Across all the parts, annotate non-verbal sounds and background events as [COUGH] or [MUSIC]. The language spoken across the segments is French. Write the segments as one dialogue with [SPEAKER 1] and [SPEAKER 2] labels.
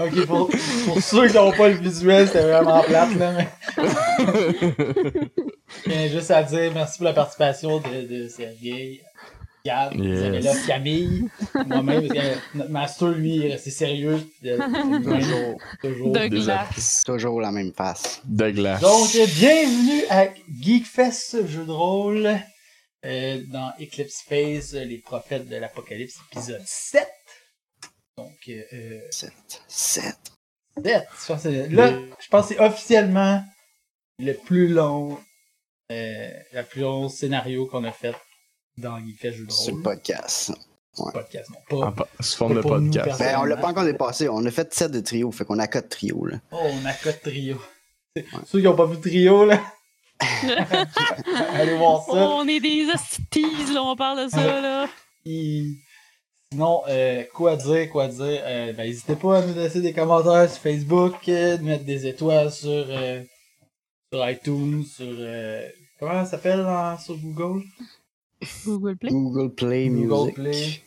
[SPEAKER 1] ok, pour, pour ceux qui n'ont pas le visuel, c'était vraiment plate, là. Mais... juste à dire merci pour la participation de, de Sergei. Gab,
[SPEAKER 2] Yes.
[SPEAKER 1] vous avez là Camille, moi-même, parce que notre master, lui, il est resté sérieux de, de-
[SPEAKER 3] Toujours,
[SPEAKER 1] toujours.
[SPEAKER 4] De
[SPEAKER 2] Déjà.
[SPEAKER 4] glace.
[SPEAKER 3] toujours la même face.
[SPEAKER 2] De glace.
[SPEAKER 1] Donc, euh, bienvenue à Geekfest, jeu de rôle, euh, dans Eclipse Space, euh, les prophètes de l'Apocalypse, épisode 7. Donc, euh, euh,
[SPEAKER 3] 7. 7.
[SPEAKER 1] 7. Je pense que c'est- là, je pense que c'est officiellement le plus long, euh, le plus long scénario qu'on a fait dans Geekfest, jeu de
[SPEAKER 3] Sur le
[SPEAKER 1] rôle.
[SPEAKER 3] podcast.
[SPEAKER 1] podcast, non
[SPEAKER 2] En
[SPEAKER 1] pas.
[SPEAKER 2] pa- sous forme de
[SPEAKER 1] Pas pour nous,
[SPEAKER 2] podcast.
[SPEAKER 1] personne.
[SPEAKER 3] Ben, on l'a pas encore dépassé. On a fait 7 de trio. Fait qu'on a 4 trio, là.
[SPEAKER 1] Oh, on a quoi de trio? Ceux qui n'ont pas vu trio, là, allez voir ça.
[SPEAKER 4] Oh, on est des astises, là, on parle de ça, là.
[SPEAKER 1] Puis, Sinon, euh, quoi dire, quoi dire, euh, ben, n'hésitez pas à nous laisser des commentaires sur Facebook, euh, de mettre des étoiles sur, euh, sur iTunes, sur, euh, comment ça s'appelle en- sur Google?
[SPEAKER 4] Google Play.
[SPEAKER 3] Google Play Music.
[SPEAKER 1] Google Play.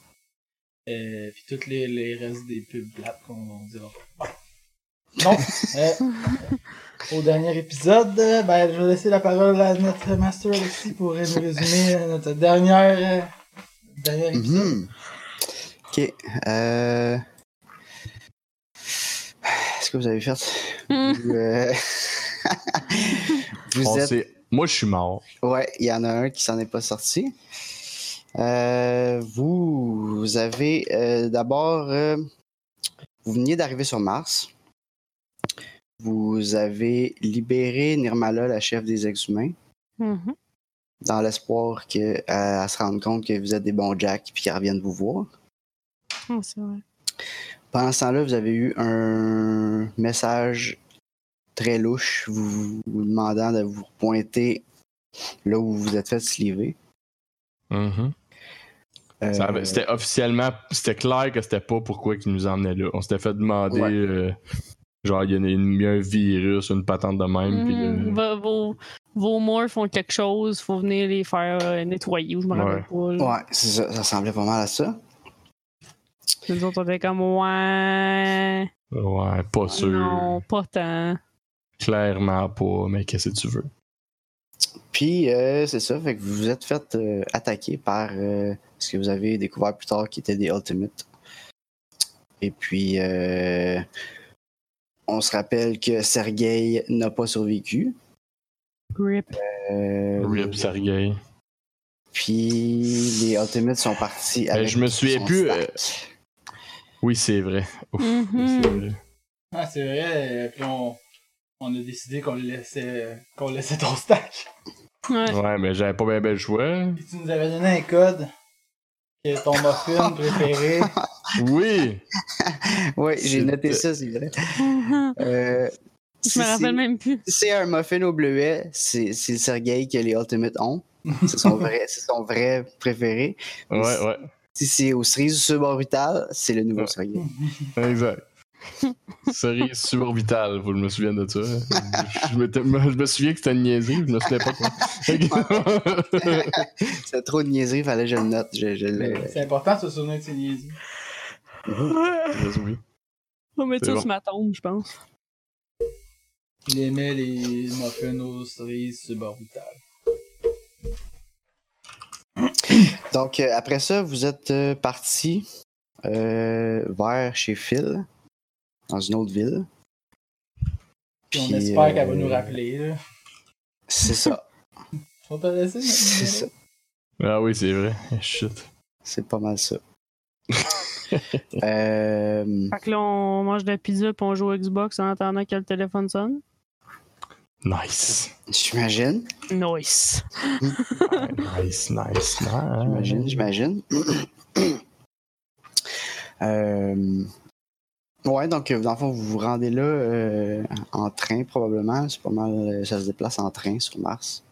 [SPEAKER 1] Euh, puis toutes les, les restes des pubs plates qu'on dira pas. Non! euh, au dernier épisode, euh, ben, je vais laisser la parole à notre master Alexis pour euh, nous résumer euh, notre dernière, euh, dernier épisode.
[SPEAKER 3] Mhm. Ok. Euh... Est-ce que vous avez fait?
[SPEAKER 2] Mm.
[SPEAKER 4] Hum.
[SPEAKER 3] Vous, euh, [LAUGHS] vous
[SPEAKER 2] On
[SPEAKER 3] êtes.
[SPEAKER 2] sait- Moi, je suis mort.
[SPEAKER 3] Ouais, il y en a un qui s'en est pas sorti. Euh, vous, vous avez euh, d'abord. euh, vous veniez d'arriver sur Mars. Vous avez libéré Nirmala, la chef des ex-humains,
[SPEAKER 4] Mhm.
[SPEAKER 3] dans l'espoir qu'elle se rende compte que vous êtes des bons Jack puis qu'elle revienne vous voir.
[SPEAKER 4] Oh, c'est vrai.
[SPEAKER 3] Pendant ce temps-là, vous avez eu un message très louche vous, vous demandant de vous pointer là où vous vous êtes fait sliver.
[SPEAKER 2] Mhm.
[SPEAKER 3] Euh,
[SPEAKER 2] Ça avait- C'était officiellement, c'était clair que c'était pas pourquoi ils nous emmenaient là. On s'était fait demander,
[SPEAKER 3] Ouais.
[SPEAKER 2] euh, genre, il y, en a une- il y a un virus, une patente de même. puis
[SPEAKER 4] Mhm.
[SPEAKER 2] là-
[SPEAKER 4] Va- Vos, vos morts font quelque chose, faut venir les faire euh, nettoyer, ou je me
[SPEAKER 2] Ouais.
[SPEAKER 4] rappelle pas. là.
[SPEAKER 3] Ouais, c'est ça, ça ressemblait pas mal à ça.
[SPEAKER 4] Nous autres, on était comme, ouais,
[SPEAKER 2] euh, ouais, pas sûr.
[SPEAKER 4] Oh non, pas tant.
[SPEAKER 2] Clairement pas, mais qu'est-ce que tu veux?
[SPEAKER 3] Puis, euh, c'est ça, fait que vous vous êtes fait euh, attaquer par euh, ce que vous avez découvert plus tard qui était des Ultimates. Et puis, euh, on se rappelle que Sergei n'a pas survécu.
[SPEAKER 4] Grip.
[SPEAKER 3] Euh,
[SPEAKER 2] Rip Sergei.
[SPEAKER 3] Puis les Ultimates sont partis
[SPEAKER 2] Ben,
[SPEAKER 3] avec.
[SPEAKER 2] je me souviens
[SPEAKER 3] son
[SPEAKER 2] plus,
[SPEAKER 3] stack.
[SPEAKER 2] Oui, c'est vrai. Ouf,
[SPEAKER 4] Mhm.
[SPEAKER 2] c'est vrai.
[SPEAKER 1] Ah, c'est vrai, euh, puis on, on a décidé qu'on le laissait, euh, qu'on laissait ton stack.
[SPEAKER 4] Ouais.
[SPEAKER 2] Ouais, mais j'avais pas bien bel choix.
[SPEAKER 1] Puis tu nous avais donné un code qui est ton
[SPEAKER 3] [LAUGHS]
[SPEAKER 1] muffin préféré.
[SPEAKER 2] Oui!
[SPEAKER 3] Ouais, j'ai
[SPEAKER 2] euh, C'est-
[SPEAKER 3] noté ça, c'est vrai.
[SPEAKER 4] Mhm.
[SPEAKER 3] Euh,
[SPEAKER 4] Je
[SPEAKER 3] si
[SPEAKER 4] me
[SPEAKER 3] c'est-
[SPEAKER 4] rappelle même plus.
[SPEAKER 3] si C'est un muffin au bleuet, c'est c'est le Sergei que les Ultimates ont. C'est son vrai, c'est son vrai préféré.
[SPEAKER 2] Ouais, ouais.
[SPEAKER 3] Si c'est aux cerises suborbitales, c'est le nouveau
[SPEAKER 2] Ouais.
[SPEAKER 3] Sergei.
[SPEAKER 2] [LAUGHS] Exact. Cerise suborbitale, faut que je me souvienne de ça. Je, m'étais- je me souviens que c'était une niaiserie, je me souviens pas quoi.
[SPEAKER 3] C'était trop de niaiserie, fallait que je le note. Je, je le-
[SPEAKER 1] c'est important de se souvenir de ses niaiseries.
[SPEAKER 2] Oui.
[SPEAKER 4] On va mettre
[SPEAKER 2] C'est
[SPEAKER 4] ça
[SPEAKER 2] bon.
[SPEAKER 4] sur ma tombe, je pense.
[SPEAKER 1] Il aimait les muffins aux cerises suborbitales.
[SPEAKER 3] Donc, euh, après ça, vous êtes euh, parti euh, vers chez Phil, dans une autre ville.
[SPEAKER 1] Puis on
[SPEAKER 3] Puis,
[SPEAKER 1] espère qu'elle va
[SPEAKER 3] euh,
[SPEAKER 1] nous rappeler. Là.
[SPEAKER 3] C'est ça.
[SPEAKER 1] On t'a laissé notre
[SPEAKER 3] c'est
[SPEAKER 1] numéro?
[SPEAKER 3] ça.
[SPEAKER 2] [LAUGHS] Ah oui, c'est vrai. Eh, Shit.
[SPEAKER 3] C'est pas
[SPEAKER 1] [LAUGHS]
[SPEAKER 3] mal ça. Euh,
[SPEAKER 4] Fait que là, on mange de la pizza puis on joue au Xbox en attendant que le téléphone sonne.
[SPEAKER 2] Nice.
[SPEAKER 3] j'imagine,
[SPEAKER 4] Nice.
[SPEAKER 2] nice, nice,
[SPEAKER 3] j'imagine,
[SPEAKER 2] nice.
[SPEAKER 3] j'imagine. [COUGHS] Euh, ouais, donc euh, dans le fond, vous vous rendez là euh, en train probablement. C'est pas mal, euh, ça se déplace en train sur Mars.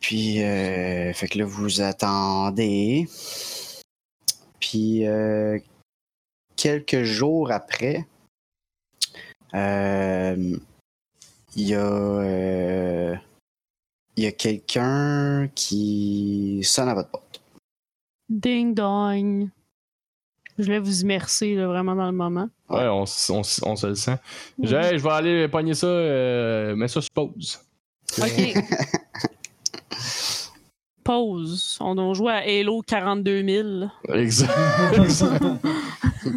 [SPEAKER 3] Puis, euh, fait que là, vous attendez. Puis, euh, quelques jours après, euh, il y a, euh, il y a quelqu'un qui sonne à votre porte.
[SPEAKER 4] Ding dong. Je voulais vous immerser là, vraiment dans le moment.
[SPEAKER 2] Ouais, on, s- on s- on se le sent. J'ai, Hey, je vais aller pogner ça, euh, mets ça sur pause.
[SPEAKER 4] Ok. Pause. On doit jouer à Halo 42 000.
[SPEAKER 2] Exact.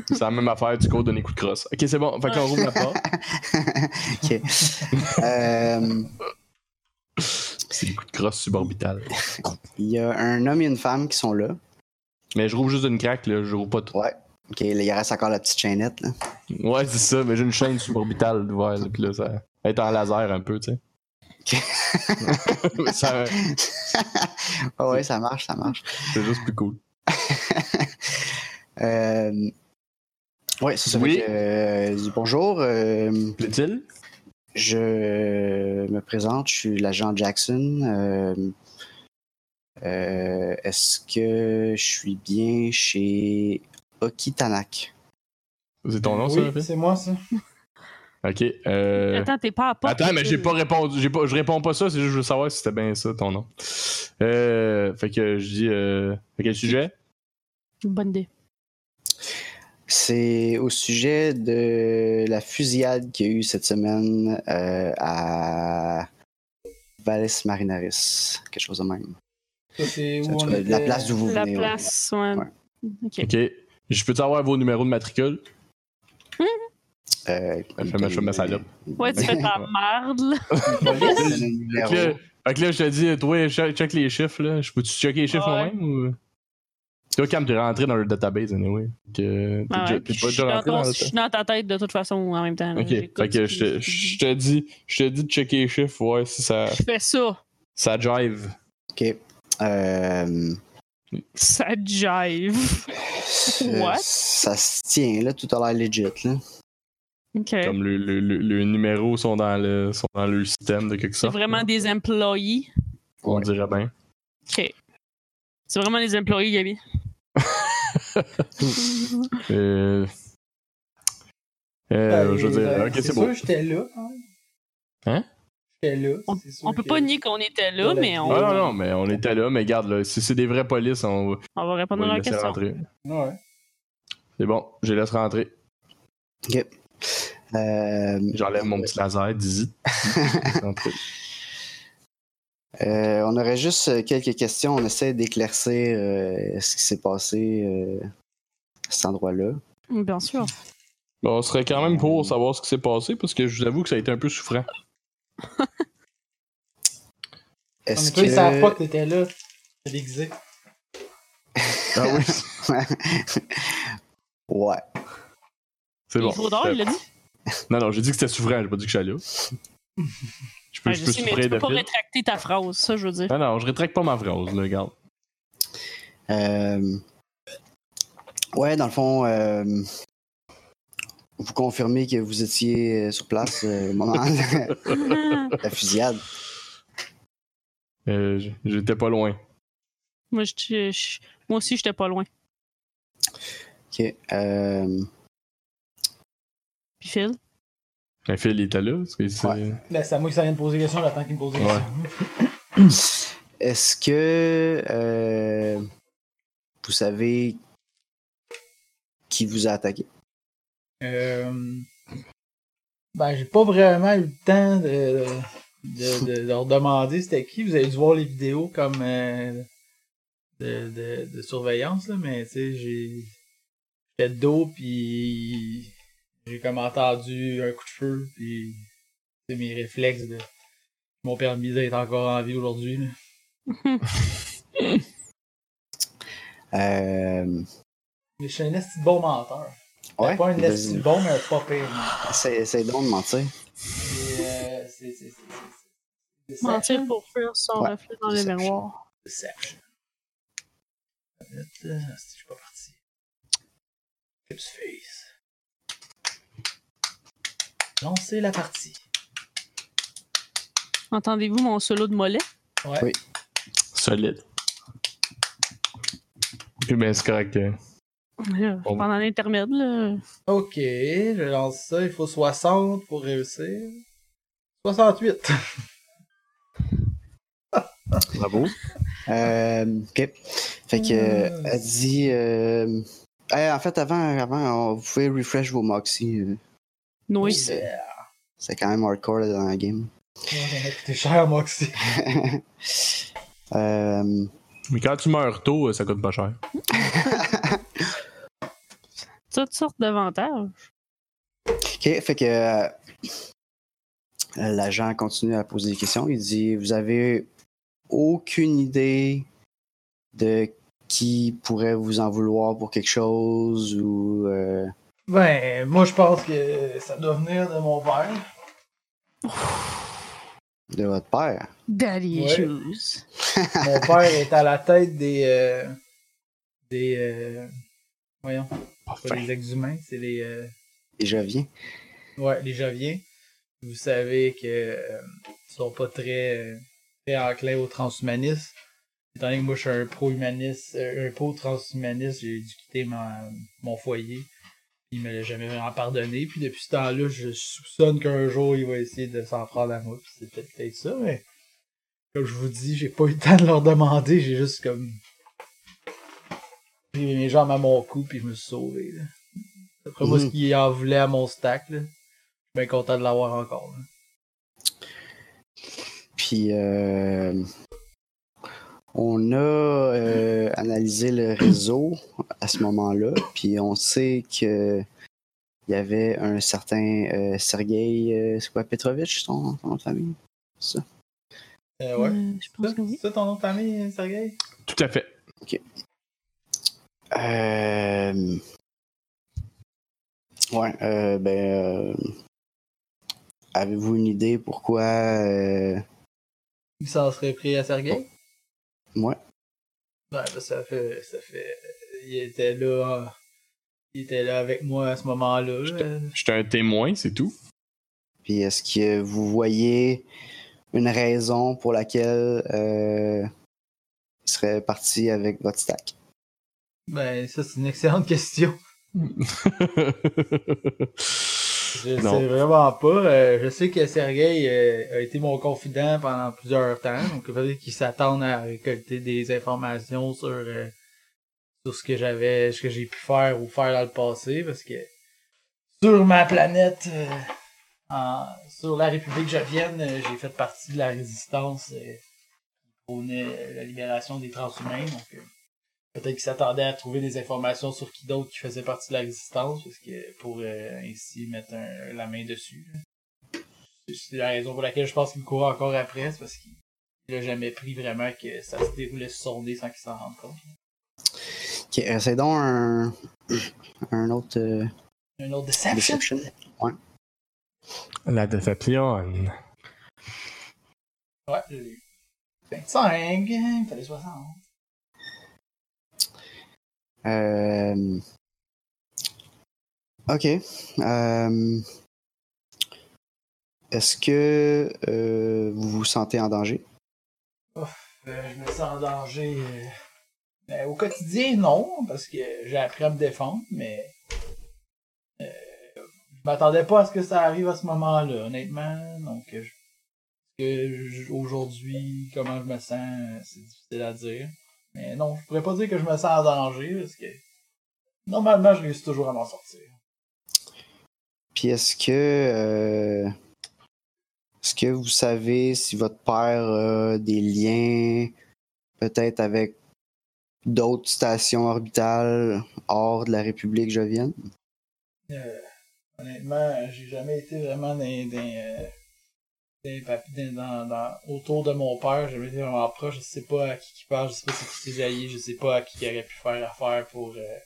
[SPEAKER 2] c'est la même affaire du code d'un coup de crosse. Ok, c'est bon. Fait qu'on rouvre la porte.
[SPEAKER 3] Ok. Euh,
[SPEAKER 2] C'est des coups de crosse suborbital.
[SPEAKER 3] Il y a un homme et une femme qui sont là.
[SPEAKER 2] Mais je rouvre juste une craque, là. Je rouvre pas tout.
[SPEAKER 3] Ouais. Ok, là, il reste encore la petite chaînette. Là.
[SPEAKER 2] Ouais, c'est ça, mais j'ai une chaîne suborbitale de voir, là, pis là, ça. Être en laser un peu, tu sais. [LAUGHS] Ça-
[SPEAKER 3] Ah ouais, ça marche, ça marche.
[SPEAKER 2] c'est juste plus cool.
[SPEAKER 3] Euh, Ouais, c'est ça.
[SPEAKER 2] Oui.
[SPEAKER 3] fait que, euh, il dit, bonjour, euh,
[SPEAKER 2] Plaît-il?
[SPEAKER 3] je me présente, je suis l'agent Jackson. Euh, euh, Est-ce que je suis bien chez Okitanak?
[SPEAKER 2] C'est ton nom, ça,
[SPEAKER 1] oui,
[SPEAKER 2] Phil?
[SPEAKER 1] c'est moi, ça.
[SPEAKER 2] Ok. Euh...
[SPEAKER 4] Attends, t'es pas à porte. euh,
[SPEAKER 2] Attends, mais j'ai
[SPEAKER 4] Phil.
[SPEAKER 2] pas répondu. J'ai pas, je réponds pas ça, c'est juste que je veux savoir si c'était bien ça ton nom. Euh, fait que je dis. Euh, fait quel sujet
[SPEAKER 4] Bonne idée.
[SPEAKER 3] C'est au sujet de la fusillade qu'il y a eu cette semaine euh, à Valles Marinaris, quelque chose de même.
[SPEAKER 1] Ça, c'est où
[SPEAKER 3] En tout
[SPEAKER 1] on
[SPEAKER 3] cas,
[SPEAKER 1] était...
[SPEAKER 3] La place d'où vous
[SPEAKER 4] La
[SPEAKER 3] venez. ouais.
[SPEAKER 4] place, ouais.
[SPEAKER 3] Ouais.
[SPEAKER 4] Ok.
[SPEAKER 2] Ok. Je peux savoir vos numéros de matricule
[SPEAKER 3] Euh,
[SPEAKER 2] Elle fait ma- je fais
[SPEAKER 3] [LAUGHS]
[SPEAKER 2] ma salope.
[SPEAKER 4] Ouais, tu fais ta
[SPEAKER 2] [LAUGHS]
[SPEAKER 4] merde, là.
[SPEAKER 2] Fait que, là, fait que là, je te dis, toi, check, check les chiffres, là. Je peux-tu checker les chiffres
[SPEAKER 4] Ouais.
[SPEAKER 2] moi-même ou. Toi, Cam, t'es rentré dans le database, anyway. Fait Que, t'es
[SPEAKER 4] Ah
[SPEAKER 2] déjà-
[SPEAKER 4] ouais,
[SPEAKER 2] t'es
[SPEAKER 4] puis
[SPEAKER 2] pas
[SPEAKER 4] Je suis
[SPEAKER 2] déjà
[SPEAKER 4] dans
[SPEAKER 2] rentré dans
[SPEAKER 4] ton-
[SPEAKER 2] le
[SPEAKER 4] je suis dans ta tête de toute façon en même temps. là.
[SPEAKER 2] Ok.
[SPEAKER 4] J'écoute
[SPEAKER 2] Fait que
[SPEAKER 4] Ah, ce
[SPEAKER 2] je te,
[SPEAKER 4] tu dis.
[SPEAKER 2] je te dis, je te dis de checker les chiffres, voir si ça,
[SPEAKER 4] Je fais ça.
[SPEAKER 2] ça jive.
[SPEAKER 3] Ok. Euh,
[SPEAKER 4] Ça jive. [LAUGHS]
[SPEAKER 3] ce-
[SPEAKER 4] What?
[SPEAKER 3] ça se tient, là, tout à l'air legit, là.
[SPEAKER 4] Ok.
[SPEAKER 2] Comme le, le, le, le numéro sont dans le, sont dans le système de quelque
[SPEAKER 4] C'est
[SPEAKER 2] sorte.
[SPEAKER 4] vraiment des employés.
[SPEAKER 2] On
[SPEAKER 3] Ouais.
[SPEAKER 2] dirait bien.
[SPEAKER 4] Ok. C'est vraiment des
[SPEAKER 2] [LAUGHS]
[SPEAKER 4] employés, Gabi.
[SPEAKER 2] Euh...
[SPEAKER 1] Ben,
[SPEAKER 2] Euh, je veux dire,
[SPEAKER 1] euh,
[SPEAKER 2] ok, c'est
[SPEAKER 1] sûr,
[SPEAKER 2] bon.
[SPEAKER 1] j'étais là. quand même.
[SPEAKER 2] Hein?
[SPEAKER 1] J'étais là. c'est sûr
[SPEAKER 4] On peut
[SPEAKER 1] que-
[SPEAKER 4] pas nier qu'on était là,
[SPEAKER 1] Voilà.
[SPEAKER 4] mais on,
[SPEAKER 2] Ah non, non, mais on était là, mais regarde, là, si c'est des vraies polices, on va-
[SPEAKER 4] on va
[SPEAKER 2] on
[SPEAKER 4] répondre
[SPEAKER 2] va les
[SPEAKER 4] à leur
[SPEAKER 2] laisser
[SPEAKER 4] question.
[SPEAKER 2] rentrer.
[SPEAKER 1] Ouais.
[SPEAKER 2] C'est bon, je les laisse rentrer.
[SPEAKER 3] Ok. Euh,
[SPEAKER 2] J'enlève mon petit laser, dizzy.
[SPEAKER 3] euh, on aurait juste euh, quelques questions. On essaie d'éclaircir euh, ce qui s'est passé euh, à cet endroit-là.
[SPEAKER 4] Bien sûr.
[SPEAKER 2] Bon, on serait quand
[SPEAKER 4] Euh.
[SPEAKER 2] même pour savoir ce qui s'est passé, parce que je vous avoue que ça a été un peu souffrant.
[SPEAKER 1] Mais
[SPEAKER 3] Est-ce
[SPEAKER 1] toi, ils savent pas
[SPEAKER 3] que...
[SPEAKER 1] que t'étais là. T'es déguisé.
[SPEAKER 2] Ah oui,
[SPEAKER 3] Ouais.
[SPEAKER 2] c'est bon.
[SPEAKER 4] Il faut d'or, il l'a dit.
[SPEAKER 2] Non, non, j'ai dit que c'était souffrant, j'ai pas dit que j'allais là. Je peux,
[SPEAKER 4] Ouais,
[SPEAKER 2] je
[SPEAKER 4] Ben, je
[SPEAKER 2] peux
[SPEAKER 4] sais, mais
[SPEAKER 2] souffrir
[SPEAKER 4] tu
[SPEAKER 2] de
[SPEAKER 4] peux pas
[SPEAKER 2] fait.
[SPEAKER 4] rétracter ta phrase, ça, je
[SPEAKER 2] [LAUGHS]
[SPEAKER 4] veux dire.
[SPEAKER 2] Non, non, je rétracte pas ma phrase, là, regarde.
[SPEAKER 3] Euh, Ouais, dans le fond, euh, vous confirmez que vous étiez euh, sur place euh,
[SPEAKER 1] [LAUGHS]
[SPEAKER 3] au moment de
[SPEAKER 4] Ah,
[SPEAKER 3] la fusillade.
[SPEAKER 2] Euh, j- J'étais pas loin.
[SPEAKER 4] moi, je- je- je- moi aussi, j'étais pas loin.
[SPEAKER 3] Ok. euh,
[SPEAKER 4] Puis Phil,
[SPEAKER 2] Mais Phil, il était là, parce que c'est...
[SPEAKER 3] Ouais.
[SPEAKER 1] Ben, c'est à moi qui s'en vient de poser des questions, j'attends qu'il me pose des
[SPEAKER 2] Ouais.
[SPEAKER 1] questions.
[SPEAKER 3] Est-ce que euh, vous savez qui vous a attaqué?
[SPEAKER 1] Euh... Ben, j'ai pas vraiment eu le temps de, de, de leur demander c'était qui. Vous avez dû voir les vidéos comme euh, de, de, de surveillance, là, mais tu sais, j'ai. J'étais de dos, puis j'ai comme entendu un coup de feu, puis c'est mes réflexes de... m'ont permis d'être encore en vie aujourd'hui. là.
[SPEAKER 3] Euh,
[SPEAKER 1] Mais je suis un esti de bon menteur. C'est
[SPEAKER 3] ouais,
[SPEAKER 1] Ben, pas un esti de
[SPEAKER 3] vas-y.
[SPEAKER 1] bon, mais pas pire.
[SPEAKER 3] Essaye- essaye donc de mentir.
[SPEAKER 1] C'est. euh, c'est- c'est- c'est- c'est- c'est-
[SPEAKER 4] mentir pour fuir son
[SPEAKER 3] Ouais,
[SPEAKER 4] reflet dans le
[SPEAKER 3] deception.
[SPEAKER 4] miroir.
[SPEAKER 1] Deception. Attends, si je suis pas parti. Chips Face. Lancez la partie.
[SPEAKER 4] Entendez-vous mon solo de mollet?
[SPEAKER 1] Ouais.
[SPEAKER 3] Oui.
[SPEAKER 2] Solide. Eh bien, c'est correct. euh,
[SPEAKER 4] Là,
[SPEAKER 2] Bon.
[SPEAKER 4] Pendant l'intermède, là.
[SPEAKER 1] Ok, je lance ça. Il faut 60 pour réussir. 68.
[SPEAKER 2] Bravo.
[SPEAKER 3] Euh, ok. Fait que,
[SPEAKER 1] Hmm.
[SPEAKER 3] elle dit, euh, Eh, en fait, avant, avant on- vous pouvez refresh vos Moxie. euh.
[SPEAKER 4] Noise.
[SPEAKER 3] C'est c'est quand même hardcore là, dans la game.
[SPEAKER 1] T'es cher, Moxie.
[SPEAKER 3] Euh,
[SPEAKER 2] Mais quand tu meurs tôt, euh, ça coûte pas cher.
[SPEAKER 4] Toutes sortes d'avantages.
[SPEAKER 3] Ok, fait que euh, l'agent continue à poser des questions. Il dit Vous avez aucune idée de qui pourrait vous en vouloir pour quelque chose ou. euh,
[SPEAKER 1] Ben, moi, je pense que ça doit venir de mon père.
[SPEAKER 3] de votre père.
[SPEAKER 4] Daddy
[SPEAKER 1] Ouais.
[SPEAKER 4] issues.
[SPEAKER 1] Mon père est à la tête des. euh, des. euh, voyons, c'est pas les exhumains, c'est les. euh,
[SPEAKER 3] Déjà viens.
[SPEAKER 1] ouais, les Javiens. Vous savez que euh, ils sont pas très. euh, très enclins au transhumanisme. Étant donné que moi, je suis un pro-humaniste, euh, un pro-transhumaniste, j'ai dû quitter ma, mon foyer. Il me l'a jamais vraiment pardonné. Puis depuis ce temps-là, je soupçonne qu'un jour, il va essayer de s'en prendre à moi. Puis c'est peut-être peut-être ça, mais comme je vous dis, j'ai pas eu le temps de leur demander. J'ai juste comme pris mes jambes à mon cou, puis je me suis sauvé. Là. Après moi,
[SPEAKER 3] Mhm.
[SPEAKER 1] ce qu'il en voulait à mon stack, là, je suis bien content de l'avoir encore. là.
[SPEAKER 3] Puis euh, on a euh, analysé le réseau à ce moment-là, puis on sait que il y avait un certain euh, Sergei euh, c'est quoi, Petrovitch, son, son nom de famille.
[SPEAKER 1] Euh, ouais.
[SPEAKER 4] Euh, je
[SPEAKER 1] Ça,
[SPEAKER 4] pense que oui.
[SPEAKER 1] c'est ça ton nom de famille, Sergei?
[SPEAKER 2] Tout à fait.
[SPEAKER 3] Euh, ouais, euh, ben, euh, avez-vous une idée pourquoi euh,
[SPEAKER 1] Il s'en serait pris à Sergei?
[SPEAKER 3] Ouais.
[SPEAKER 1] Ouais, ben, ça fait, ça fait. Il était là. euh, Il était là avec moi à ce moment-là.
[SPEAKER 2] J'étais-
[SPEAKER 1] euh,
[SPEAKER 2] J'étais un témoin, c'est tout.
[SPEAKER 3] Puis est-ce que vous voyez une raison pour laquelle euh, il serait parti avec votre stack?
[SPEAKER 1] Ben, ça, c'est une excellente [LAUGHS] question. Je sais
[SPEAKER 2] non.
[SPEAKER 1] vraiment pas. Euh, je sais que Sergei euh, a été mon confident pendant plusieurs temps. Donc, peut-être qu'il s'attend à récolter des informations sur, euh, sur ce que j'avais, ce que j'ai pu faire ou faire dans le passé. Parce que sur ma planète, euh, en- sur la République Javienne, euh, j'ai fait partie de la résistance euh, qui prônait euh, la libération des transhumains. Donc, euh, Peut-être qu'il s'attendait à trouver des informations sur qui d'autre qui faisait partie de la résistance, parce que pour euh, ainsi mettre un- la main dessus. là. C'est la raison pour laquelle je pense qu'il me court encore après, c'est parce qu'il il a jamais pris vraiment que ça se déroulait sur son nez sans qu'il s'en rende compte.
[SPEAKER 3] Ok, euh, c'est donc un, [COUGHS] un autre euh,
[SPEAKER 1] Un autre deception.
[SPEAKER 3] deception.
[SPEAKER 2] La déception.
[SPEAKER 1] Ouais, je l'ai eu. 25, il fallait 60.
[SPEAKER 3] Euh, ok. euh, est-ce que euh, vous vous sentez en danger?
[SPEAKER 1] Euh, je me sens en danger. euh, ben, au quotidien, non, parce que j'ai appris à me défendre, mais euh, je m'attendais pas à ce que ça arrive à ce moment-là, honnêtement. Donc, euh, je- que je- aujourd'hui, comment je me sens, euh, c'est difficile à dire. Mais non, je pourrais pas dire que je me sens en danger, parce que normalement, je réussis toujours à m'en sortir.
[SPEAKER 3] Puis est-ce que euh, est-ce que vous savez si votre père a des liens peut-être avec d'autres stations orbitales hors de la République jovienne?
[SPEAKER 1] Euh, honnêtement, j'ai jamais été vraiment dans, dans, euh, dans, papi- dans- dans- dans- autour de mon père. J'ai jamais été vraiment proche. Je sais pas à qui qui parle, je sais pas c'est qui ses alliés, je sais pas à qui il aurait pu faire affaire pour, euh,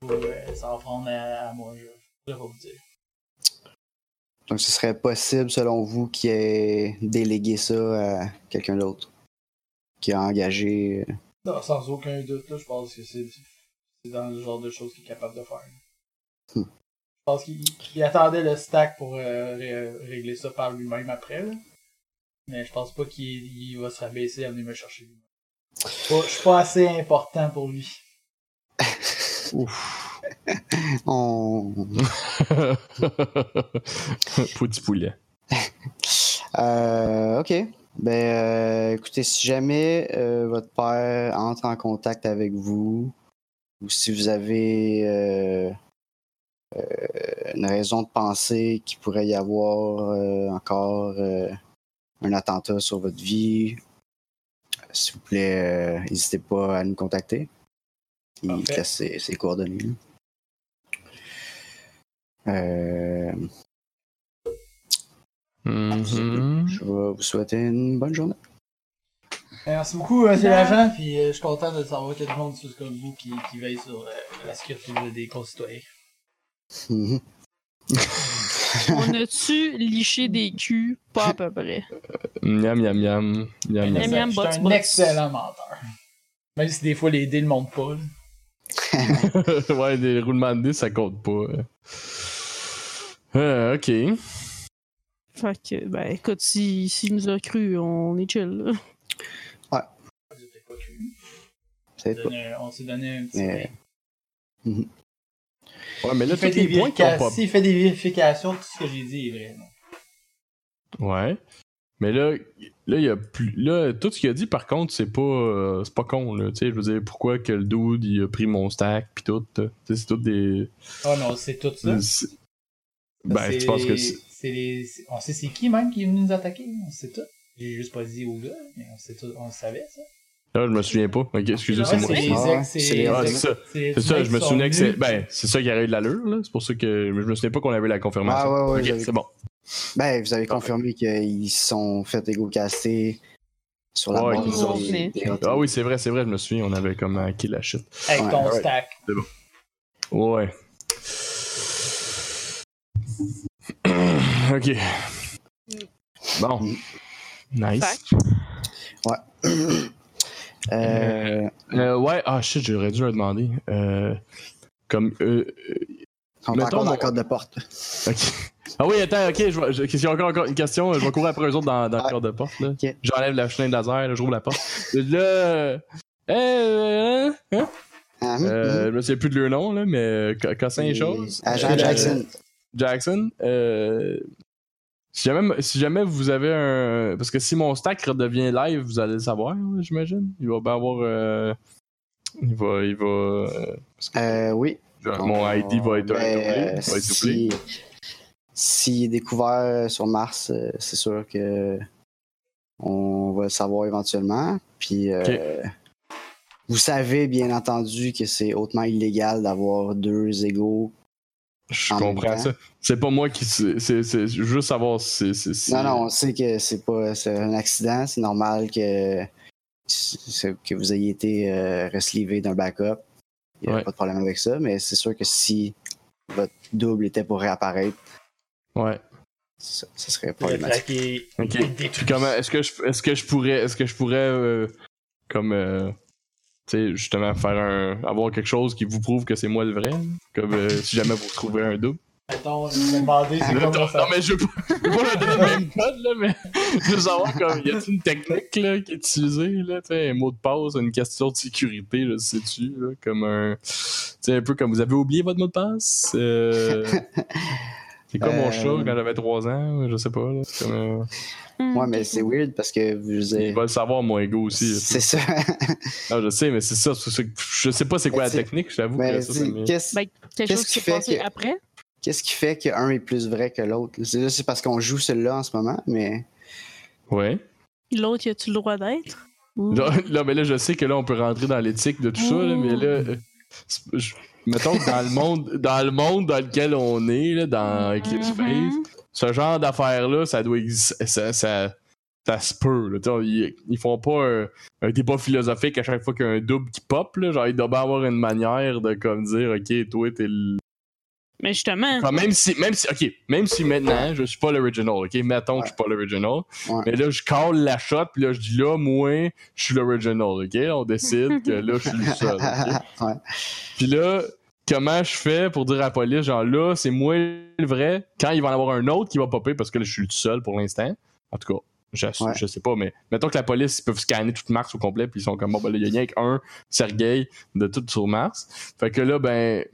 [SPEAKER 1] pour euh, s'en prendre à, à moi. Je je pourrais pas vous dire.
[SPEAKER 3] Donc ce serait possible selon vous qu'il ait délégué ça à quelqu'un d'autre, qui a engagé. euh,
[SPEAKER 1] Non, sans aucun doute, là, je pense que c'est c'est dans le genre de choses qu'il est capable de faire.
[SPEAKER 3] Hmm.
[SPEAKER 1] Je pense qu'il qu'il attendait le stack pour euh, ré- régler ça par lui-même après. là. Mais je pense pas qu'il il va se rabaisser à venir me chercher lui Je suis pas assez important pour lui.
[SPEAKER 3] On...
[SPEAKER 2] [LAUGHS] Petit poulet.
[SPEAKER 3] Euh, ok. Ben, euh, écoutez, si jamais euh, votre père entre en contact avec vous, ou si vous avez euh, euh, une raison de penser qu'il pourrait y avoir euh, encore euh, un attentat sur votre vie, s'il vous plaît, euh, n'hésitez pas à nous contacter. Il
[SPEAKER 1] Parfait.
[SPEAKER 3] laisse ses, ses coordonnées. là. Euh,
[SPEAKER 2] Mhm.
[SPEAKER 3] je vais vous souhaiter une bonne journée. [LAUGHS]
[SPEAKER 1] Ben, Merci beaucoup, monsieur
[SPEAKER 4] Ben.
[SPEAKER 1] l'agent, puis euh, je suis content de savoir qu'il y a du monde sous comme vous qui, qui veille sur euh, la sécurité de- des concitoyens.
[SPEAKER 3] Mhm.
[SPEAKER 4] On a-tu liché des culs? Pas à peu près.
[SPEAKER 2] Miam, miam, miam. Miam,
[SPEAKER 1] Je
[SPEAKER 2] miam.
[SPEAKER 4] Miam, miam.
[SPEAKER 1] suis
[SPEAKER 4] bots,
[SPEAKER 1] un
[SPEAKER 4] bots.
[SPEAKER 1] excellent menteur. Même si des fois les dés le montent pas. là.
[SPEAKER 2] [LAUGHS] ouais, des roulements de dés, ça compte pas. Euh, ok.
[SPEAKER 4] Fait que, ben, écoute, s'il si, nous a cru, on est chill. là.
[SPEAKER 1] Vous avez pas cru. On
[SPEAKER 3] Peut-être
[SPEAKER 1] s'est donné- On s'est donné un petit.
[SPEAKER 3] Mais-
[SPEAKER 1] break.
[SPEAKER 2] Ouais, mais là,
[SPEAKER 1] S'il fait,
[SPEAKER 2] tous
[SPEAKER 1] des
[SPEAKER 2] les points qui ont
[SPEAKER 1] vérifica-
[SPEAKER 2] pas.
[SPEAKER 1] s'il fait des vérifications, tout ce que j'ai dit est vrai. non?
[SPEAKER 2] Ouais. Mais là, là, il y a plus. Là, tout ce qu'il a dit, par contre, c'est pas, euh, c'est pas con, là. Tu sais, je veux dire, pourquoi que le dude, il a pris mon stack, pis tout. là. Tu sais, c'est tout des.
[SPEAKER 1] Oh non, c'est tout ça.
[SPEAKER 2] c'est- Ben, je pense que c'est.
[SPEAKER 1] c'est les- c'est- On sait c'est qui même qui est venu nous attaquer, on sait tout. J'ai juste pas dit où gars, mais on, sait tout... on le savait ça.
[SPEAKER 2] Là, je me souviens pas. Ok, excusez,
[SPEAKER 1] Ouais,
[SPEAKER 2] c'est moi.
[SPEAKER 1] les
[SPEAKER 3] Ah ouais,
[SPEAKER 1] ex- c'est
[SPEAKER 3] c'est
[SPEAKER 1] les
[SPEAKER 3] les-
[SPEAKER 2] Ah,
[SPEAKER 1] ex-
[SPEAKER 2] c'est ça.
[SPEAKER 1] c'est les
[SPEAKER 2] C'est ça,
[SPEAKER 1] mecs
[SPEAKER 2] je me
[SPEAKER 1] qui sont
[SPEAKER 2] souvenais que c'est.
[SPEAKER 1] venus.
[SPEAKER 2] Ben, c'est ça qui a eu de l'allure, là. C'est pour ça que. Je me souvenais pas qu'on avait la confirmation.
[SPEAKER 3] Ah, Ouais, ouais, ouais,
[SPEAKER 2] Ok,
[SPEAKER 3] j'avais-
[SPEAKER 2] c'est bon.
[SPEAKER 3] Ben, vous avez
[SPEAKER 2] Parfait.
[SPEAKER 3] confirmé qu'ils se sont fait égo-caster sur la
[SPEAKER 2] Ouais,
[SPEAKER 3] base
[SPEAKER 2] qu'ils
[SPEAKER 4] sont
[SPEAKER 3] des-
[SPEAKER 4] venus.
[SPEAKER 3] des-
[SPEAKER 2] Ah oui, c'est vrai, c'est vrai, je me souviens, on avait comme hacké la shit.
[SPEAKER 1] Avec ton
[SPEAKER 3] Ouais, ouais.
[SPEAKER 1] stack.
[SPEAKER 2] Ouais. [CLEARS THROAT] ok. Bon. Nice.
[SPEAKER 3] [COUGHS] Euh,
[SPEAKER 2] Euh, ouais, ah shit, j'aurais dû leur demander. Euh, comme. euh,
[SPEAKER 3] on est
[SPEAKER 2] Mettons,
[SPEAKER 3] encore dans
[SPEAKER 2] mon-
[SPEAKER 3] la corde de porte.
[SPEAKER 2] euh, ok. Ah oui, attends, ok, je vais- je- j'ai encore, encore une question. Je vais courir après eux autres dans, dans le
[SPEAKER 3] Ouais.
[SPEAKER 2] corps de porte. là.
[SPEAKER 3] Ah, Ok.
[SPEAKER 2] J'enlève la chenille de laser, là, j'ouvre la porte. Là. euh, euh, hein?
[SPEAKER 3] Ah, hum, hum.
[SPEAKER 2] Euh, je me souviens plus de leur nom, là, mais euh, Ca- Cassin et choses.
[SPEAKER 3] Agent
[SPEAKER 2] Euh,
[SPEAKER 3] Jackson.
[SPEAKER 2] Jackson, euh, si, jamais, si jamais vous avez un. Parce que si mon stack redevient live, vous allez le savoir, là, j'imagine. Il va bien avoir. euh, il va. Il va euh, parce que
[SPEAKER 3] Euh, oui.
[SPEAKER 2] mon ID va être, doublé,
[SPEAKER 3] Ben, euh,
[SPEAKER 2] va être doublé.
[SPEAKER 3] si- S'il est découvert sur Mars, euh, c'est sûr que on va le savoir éventuellement. Puis euh, vous savez bien entendu que c'est hautement illégal d'avoir deux égaux
[SPEAKER 2] Je
[SPEAKER 3] en même
[SPEAKER 2] comprends
[SPEAKER 3] temps.
[SPEAKER 2] ça. C'est pas moi qui. C'est c'est- c'est juste savoir si. si- si-
[SPEAKER 3] Non, non, on sait que c'est pas c'est un accident. C'est normal que, c'est- que vous ayez été euh, reslevé d'un backup. Il n'y a
[SPEAKER 2] Ouais.
[SPEAKER 3] pas de problème avec ça, mais c'est sûr que si votre double était pour réapparaître,
[SPEAKER 2] Ouais.
[SPEAKER 3] ça, ça serait
[SPEAKER 1] Le
[SPEAKER 3] problématique.
[SPEAKER 1] stack est
[SPEAKER 2] Ok.
[SPEAKER 1] est détruit.
[SPEAKER 2] Puis comment est-ce que je est-ce que je pourrais est-ce que je pourrais euh, comme euh, tu sais justement faire un avoir quelque chose qui vous prouve que c'est moi le vrai comme euh, si jamais vous retrouvez un double.
[SPEAKER 1] Attends, je vais demander
[SPEAKER 3] Ah,
[SPEAKER 1] c'est
[SPEAKER 2] Non,
[SPEAKER 1] comme
[SPEAKER 2] non,
[SPEAKER 1] ça.
[SPEAKER 2] mais je veux pas, je veux pas leur donner le
[SPEAKER 3] [LAUGHS]
[SPEAKER 2] même code là mais je veux savoir comme y a-t-il une technique là qui est utilisée là tu sais un mot de passe une question de sécurité là sais tu là comme un tu sais un peu comme vous avez oublié votre mot de passe
[SPEAKER 3] [LAUGHS]
[SPEAKER 2] euh, c'est comme mon
[SPEAKER 3] Euh.
[SPEAKER 2] chat quand j'avais 3 ans je sais pas là c'est comme euh,
[SPEAKER 4] Mm, hmm.
[SPEAKER 3] Ouais, mais c'est weird parce que vous
[SPEAKER 2] il
[SPEAKER 3] avez.
[SPEAKER 2] va le savoir mon ego aussi là,
[SPEAKER 3] C'est ça.
[SPEAKER 2] [LAUGHS] Ah, je sais, mais c'est ça. c'est- c'est- je sais pas c'est quoi la
[SPEAKER 3] Mais c'est-
[SPEAKER 2] technique, je t'avoue que
[SPEAKER 3] Mais
[SPEAKER 2] ça,
[SPEAKER 3] dis,
[SPEAKER 2] ça m'est-
[SPEAKER 3] qu'est-ce
[SPEAKER 4] Ben, quelque
[SPEAKER 3] Qu'est-ce
[SPEAKER 4] chose
[SPEAKER 3] qui
[SPEAKER 4] qui s'est
[SPEAKER 3] fait
[SPEAKER 4] passé
[SPEAKER 3] que-
[SPEAKER 4] après?
[SPEAKER 3] qu'est-ce qui fait qu'un est plus vrai que l'autre? C'est c'est parce qu'on joue celui-là en ce moment, mais.
[SPEAKER 2] Ouais.
[SPEAKER 4] L'autre, y a-tu le droit d'être?
[SPEAKER 2] [LAUGHS]
[SPEAKER 4] Ou-
[SPEAKER 2] Là, là, mais là, je sais que là, on peut rentrer dans l'éthique de tout ça, là, mais là. euh, c'est- je- Mettons que dans le monde dans le monde dans lequel on est, là, dans Eclipse Phase,
[SPEAKER 4] Mhm.
[SPEAKER 2] ce genre d'affaires-là, ça doit exister. Ça, ça, ça se peut. là. Tu sais, Ils, ils font pas un, un débat philosophique à chaque fois qu'il y a un double qui pop. Là, genre, il doit bien avoir une manière de comme dire Ok, toi, t'es le
[SPEAKER 4] Mais justement,
[SPEAKER 2] Enfin, même si, même si, ok, même si maintenant je suis pas l'original, ok, mettons que je suis pas l'original,
[SPEAKER 3] Ouais.
[SPEAKER 2] mais là je call la shot, puis là je dis là, moi, je suis l'original, ok, on décide que là je suis le seul. ok?
[SPEAKER 3] [LAUGHS] Ouais.
[SPEAKER 2] Puis là, comment je fais pour dire à la police, genre là, c'est moi le vrai, quand il va en avoir un autre qui va popper parce que là je suis le seul pour l'instant, en tout cas. j'assume,
[SPEAKER 3] Ouais.
[SPEAKER 2] Je sais pas, mais mettons que la police, ils peuvent scanner toute Mars au complet, puis ils sont comme, bon, ben là, il y a rien qu'un Sergueï de tout sur Mars. Fait que là, ben,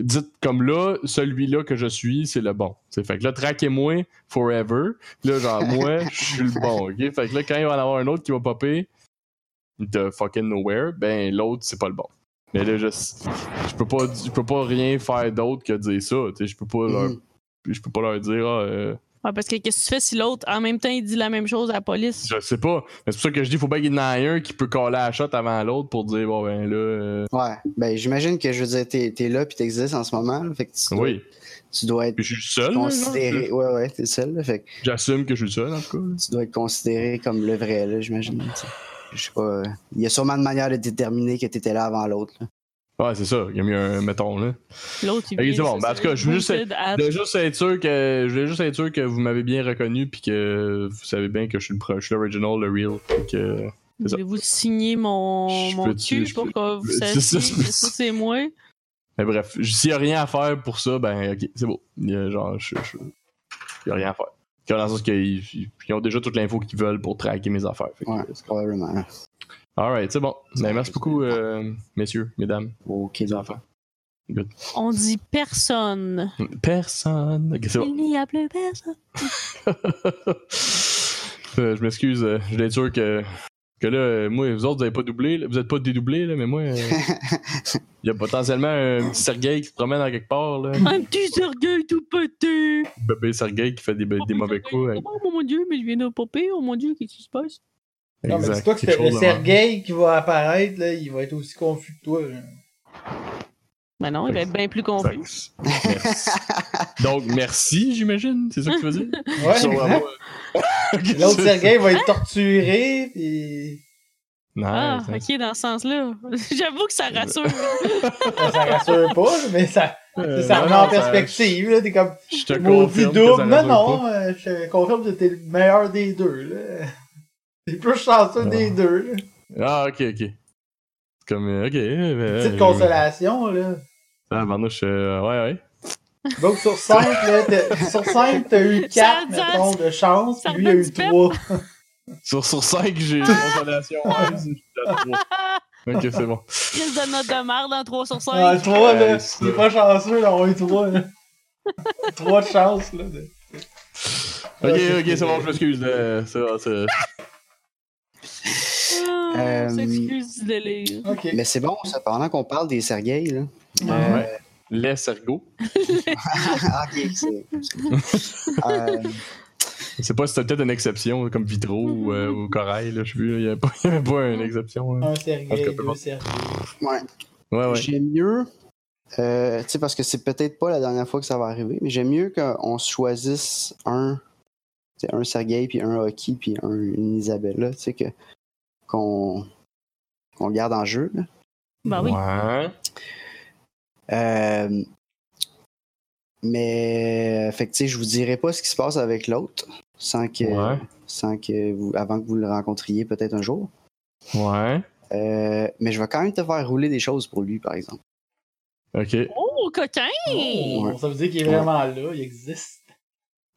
[SPEAKER 2] dites comme là, celui-là que je suis, c'est le bon. T'sais, fait que là, traquez-moi forever. Là, genre, moi, je suis le bon. ok? Fait que là, quand il va en avoir un autre qui va popper de fucking nowhere, ben l'autre, c'est pas le bon. Mais là, je, je, peux, pas, je peux pas rien faire d'autre que dire ça. tu sais, Je peux pas leur,
[SPEAKER 3] Mhm.
[SPEAKER 2] je peux pas leur dire, ah, euh,
[SPEAKER 4] Ouais, parce que qu'est-ce que tu fais si l'autre, en même temps, il dit la même chose à la police?
[SPEAKER 2] je sais pas. Mais c'est pour ça que je dis, faut bien qu'il y en ait un qui peut coller la shot avant l'autre pour dire, bon, ben là. euh,
[SPEAKER 3] Ouais, ben j'imagine que je veux dire, t'es t'es là puis t'existes en ce moment, là, fait que tu dois,
[SPEAKER 2] oui.
[SPEAKER 3] tu dois être
[SPEAKER 2] Puis je suis seul. là, genre.
[SPEAKER 3] considéré. Ouais, ouais, t'es seul, là, fait que
[SPEAKER 2] J'assume que je suis seul, en tout cas. là.
[SPEAKER 3] tu dois être considéré comme le vrai, là, j'imagine. tu sais. Je sais pas. euh, Il y a sûrement une manière de déterminer que t'étais là avant l'autre. là.
[SPEAKER 2] Ouais, c'est ça. Il y a mis un, mettons, là.
[SPEAKER 4] L'autre, il
[SPEAKER 2] Ok,
[SPEAKER 4] vient,
[SPEAKER 2] c'est bon.
[SPEAKER 4] ça,
[SPEAKER 2] Ben, en tout cas, je veux juste-
[SPEAKER 4] rooted at-
[SPEAKER 2] Je voulais juste être sûr que, je voulais juste être sûr que vous m'avez bien reconnu, puis que vous savez bien que je suis le pro- je suis l'original, le real. puis que... c'est ça.
[SPEAKER 4] Voulez-vous signer mon,
[SPEAKER 2] Je
[SPEAKER 4] mon
[SPEAKER 2] peux-tu-
[SPEAKER 4] cul
[SPEAKER 2] je
[SPEAKER 4] pour
[SPEAKER 2] peux-
[SPEAKER 4] que vous
[SPEAKER 2] c'est
[SPEAKER 4] sachiez
[SPEAKER 2] ça,
[SPEAKER 4] que
[SPEAKER 2] je peux-
[SPEAKER 4] ça, c'est moi?
[SPEAKER 2] Mais bref, s'il y a rien à faire pour ça, ben ok, c'est beau. Il y a, genre, je, je- il y a rien à faire. Que Dans le sens qu'ils ils- ils ont déjà toute l'info qu'ils veulent pour traquer mes affaires. fait que-
[SPEAKER 3] Ouais, probablement. là.
[SPEAKER 2] Alright, c'est bon. Ben, merci beaucoup, euh, messieurs, mesdames,
[SPEAKER 3] Ok,
[SPEAKER 2] les
[SPEAKER 3] donc.
[SPEAKER 2] enfants.
[SPEAKER 4] On dit personne.
[SPEAKER 2] Personne. Ok, c'est bon.
[SPEAKER 4] Il n'y a plus personne.
[SPEAKER 2] Euh, je m'excuse, euh, je voulais être sûr que, que là, euh, moi, vous autres, vous n'avez pas doublé, là. vous n'êtes pas dédoublé, là, mais moi, euh, il y a potentiellement un petit Sergueï qui se promène à quelque part, là.
[SPEAKER 4] Un petit orgueil tout petit.
[SPEAKER 2] bébé Sergueï qui fait des, des mauvais coups. hein.
[SPEAKER 4] Oh mon dieu, mais il vient de popper. Oh mon dieu, qu'est-ce qui se passe?
[SPEAKER 1] Non, mais
[SPEAKER 2] Exact,
[SPEAKER 1] dis-toi que le
[SPEAKER 2] quelque chose de même.
[SPEAKER 1] Sergei qui va apparaître, là, il va être aussi confus que toi. là.
[SPEAKER 4] Ben non, il va être bien plus confus.
[SPEAKER 2] Thanks. Merci. Donc, merci, j'imagine. C'est ça que tu veux dire?
[SPEAKER 1] Ouais,
[SPEAKER 2] Sur-
[SPEAKER 1] exact. [LAUGHS] L'autre Sergei va être torturé, puis
[SPEAKER 2] [LAUGHS] Nice,
[SPEAKER 4] Ah,
[SPEAKER 2] nice.
[SPEAKER 4] ok, dans ce sens-là. [LAUGHS] J'avoue que ça rassure.
[SPEAKER 2] Ah.
[SPEAKER 1] ben, ça rassure pas, mais ça,
[SPEAKER 2] Euh,
[SPEAKER 1] ça remet
[SPEAKER 2] non,
[SPEAKER 1] en
[SPEAKER 2] ça-
[SPEAKER 1] perspective. là. T'es comme,
[SPEAKER 2] Je te
[SPEAKER 1] maudit
[SPEAKER 2] confirme. que ça
[SPEAKER 1] double. Non,
[SPEAKER 2] rassure
[SPEAKER 1] non,
[SPEAKER 2] pas.
[SPEAKER 1] euh, je te confirme que t'es le meilleur des deux. là. T'es plus chanceux
[SPEAKER 2] Ouais.
[SPEAKER 1] des deux. là.
[SPEAKER 2] Ah, ok, ok. C'est Comme, euh, ok.
[SPEAKER 1] Petite
[SPEAKER 2] Petite
[SPEAKER 1] consolation, là.
[SPEAKER 2] Ah, Barnouche, euh, ouais, ouais.
[SPEAKER 1] Donc, sur 5, là, t'as-
[SPEAKER 4] [LAUGHS]
[SPEAKER 1] sur cinq, t'as eu
[SPEAKER 4] Ça
[SPEAKER 1] 4,
[SPEAKER 4] donne-
[SPEAKER 1] mettons, de chance,
[SPEAKER 4] ça
[SPEAKER 1] puis lui, il a
[SPEAKER 4] donne
[SPEAKER 1] eu
[SPEAKER 4] du pep.
[SPEAKER 1] 3.
[SPEAKER 2] Sur, sur 5, j'ai une consolation. Ouais, c'est- je suis à trois. Ok, c'est bon.
[SPEAKER 4] Crise de note de merde dans 3 sur 5.
[SPEAKER 1] Ah, le 3, là,
[SPEAKER 2] Ouais, c'est
[SPEAKER 1] il est
[SPEAKER 2] ça.
[SPEAKER 1] pas chanceux d'avoir eu 3. 3 de chance, là. de-
[SPEAKER 2] Ok, ok, c'est bon, je m'excuse. euh, C'est bon, c'est.
[SPEAKER 4] Ah, On
[SPEAKER 3] Euh,
[SPEAKER 4] s'excuse du délire.
[SPEAKER 1] Ok.
[SPEAKER 3] Mais c'est bon, ça, pendant qu'on parle des Sergueï, là. [LAUGHS]
[SPEAKER 1] Ouais.
[SPEAKER 3] Euh,
[SPEAKER 2] Les Sergo.
[SPEAKER 3] Ah, ok, c'est. c'est- Euh,
[SPEAKER 2] Je sais pas si c'était peut-être une exception, comme Vitro ou, euh, ou Corail, là, je sais plus, il y avait pas, [LAUGHS] il y avait pas une exception. là.
[SPEAKER 1] Un
[SPEAKER 2] Parce que
[SPEAKER 1] Sergei,
[SPEAKER 2] peu
[SPEAKER 1] deux
[SPEAKER 2] importe.
[SPEAKER 1] Sergei.
[SPEAKER 3] ouais.
[SPEAKER 2] Ouais, ouais.
[SPEAKER 3] J'aime mieux. euh, tu sais, parce que c'est peut-être pas la dernière fois que ça va arriver, mais j'aime mieux qu'on se choisisse un. tu sais, un Sergueï, puis un Hockey, puis un, une Isabella, tu sais, que- qu'on. qu'on garde en jeu, là.
[SPEAKER 4] Ben oui.
[SPEAKER 2] Ouais.
[SPEAKER 3] Euh, mais, fait que, tu sais, je vous dirai pas ce qui se passe avec l'autre sans que,
[SPEAKER 2] Ouais.
[SPEAKER 3] sans que vous, avant que vous le rencontriez peut-être un jour.
[SPEAKER 2] Ouais.
[SPEAKER 3] Euh, mais je vais quand même te faire rouler des choses pour lui, par exemple. [LAUGHS]
[SPEAKER 2] Ok.
[SPEAKER 4] Oh, coquin!
[SPEAKER 1] Oh, Ça veut dire qu'il est vraiment là, il existe.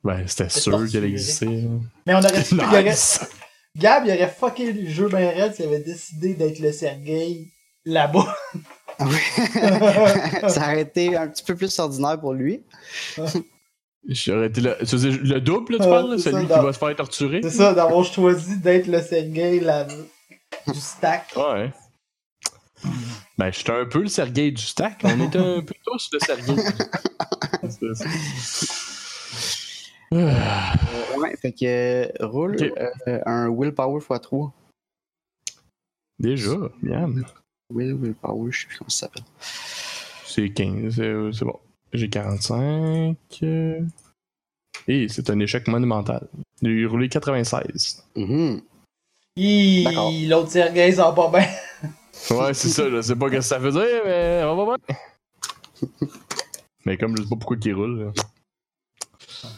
[SPEAKER 2] Ben, c'était
[SPEAKER 1] C'est
[SPEAKER 2] sûr
[SPEAKER 1] torturé.
[SPEAKER 2] qu'elle existait. là.
[SPEAKER 1] Mais on aurait pu. il aurait-
[SPEAKER 2] [LAUGHS] Nice!
[SPEAKER 1] Gab, il aurait fucké le jeu ben raide s'il avait décidé d'être le Sergei là-bas.
[SPEAKER 3] Ah oui. ça aurait été un petit peu plus ordinaire pour lui.
[SPEAKER 2] J'aurais été là. Tu veux dire le double, là, tu
[SPEAKER 1] Ouais,
[SPEAKER 2] parles, là,
[SPEAKER 1] c'est
[SPEAKER 2] celui
[SPEAKER 1] ça,
[SPEAKER 2] qui
[SPEAKER 1] non.
[SPEAKER 2] va se faire torturer?
[SPEAKER 1] [LAUGHS] C'est ça, d'avoir choisi d'être le Sergei là du stack.
[SPEAKER 2] Ouais. Ben, j'étais un peu le Sergueï du stack. On était un peu tous le Sergueï du stack. C'est- Ah.
[SPEAKER 3] Euh, ouais, fait que euh, roule
[SPEAKER 2] Ok.
[SPEAKER 3] euh, un willpower x3.
[SPEAKER 2] [LAUGHS] Déjà, miam.
[SPEAKER 3] Will, willpower, je sais plus comment ça s'appelle.
[SPEAKER 2] C'est 15, c'est c'est bon. J'ai 45. euh. Et c'est un échec monumental. J'ai roulé 96.
[SPEAKER 3] Mhm.
[SPEAKER 1] Hi,
[SPEAKER 3] D'accord.
[SPEAKER 1] L'autre Sergei s'en va pas bien.
[SPEAKER 2] Ouais, c'est ça, je sais pas ce que ça veut dire, mais on va voir. Mais comme je sais pas pourquoi qu'il roule, là,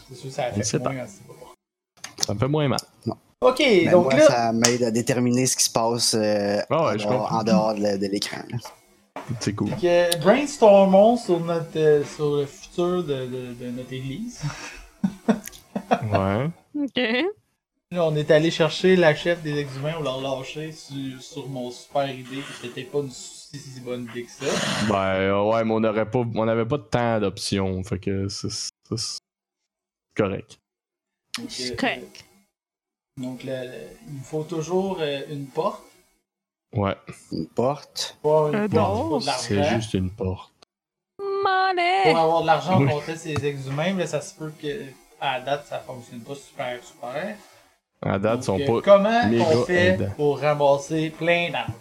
[SPEAKER 1] C'est sûr, ça
[SPEAKER 2] Je sais
[SPEAKER 1] fait
[SPEAKER 2] pas.
[SPEAKER 1] moins, hein, c'est pas.
[SPEAKER 2] ça me fait moins mal.
[SPEAKER 1] Ok,
[SPEAKER 3] Ben,
[SPEAKER 1] donc
[SPEAKER 3] moi,
[SPEAKER 1] là,
[SPEAKER 3] ça m'aide à déterminer ce qui se passe euh,
[SPEAKER 2] Ah
[SPEAKER 3] en,
[SPEAKER 2] ouais, je
[SPEAKER 3] dehors,
[SPEAKER 2] comprends.
[SPEAKER 3] en dehors de la- de l'écran. là.
[SPEAKER 2] C'est cool.
[SPEAKER 1] que brainstormons sur, notre, euh, sur le futur de, de- de notre église.
[SPEAKER 2] Ouais.
[SPEAKER 4] Ok.
[SPEAKER 1] Là, on est allé chercher la chef des exhumains, on l'a relâché sur, sur mon super idée, qui c'était pas une si, si bonne idée que ça.
[SPEAKER 2] Ben euh, ouais, mais on n'aurait pas. On n'avait pas tant d'options. Fait que c'est- c'est c'est correct.
[SPEAKER 1] Donc,
[SPEAKER 4] C'est
[SPEAKER 1] euh,
[SPEAKER 4] correct.
[SPEAKER 1] Donc, le- le- il faut toujours euh, une porte.
[SPEAKER 2] Ouais,
[SPEAKER 3] une porte.
[SPEAKER 1] Pour avoir
[SPEAKER 4] Euh,
[SPEAKER 1] une
[SPEAKER 4] non,
[SPEAKER 1] porte, il faut de
[SPEAKER 2] c'est
[SPEAKER 1] l'argent.
[SPEAKER 2] juste une porte.
[SPEAKER 4] Money!
[SPEAKER 1] Pour avoir de l'argent,
[SPEAKER 2] Oui.
[SPEAKER 1] on teste les exhumains, mais ça se peut que à la date, ça fonctionne pas super, super.
[SPEAKER 2] À date, ils
[SPEAKER 1] Donc,
[SPEAKER 2] sont
[SPEAKER 1] euh,
[SPEAKER 2] pas
[SPEAKER 1] comment
[SPEAKER 2] méga
[SPEAKER 1] on fait
[SPEAKER 2] aidants.
[SPEAKER 1] pour ramasser plein d'argent?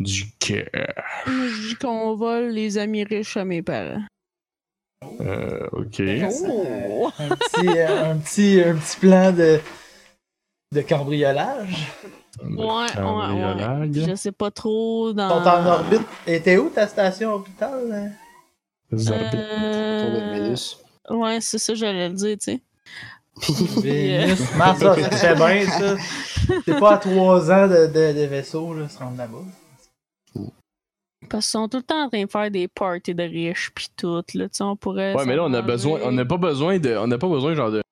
[SPEAKER 2] du cœur.
[SPEAKER 4] Moi, Je dis qu'on vole les amis riches à mes parents.
[SPEAKER 2] Euh, ok.
[SPEAKER 4] Oh!
[SPEAKER 1] Un petit, euh, un petit, un petit plan de, de cambriolage.
[SPEAKER 4] Ouais, ouais, Euh,
[SPEAKER 2] Cambriolage.
[SPEAKER 4] ouais. Je sais pas trop dans.
[SPEAKER 1] Ils sont en orbite. Et t'es où ta station orbitale? hein?
[SPEAKER 2] Zorbite.
[SPEAKER 3] Autour de
[SPEAKER 4] Euh...
[SPEAKER 3] Vénus.
[SPEAKER 4] Ouais, c'est ça, j'allais le dire, tu sais.
[SPEAKER 1] Vénus, Mars, ça, c'est très bien, ça. T'es pas à 3 ans de, de, de vaisseau, là, se rendre là-bas.
[SPEAKER 4] Parce qu'ils sont tout le temps en train de faire des parties de riches pis tout, là, tu sais, on pourrait...
[SPEAKER 2] Ouais, mais là, on a
[SPEAKER 4] s'arranger.
[SPEAKER 2] besoin, on n'a pas besoin de, on n'a pas besoin genre de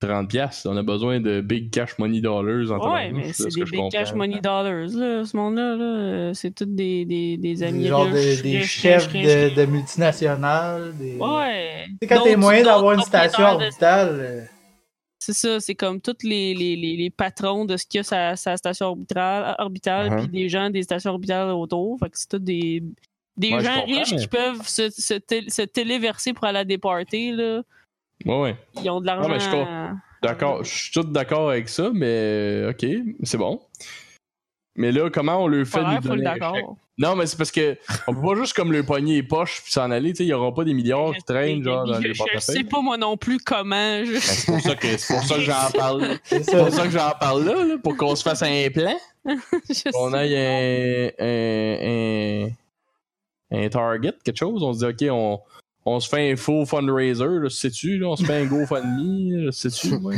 [SPEAKER 2] 30 pièces, on a besoin de big cash money dollars en
[SPEAKER 4] Ouais,
[SPEAKER 2] tabarnouche,
[SPEAKER 4] mais
[SPEAKER 2] de
[SPEAKER 4] c'est
[SPEAKER 2] ce
[SPEAKER 4] des
[SPEAKER 2] que je
[SPEAKER 4] big cash
[SPEAKER 2] comprends.
[SPEAKER 4] money dollars, là, ce monde-là, là, euh, c'est tous des, des, des amis
[SPEAKER 1] Des, genre
[SPEAKER 4] riches,
[SPEAKER 1] de- des
[SPEAKER 4] riches,
[SPEAKER 1] chefs
[SPEAKER 4] riches,
[SPEAKER 1] de,
[SPEAKER 4] riches.
[SPEAKER 1] de multinationales. Des...
[SPEAKER 4] Ouais!
[SPEAKER 1] C'est quand t'es
[SPEAKER 4] D'autres-
[SPEAKER 1] moyen d'avoir une
[SPEAKER 4] d'autres propriétaires
[SPEAKER 1] station
[SPEAKER 4] de-
[SPEAKER 1] orbitale. euh,
[SPEAKER 4] C'est ça, c'est comme tous les, les, les, les patrons de ce qu'il y a sa, sa station orbitale, orbitale
[SPEAKER 2] Mhm.
[SPEAKER 4] puis des gens des stations orbitales autour. Fait que c'est tous des, des
[SPEAKER 2] Ouais, je
[SPEAKER 4] gens
[SPEAKER 2] comprends,
[SPEAKER 4] riches
[SPEAKER 2] mais-
[SPEAKER 4] qui peuvent se, se, tél- se téléverser pour aller à des parties, là.
[SPEAKER 2] Ouais, ouais.
[SPEAKER 4] Ils ont de l'argent.
[SPEAKER 2] mais je suis D'accord, je suis tout d'accord avec ça, mais ok, c'est bon. Mais là, comment on le fait
[SPEAKER 4] Pas
[SPEAKER 2] lui
[SPEAKER 4] l'air full
[SPEAKER 2] donner un
[SPEAKER 4] d'accord.
[SPEAKER 2] chèque? Non, mais c'est parce que on peut pas juste comme le poignet et poche puis s'en aller, tu sais, il y aura pas des milliards qui traînent genre dans
[SPEAKER 4] Je-
[SPEAKER 2] les
[SPEAKER 4] je- Je sais [LAUGHS]
[SPEAKER 2] portefeuilles.
[SPEAKER 4] pas moi non plus comment. je-
[SPEAKER 2] Ben, C'est pour ça que c'est pour ça que j'en parle.
[SPEAKER 1] C'est
[SPEAKER 2] C'est
[SPEAKER 1] ça.
[SPEAKER 2] pour ça que j'en parle là, là, pour qu'on se fasse un plan.
[SPEAKER 4] [LAUGHS] je
[SPEAKER 2] Ben, On
[SPEAKER 4] sais.
[SPEAKER 2] aille un, un, un, un target, quelque chose. On se dit, OK, on, on se fait un faux fundraiser, je sais-tu, là, on se fait un GoFundMe, je
[SPEAKER 1] [LAUGHS]
[SPEAKER 2] sais-tu. ouais.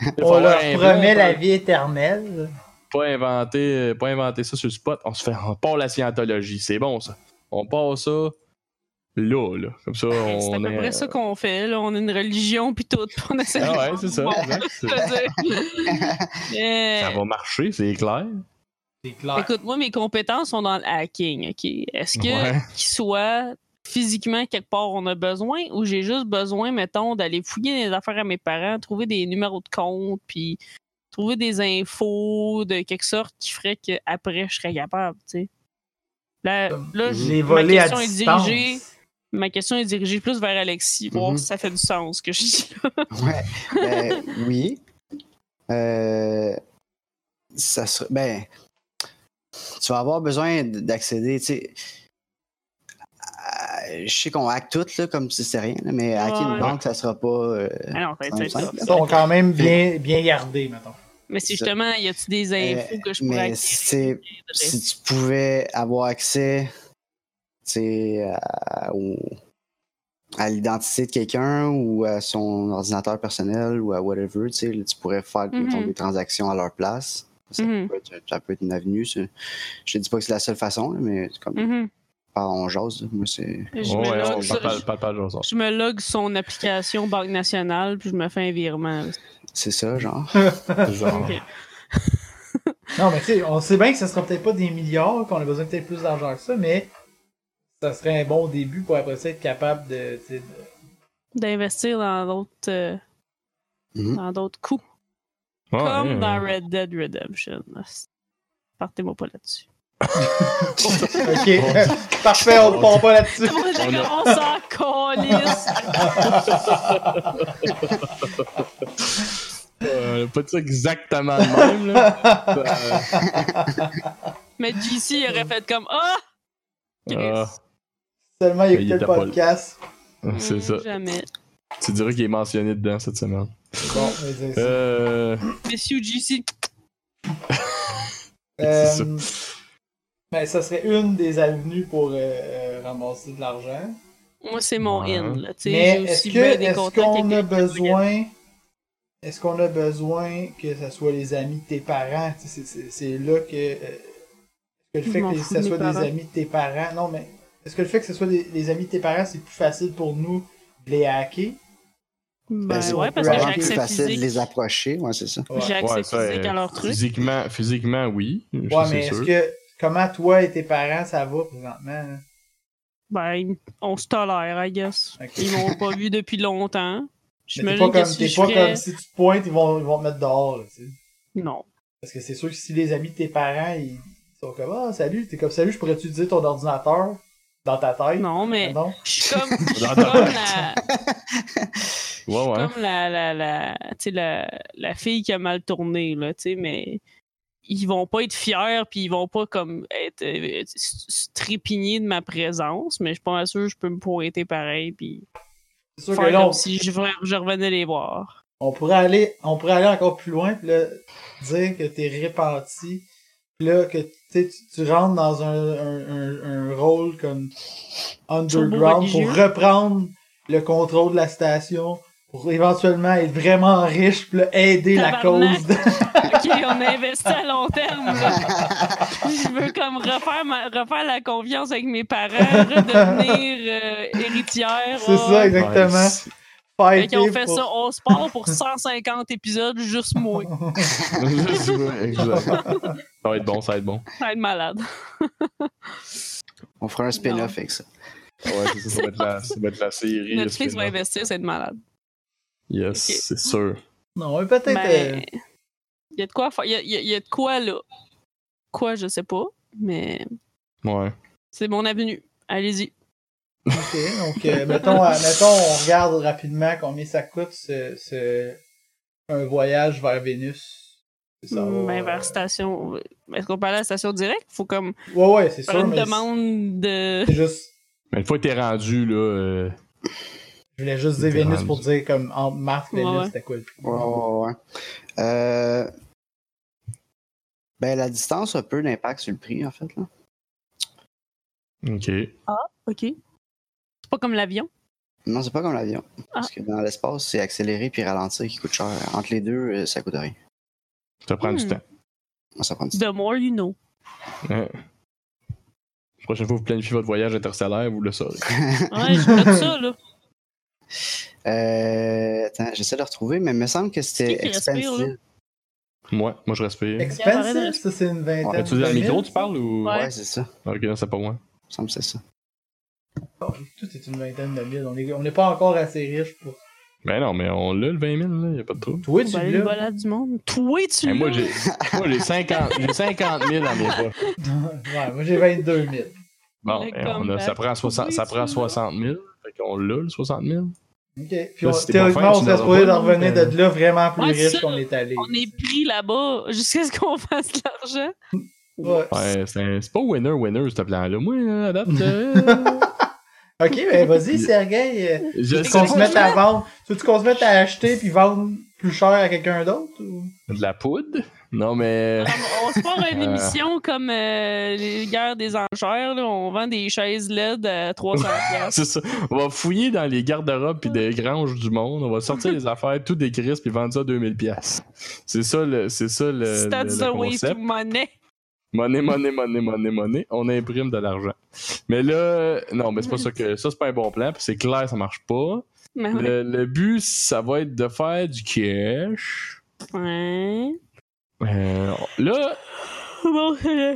[SPEAKER 2] Il faut
[SPEAKER 1] On leur
[SPEAKER 2] avoir un
[SPEAKER 1] promet
[SPEAKER 2] plan,
[SPEAKER 1] la
[SPEAKER 2] pas-
[SPEAKER 1] vie éternelle.
[SPEAKER 2] Pas inventer, pas inventer ça sur le spot. On se fait, on part la scientologie. C'est bon, ça. On part ça là, là. Comme ça,
[SPEAKER 4] Ouais, [LAUGHS] C'est à
[SPEAKER 2] on
[SPEAKER 4] peu près
[SPEAKER 2] est. euh,
[SPEAKER 4] ça qu'on fait. Là. On a une religion puis tout. [LAUGHS] puis On essaie
[SPEAKER 2] Ah
[SPEAKER 4] de
[SPEAKER 2] ouais, c'est ça. exact. C'est-
[SPEAKER 4] [LAUGHS] Mais- euh,
[SPEAKER 2] Ça va marcher, c'est clair.
[SPEAKER 1] C'est clair.
[SPEAKER 4] Écoute, moi, mes compétences sont dans le hacking, OK? Est-ce que
[SPEAKER 2] Ouais.
[SPEAKER 4] qu'il soit physiquement quelque part on a besoin ou j'ai juste besoin, mettons, d'aller fouiller les affaires à mes parents, trouver des numéros de compte, puis trouver des infos de quelque sorte qui ferait qu'après, je serais capable, tu sais. Là, là,
[SPEAKER 1] je
[SPEAKER 4] je-
[SPEAKER 1] l'ai volé
[SPEAKER 4] ma
[SPEAKER 1] à
[SPEAKER 4] question est
[SPEAKER 1] distance.
[SPEAKER 4] dirigée... Ma question est dirigée plus vers Alexis, voir
[SPEAKER 3] Mhm.
[SPEAKER 4] si ça fait du sens que je dis.
[SPEAKER 3] [LAUGHS] Ouais. Ben, oui. Euh, ça serait. Ben. Tu vas avoir besoin d- d'accéder, tu sais. à- Je sais qu'on hack tout, là, comme si c'était rien, là, mais hacker
[SPEAKER 4] Ouais.
[SPEAKER 3] une banque, ça sera pas. euh,
[SPEAKER 4] Ah non, ça va être ça.
[SPEAKER 1] Ils sont quand même bien, bien gardés, mettons.
[SPEAKER 4] Mais c'est justement, y a-tu des infos
[SPEAKER 3] euh,
[SPEAKER 4] que je pourrais
[SPEAKER 3] mais
[SPEAKER 4] acquérir?
[SPEAKER 3] c'est- si tu pouvais avoir accès, tu sais, à, au- à l'identité de quelqu'un ou à son ordinateur personnel ou à whatever, tu sais, là, tu pourrais faire
[SPEAKER 4] Mhm.
[SPEAKER 3] mettons, des transactions à leur place. Ça,
[SPEAKER 4] Mhm.
[SPEAKER 3] peut être, ça peut être une avenue. ça. Je te dis pas que c'est la seule façon, là, mais c'est comme
[SPEAKER 4] Mhm.
[SPEAKER 3] par on jase, là. moi c'est.
[SPEAKER 4] Je
[SPEAKER 2] Ouais,
[SPEAKER 4] me
[SPEAKER 2] on
[SPEAKER 4] log sur-
[SPEAKER 2] parle- parle- parle- parle-
[SPEAKER 4] [LAUGHS]
[SPEAKER 2] parle-
[SPEAKER 4] je me log son application Banque Nationale, puis je me fais un virement.
[SPEAKER 3] C'est ça, genre.
[SPEAKER 2] genre.
[SPEAKER 1] Non, mais tu sais, on sait bien que ce sera peut-être pas des milliards, qu'on a besoin peut-être plus d'argent que ça, mais ça serait un bon début pour après ça être capable de. tu sais,
[SPEAKER 2] [LAUGHS]
[SPEAKER 1] de-
[SPEAKER 4] D'investir dans d'autres euh,
[SPEAKER 3] Mhm.
[SPEAKER 4] dans d'autres coups.
[SPEAKER 2] Ouais,
[SPEAKER 4] comme
[SPEAKER 2] Ah, ouais.
[SPEAKER 4] dans Red Dead Redemption. Partez-moi
[SPEAKER 3] [LAUGHS]
[SPEAKER 4] pas là-dessus.
[SPEAKER 1] Ok, [LAUGHS] parfait, on ne part pas là-dessus.
[SPEAKER 4] on s'en calisse!
[SPEAKER 2] Euh, pas dire exactement le même, [LAUGHS] là. Euh,
[SPEAKER 4] Mais JC il
[SPEAKER 2] [LAUGHS]
[SPEAKER 4] aurait fait comme Ah!
[SPEAKER 2] ah,
[SPEAKER 1] Seulement
[SPEAKER 2] Il
[SPEAKER 1] écouter
[SPEAKER 2] était
[SPEAKER 1] le
[SPEAKER 2] pas là.
[SPEAKER 1] podcast.
[SPEAKER 2] euh, c'est
[SPEAKER 4] Mm,
[SPEAKER 2] ça.
[SPEAKER 4] Jamais.
[SPEAKER 2] Tu dirais qu'il est mentionné dedans cette semaine.
[SPEAKER 1] Bon, mais c'est ça.
[SPEAKER 2] Euh,
[SPEAKER 4] Messieurs JC,
[SPEAKER 2] [LAUGHS] c'est
[SPEAKER 1] Euh, ben, ça serait une des avenues pour euh, euh, ramasser de l'argent.
[SPEAKER 4] moi c'est mon
[SPEAKER 2] Ouais.
[SPEAKER 4] in. Là. Tu sais,
[SPEAKER 1] Mais
[SPEAKER 4] j'ai
[SPEAKER 1] est-ce
[SPEAKER 4] aussi
[SPEAKER 1] que
[SPEAKER 4] bien des
[SPEAKER 1] est-ce
[SPEAKER 4] contacts
[SPEAKER 1] qu'on a
[SPEAKER 4] avec des-
[SPEAKER 1] besoin est-ce qu'on a besoin que ça soit les amis de tes parents Tu sais, c'est- c'est c'est là que euh, que le
[SPEAKER 4] Je
[SPEAKER 1] fait
[SPEAKER 4] m'en
[SPEAKER 1] que les-
[SPEAKER 4] fous
[SPEAKER 1] ça
[SPEAKER 4] de
[SPEAKER 1] soit
[SPEAKER 4] mes
[SPEAKER 1] des
[SPEAKER 4] parents.
[SPEAKER 1] amis de tes parents non mais est-ce que le fait que ce soit des, les amis de tes parents c'est plus facile pour nous de les hacker
[SPEAKER 3] Ben,
[SPEAKER 4] Ben
[SPEAKER 3] c'est
[SPEAKER 4] ouais, parce que
[SPEAKER 1] vraiment
[SPEAKER 4] j'ai
[SPEAKER 3] probablement
[SPEAKER 1] accès
[SPEAKER 3] plus
[SPEAKER 4] accès
[SPEAKER 3] facile
[SPEAKER 4] physique.
[SPEAKER 3] de les approcher, ouais, c'est ça.
[SPEAKER 1] Ouais.
[SPEAKER 4] J'ai accès
[SPEAKER 2] Ouais, ça,
[SPEAKER 4] physique
[SPEAKER 2] euh,
[SPEAKER 4] à leur truc.
[SPEAKER 2] Physiquement, physiquement, oui. ça,
[SPEAKER 1] ouais
[SPEAKER 2] c'est
[SPEAKER 1] mais est-ce
[SPEAKER 2] sûr.
[SPEAKER 1] que comment toi et tes parents ça va présentement hein?
[SPEAKER 4] Ben, on se tolère, I guess.
[SPEAKER 1] Ok.
[SPEAKER 4] Ils m'ont pas vu depuis longtemps.
[SPEAKER 1] Mais t'es pas
[SPEAKER 4] J'imagine que
[SPEAKER 1] comme t'es
[SPEAKER 4] si je
[SPEAKER 1] pas
[SPEAKER 4] ferais-
[SPEAKER 1] comme si tu te pointes ils vont ils vont te mettre dehors là, tu sais.
[SPEAKER 4] Non.
[SPEAKER 1] parce que c'est sûr que si les amis de tes parents ils Ils sont comme, ah, salut, t'es comme, salut, je pourrais utiliser ton ordinateur dans ta tête.
[SPEAKER 4] Non, mais
[SPEAKER 1] Non.
[SPEAKER 4] je suis comme, je suis
[SPEAKER 2] Dans ta
[SPEAKER 4] comme
[SPEAKER 2] tête.
[SPEAKER 4] la, je suis
[SPEAKER 2] Ouais, ouais.
[SPEAKER 4] comme la, la, la, tu sais, la, la fille qui a mal tourné, là, tu sais, mais ils vont pas être fiers, puis ils vont pas comme être euh, s- s- trépignés de ma présence, mais je suis pas mal sûr que je peux me pointer pareil, puis
[SPEAKER 1] C'est sûr
[SPEAKER 4] faire
[SPEAKER 1] que là, on,
[SPEAKER 4] comme si je, re- je revenais les voir.
[SPEAKER 1] on pourrait aller, on pourrait aller encore plus loin, puis là, dire que t'es réparti, puis là, que tu, sais, tu- tu rentres dans un, un, un, un rôle comme underground pour
[SPEAKER 4] Turbo-religieux.
[SPEAKER 1] reprendre le contrôle de la station, pour éventuellement être vraiment riche, puis là, aider la
[SPEAKER 4] Tabarnak.
[SPEAKER 1] cause. de-
[SPEAKER 4] OK, on a investi à long
[SPEAKER 1] [LAUGHS]
[SPEAKER 4] terme, là. Je veux comme refaire, ma- refaire la confiance avec mes parents, redevenir euh, héritière.
[SPEAKER 1] C'est ça, exactement.
[SPEAKER 2] Nice.
[SPEAKER 4] Fait
[SPEAKER 1] Fighter
[SPEAKER 4] qu'on fait
[SPEAKER 1] pour-
[SPEAKER 4] ça, on se part pour 150 épisodes, juste moi.
[SPEAKER 2] [LAUGHS] exact. Ça va être bon, ça va être bon.
[SPEAKER 4] Ça va être malade.
[SPEAKER 3] On fera un spin-off avec ça.
[SPEAKER 2] Ouais, c'est ça, ça va être la, ça va être la série.
[SPEAKER 4] [LAUGHS] Netflix va
[SPEAKER 2] spin-off.
[SPEAKER 4] investir, ça va être malade.
[SPEAKER 2] Yes,
[SPEAKER 4] Ok.
[SPEAKER 2] c'est sûr.
[SPEAKER 1] Non, mais peut-être. euh,
[SPEAKER 4] Mais il Ben, y a de quoi faire. Il y a- il y, a- il y a de quoi là. Quoi, je sais pas, mais
[SPEAKER 2] Ouais.
[SPEAKER 4] c'est mon avenue. Allez-y.
[SPEAKER 1] Ok, donc euh, mettons, euh, mettons, on regarde rapidement combien ça coûte ce, ce- un voyage vers Vénus. Ça va,
[SPEAKER 4] Ben,
[SPEAKER 1] euh,
[SPEAKER 4] vers station. Est-ce qu'on parle à la station directe? Faut comme
[SPEAKER 1] Ouais, ouais, c'est
[SPEAKER 4] faire
[SPEAKER 1] sûr,
[SPEAKER 4] une
[SPEAKER 1] mais
[SPEAKER 4] demande de.
[SPEAKER 1] c'est juste,
[SPEAKER 2] Mais une fois que t'es rendu, là. euh,
[SPEAKER 1] je voulais juste dire
[SPEAKER 2] T'es
[SPEAKER 1] Vénus
[SPEAKER 2] rendu.
[SPEAKER 1] pour dire comme en Mars, Vénus,
[SPEAKER 4] Ouais, ouais.
[SPEAKER 1] c'était quoi le plus.
[SPEAKER 3] Ouais, ouais, ouais. Euh, Ben, la distance a peu d'impact sur le prix, en fait. Là.
[SPEAKER 2] Ok.
[SPEAKER 4] [LAUGHS] OK. C'est pas comme l'avion.
[SPEAKER 3] Non, c'est pas comme l'avion.
[SPEAKER 4] Ah.
[SPEAKER 3] Parce que dans l'espace, c'est accélérer puis ralentir qui coûte cher. Entre les deux, euh, ça coûte rien.
[SPEAKER 2] Ça prend du
[SPEAKER 4] Hmm.
[SPEAKER 2] temps.
[SPEAKER 3] Ça prend du
[SPEAKER 4] The more you know.
[SPEAKER 2] La prochaine fois que vous planifiez votre voyage interstellaire, vous le saurez.
[SPEAKER 3] temps.
[SPEAKER 4] Ouais, je note ça, [LAUGHS] là.
[SPEAKER 3] Euh, attends, j'essaie de le retrouver, mais il me semble que
[SPEAKER 4] C'est
[SPEAKER 3] c'était
[SPEAKER 4] qui qui respire, là?
[SPEAKER 3] expensive.
[SPEAKER 2] Moi, moi je respire.
[SPEAKER 1] Expensive, ça c'est une vingtaine.
[SPEAKER 3] Ouais,
[SPEAKER 2] Ah, Tu dis dans le
[SPEAKER 1] de
[SPEAKER 2] micro,
[SPEAKER 1] mille.
[SPEAKER 2] tu parles ou.
[SPEAKER 4] Ouais.
[SPEAKER 3] Ouais, c'est ça.
[SPEAKER 2] Ok, non, c'est pas moi.
[SPEAKER 3] Il me semble que c'est ça.
[SPEAKER 1] Oh, Tout est une vingtaine de mille. On est- on n'est pas encore assez riche pour.
[SPEAKER 2] Ben non, mais on l'a le 20 000, là, y a pas de trouble.
[SPEAKER 1] Toi,
[SPEAKER 4] On
[SPEAKER 1] tu
[SPEAKER 4] va aller le
[SPEAKER 1] l'as.
[SPEAKER 4] balade du monde. Toi, tu
[SPEAKER 2] Hey,
[SPEAKER 4] l'as.
[SPEAKER 2] Ben, moi, j'ai moi, j'ai 50, j'ai 50 000 dans mes poches.
[SPEAKER 1] [LAUGHS] ouais, moi j'ai 22 000.
[SPEAKER 2] Bon,
[SPEAKER 4] Le
[SPEAKER 2] ben, on a- ça
[SPEAKER 4] comeback.
[SPEAKER 2] prend 60, ça
[SPEAKER 4] Oui,
[SPEAKER 2] prend
[SPEAKER 4] tu
[SPEAKER 2] 60 000. Fait qu'on l'a, le 60 000.
[SPEAKER 1] Ok. Puis
[SPEAKER 2] Là,
[SPEAKER 1] on-
[SPEAKER 2] si t'es pas
[SPEAKER 1] théoriquement,
[SPEAKER 2] fin,
[SPEAKER 1] on
[SPEAKER 2] tu
[SPEAKER 1] serait
[SPEAKER 2] n'auras
[SPEAKER 1] supposé de
[SPEAKER 2] pas,
[SPEAKER 1] revenir
[SPEAKER 2] euh,
[SPEAKER 1] de là vraiment plus
[SPEAKER 4] Ouais, c'est
[SPEAKER 1] riche
[SPEAKER 4] ça.
[SPEAKER 1] qu'on est allé.
[SPEAKER 4] On est pris là-bas jusqu'à ce qu'on [LAUGHS] fasse de l'argent.
[SPEAKER 1] Ouais.
[SPEAKER 2] Ouais, c'est un- c'est pas winner-winner, ce plan-là. Moi, euh, à date,
[SPEAKER 4] [LAUGHS]
[SPEAKER 2] euh,
[SPEAKER 1] Ok, ben vas-y, Sergueil. euh,
[SPEAKER 2] je
[SPEAKER 1] Tu
[SPEAKER 2] sais
[SPEAKER 1] veux qu'on se
[SPEAKER 2] pas.
[SPEAKER 1] mette à vendre. Tu veux qu'on se mette à acheter puis vendre plus cher à quelqu'un d'autre ou...
[SPEAKER 2] De la poudre? Non, mais.
[SPEAKER 4] On se part à une
[SPEAKER 2] Euh.
[SPEAKER 4] émission comme euh, les guerres des enchères. Là. On vend des chaises LED à 300
[SPEAKER 2] [LAUGHS]
[SPEAKER 4] piastres.
[SPEAKER 2] C'est ça. On va fouiller dans les garde-robes puis des granges du monde. On va sortir les affaires, tout des grises puis vendre ça à 2000 pièces. C'est ça le, c'est ça le, le-
[SPEAKER 4] That's
[SPEAKER 2] le
[SPEAKER 4] the way to
[SPEAKER 2] concept.
[SPEAKER 4] money. [LAUGHS]
[SPEAKER 2] Monnaie, monnaie, monnaie, monnaie, monnaie. On imprime de l'argent. Mais là, euh, non, mais c'est pas ça que ça c'est pas un bon plan. Puis c'est clair, ça marche pas.
[SPEAKER 4] Mais Ben, ouais.
[SPEAKER 2] Le, le but, ça va être de faire du cash.
[SPEAKER 4] Ouais.
[SPEAKER 2] Euh, là,
[SPEAKER 4] Bon, euh,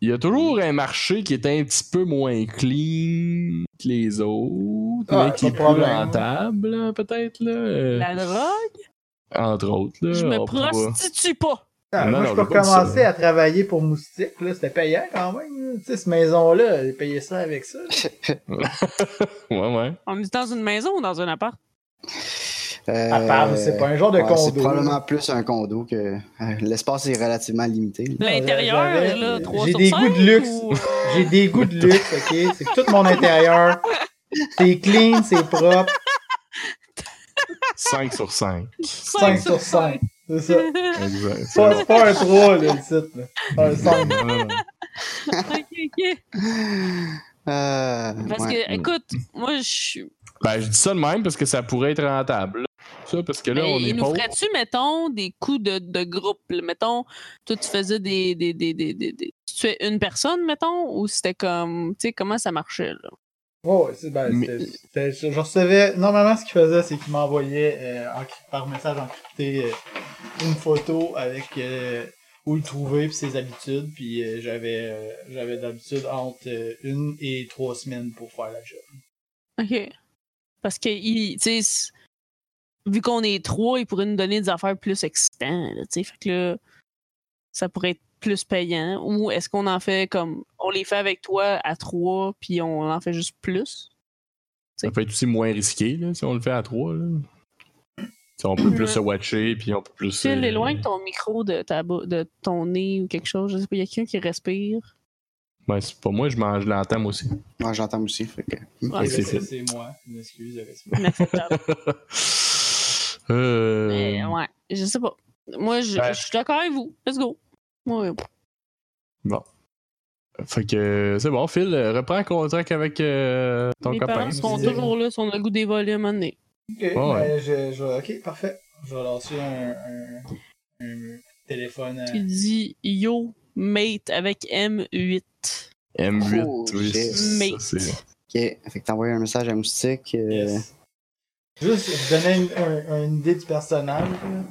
[SPEAKER 2] il y a toujours un marché qui est un petit peu moins clean que les autres,
[SPEAKER 1] Ah,
[SPEAKER 2] mais qui
[SPEAKER 1] pas
[SPEAKER 2] est
[SPEAKER 1] de
[SPEAKER 2] plus
[SPEAKER 1] problème.
[SPEAKER 2] rentable, là, peut-être. Là. Euh,
[SPEAKER 4] la drogue,
[SPEAKER 2] Entre autres, là.
[SPEAKER 4] je me
[SPEAKER 2] on pourra-
[SPEAKER 4] prostitue pas.
[SPEAKER 1] Ah,
[SPEAKER 2] Non,
[SPEAKER 1] moi,
[SPEAKER 2] non,
[SPEAKER 1] je
[SPEAKER 2] on
[SPEAKER 1] peux
[SPEAKER 2] veut pas dire
[SPEAKER 1] recommencer
[SPEAKER 2] ça.
[SPEAKER 1] à travailler pour Moustique, là, c'était payant quand même. là. Tu sais, cette maison-là, j'ai payé ça avec ça. là.
[SPEAKER 2] [LAUGHS] Ouais, ouais.
[SPEAKER 4] On est dans une maison ou dans un appart?
[SPEAKER 3] Euh,
[SPEAKER 1] À part, c'est pas un genre de
[SPEAKER 3] ouais, C'est
[SPEAKER 1] condo.
[SPEAKER 3] probablement plus un condo que. euh, L'espace est relativement limité. là.
[SPEAKER 1] Non,
[SPEAKER 4] L'intérieur,
[SPEAKER 1] j'avais-
[SPEAKER 4] là, 3
[SPEAKER 1] j'ai
[SPEAKER 4] sur
[SPEAKER 1] des
[SPEAKER 4] cinq,
[SPEAKER 1] goûts de luxe.
[SPEAKER 4] ou, euh,
[SPEAKER 1] J'ai des goûts de luxe, ok? C'est que tout mon intérieur, c'est clean, c'est propre,
[SPEAKER 2] 5 sur 5.
[SPEAKER 1] 5
[SPEAKER 4] cinq
[SPEAKER 1] sur 5. C'est ça.
[SPEAKER 2] Exact.
[SPEAKER 1] C'est pas, c'est pas un 3, là, le titre. là. C'est un 5.
[SPEAKER 4] [LAUGHS] Ok, ok.
[SPEAKER 3] Euh,
[SPEAKER 4] Parce
[SPEAKER 3] ouais.
[SPEAKER 4] que, écoute, moi, je suis
[SPEAKER 2] Ben, je dis ça de même parce que ça pourrait être rentable. là. Ça, parce que là,
[SPEAKER 4] Mais
[SPEAKER 2] on est
[SPEAKER 4] ben, il nous
[SPEAKER 2] pauvre.
[SPEAKER 4] ferait-tu, mettons, des coups de, de groupe? là? Mettons, toi, tu faisais des. des, des, des, des- des- tu tuais une personne, mettons, ou c'était comme. Tu sais, comment ça marchait, là?
[SPEAKER 1] Ouais, ouais, c'est ben,
[SPEAKER 2] Mais-
[SPEAKER 1] c'était- c'était- je, je recevais. Normalement, ce qu'il faisait, c'est qu'il m'envoyait euh, en- par message encrypté euh, une photo avec euh, où le trouver puis ses habitudes. Puis euh, j'avais euh, j'avais d'habitude entre euh, une et trois semaines pour faire la job.
[SPEAKER 4] OK. Parce que, il- tu sais, c'est- vu qu'on est trois, il pourrait nous donner des affaires plus excitantes, là, tu sais. Fait que là, ça pourrait être plus payant ou est-ce qu'on en fait comme on les fait avec toi à trois puis on en fait juste plus?
[SPEAKER 2] Ça peut être aussi moins risqué là, si on le fait à trois. là. Tu sais, On
[SPEAKER 4] Mm.
[SPEAKER 2] peut plus se watcher, puis on peut plus.
[SPEAKER 4] Phil,
[SPEAKER 2] euh,
[SPEAKER 4] éloigne ton micro de, ta bou- de ton nez ou quelque chose. Je sais pas, il y a quelqu'un qui respire.
[SPEAKER 2] Ben, c'est pas moi, je m'en- je l'entends moi aussi.
[SPEAKER 3] Moi, j'entends aussi. Fait que...
[SPEAKER 4] Ah,
[SPEAKER 2] Ouais,
[SPEAKER 1] Et
[SPEAKER 2] c'est
[SPEAKER 1] ça,
[SPEAKER 2] fait.
[SPEAKER 1] c'est moi. Je m'excuse. avec ça.
[SPEAKER 2] [LAUGHS]
[SPEAKER 4] Inacceptable.
[SPEAKER 2] Euh,
[SPEAKER 4] Mais ouais, je sais pas. Moi, je,
[SPEAKER 2] Ouais.
[SPEAKER 4] je suis d'accord avec vous. Let's go. Ouais.
[SPEAKER 2] Fait que c'est bon, Phil, euh, reprends contact avec euh, ton
[SPEAKER 4] Mes
[SPEAKER 2] copain.
[SPEAKER 4] parents seront
[SPEAKER 1] c'est-
[SPEAKER 4] toujours là si on a le goût d'évoluer à un moment donné.
[SPEAKER 1] Ok,
[SPEAKER 2] ouais.
[SPEAKER 1] ben, je, je vais- ok, parfait. Je vais lancer un, un, un téléphone. euh, à-
[SPEAKER 4] Qui dit Yo, mate avec M8.
[SPEAKER 2] M8,
[SPEAKER 3] Oh,
[SPEAKER 2] oui.
[SPEAKER 3] shit.
[SPEAKER 2] c'est-
[SPEAKER 4] Mate.
[SPEAKER 2] c'est-
[SPEAKER 3] Ok, fait que t'envoies un message à Moustique. euh,
[SPEAKER 1] Yes. Juste, je donnais une, un- une idée du personnage. là.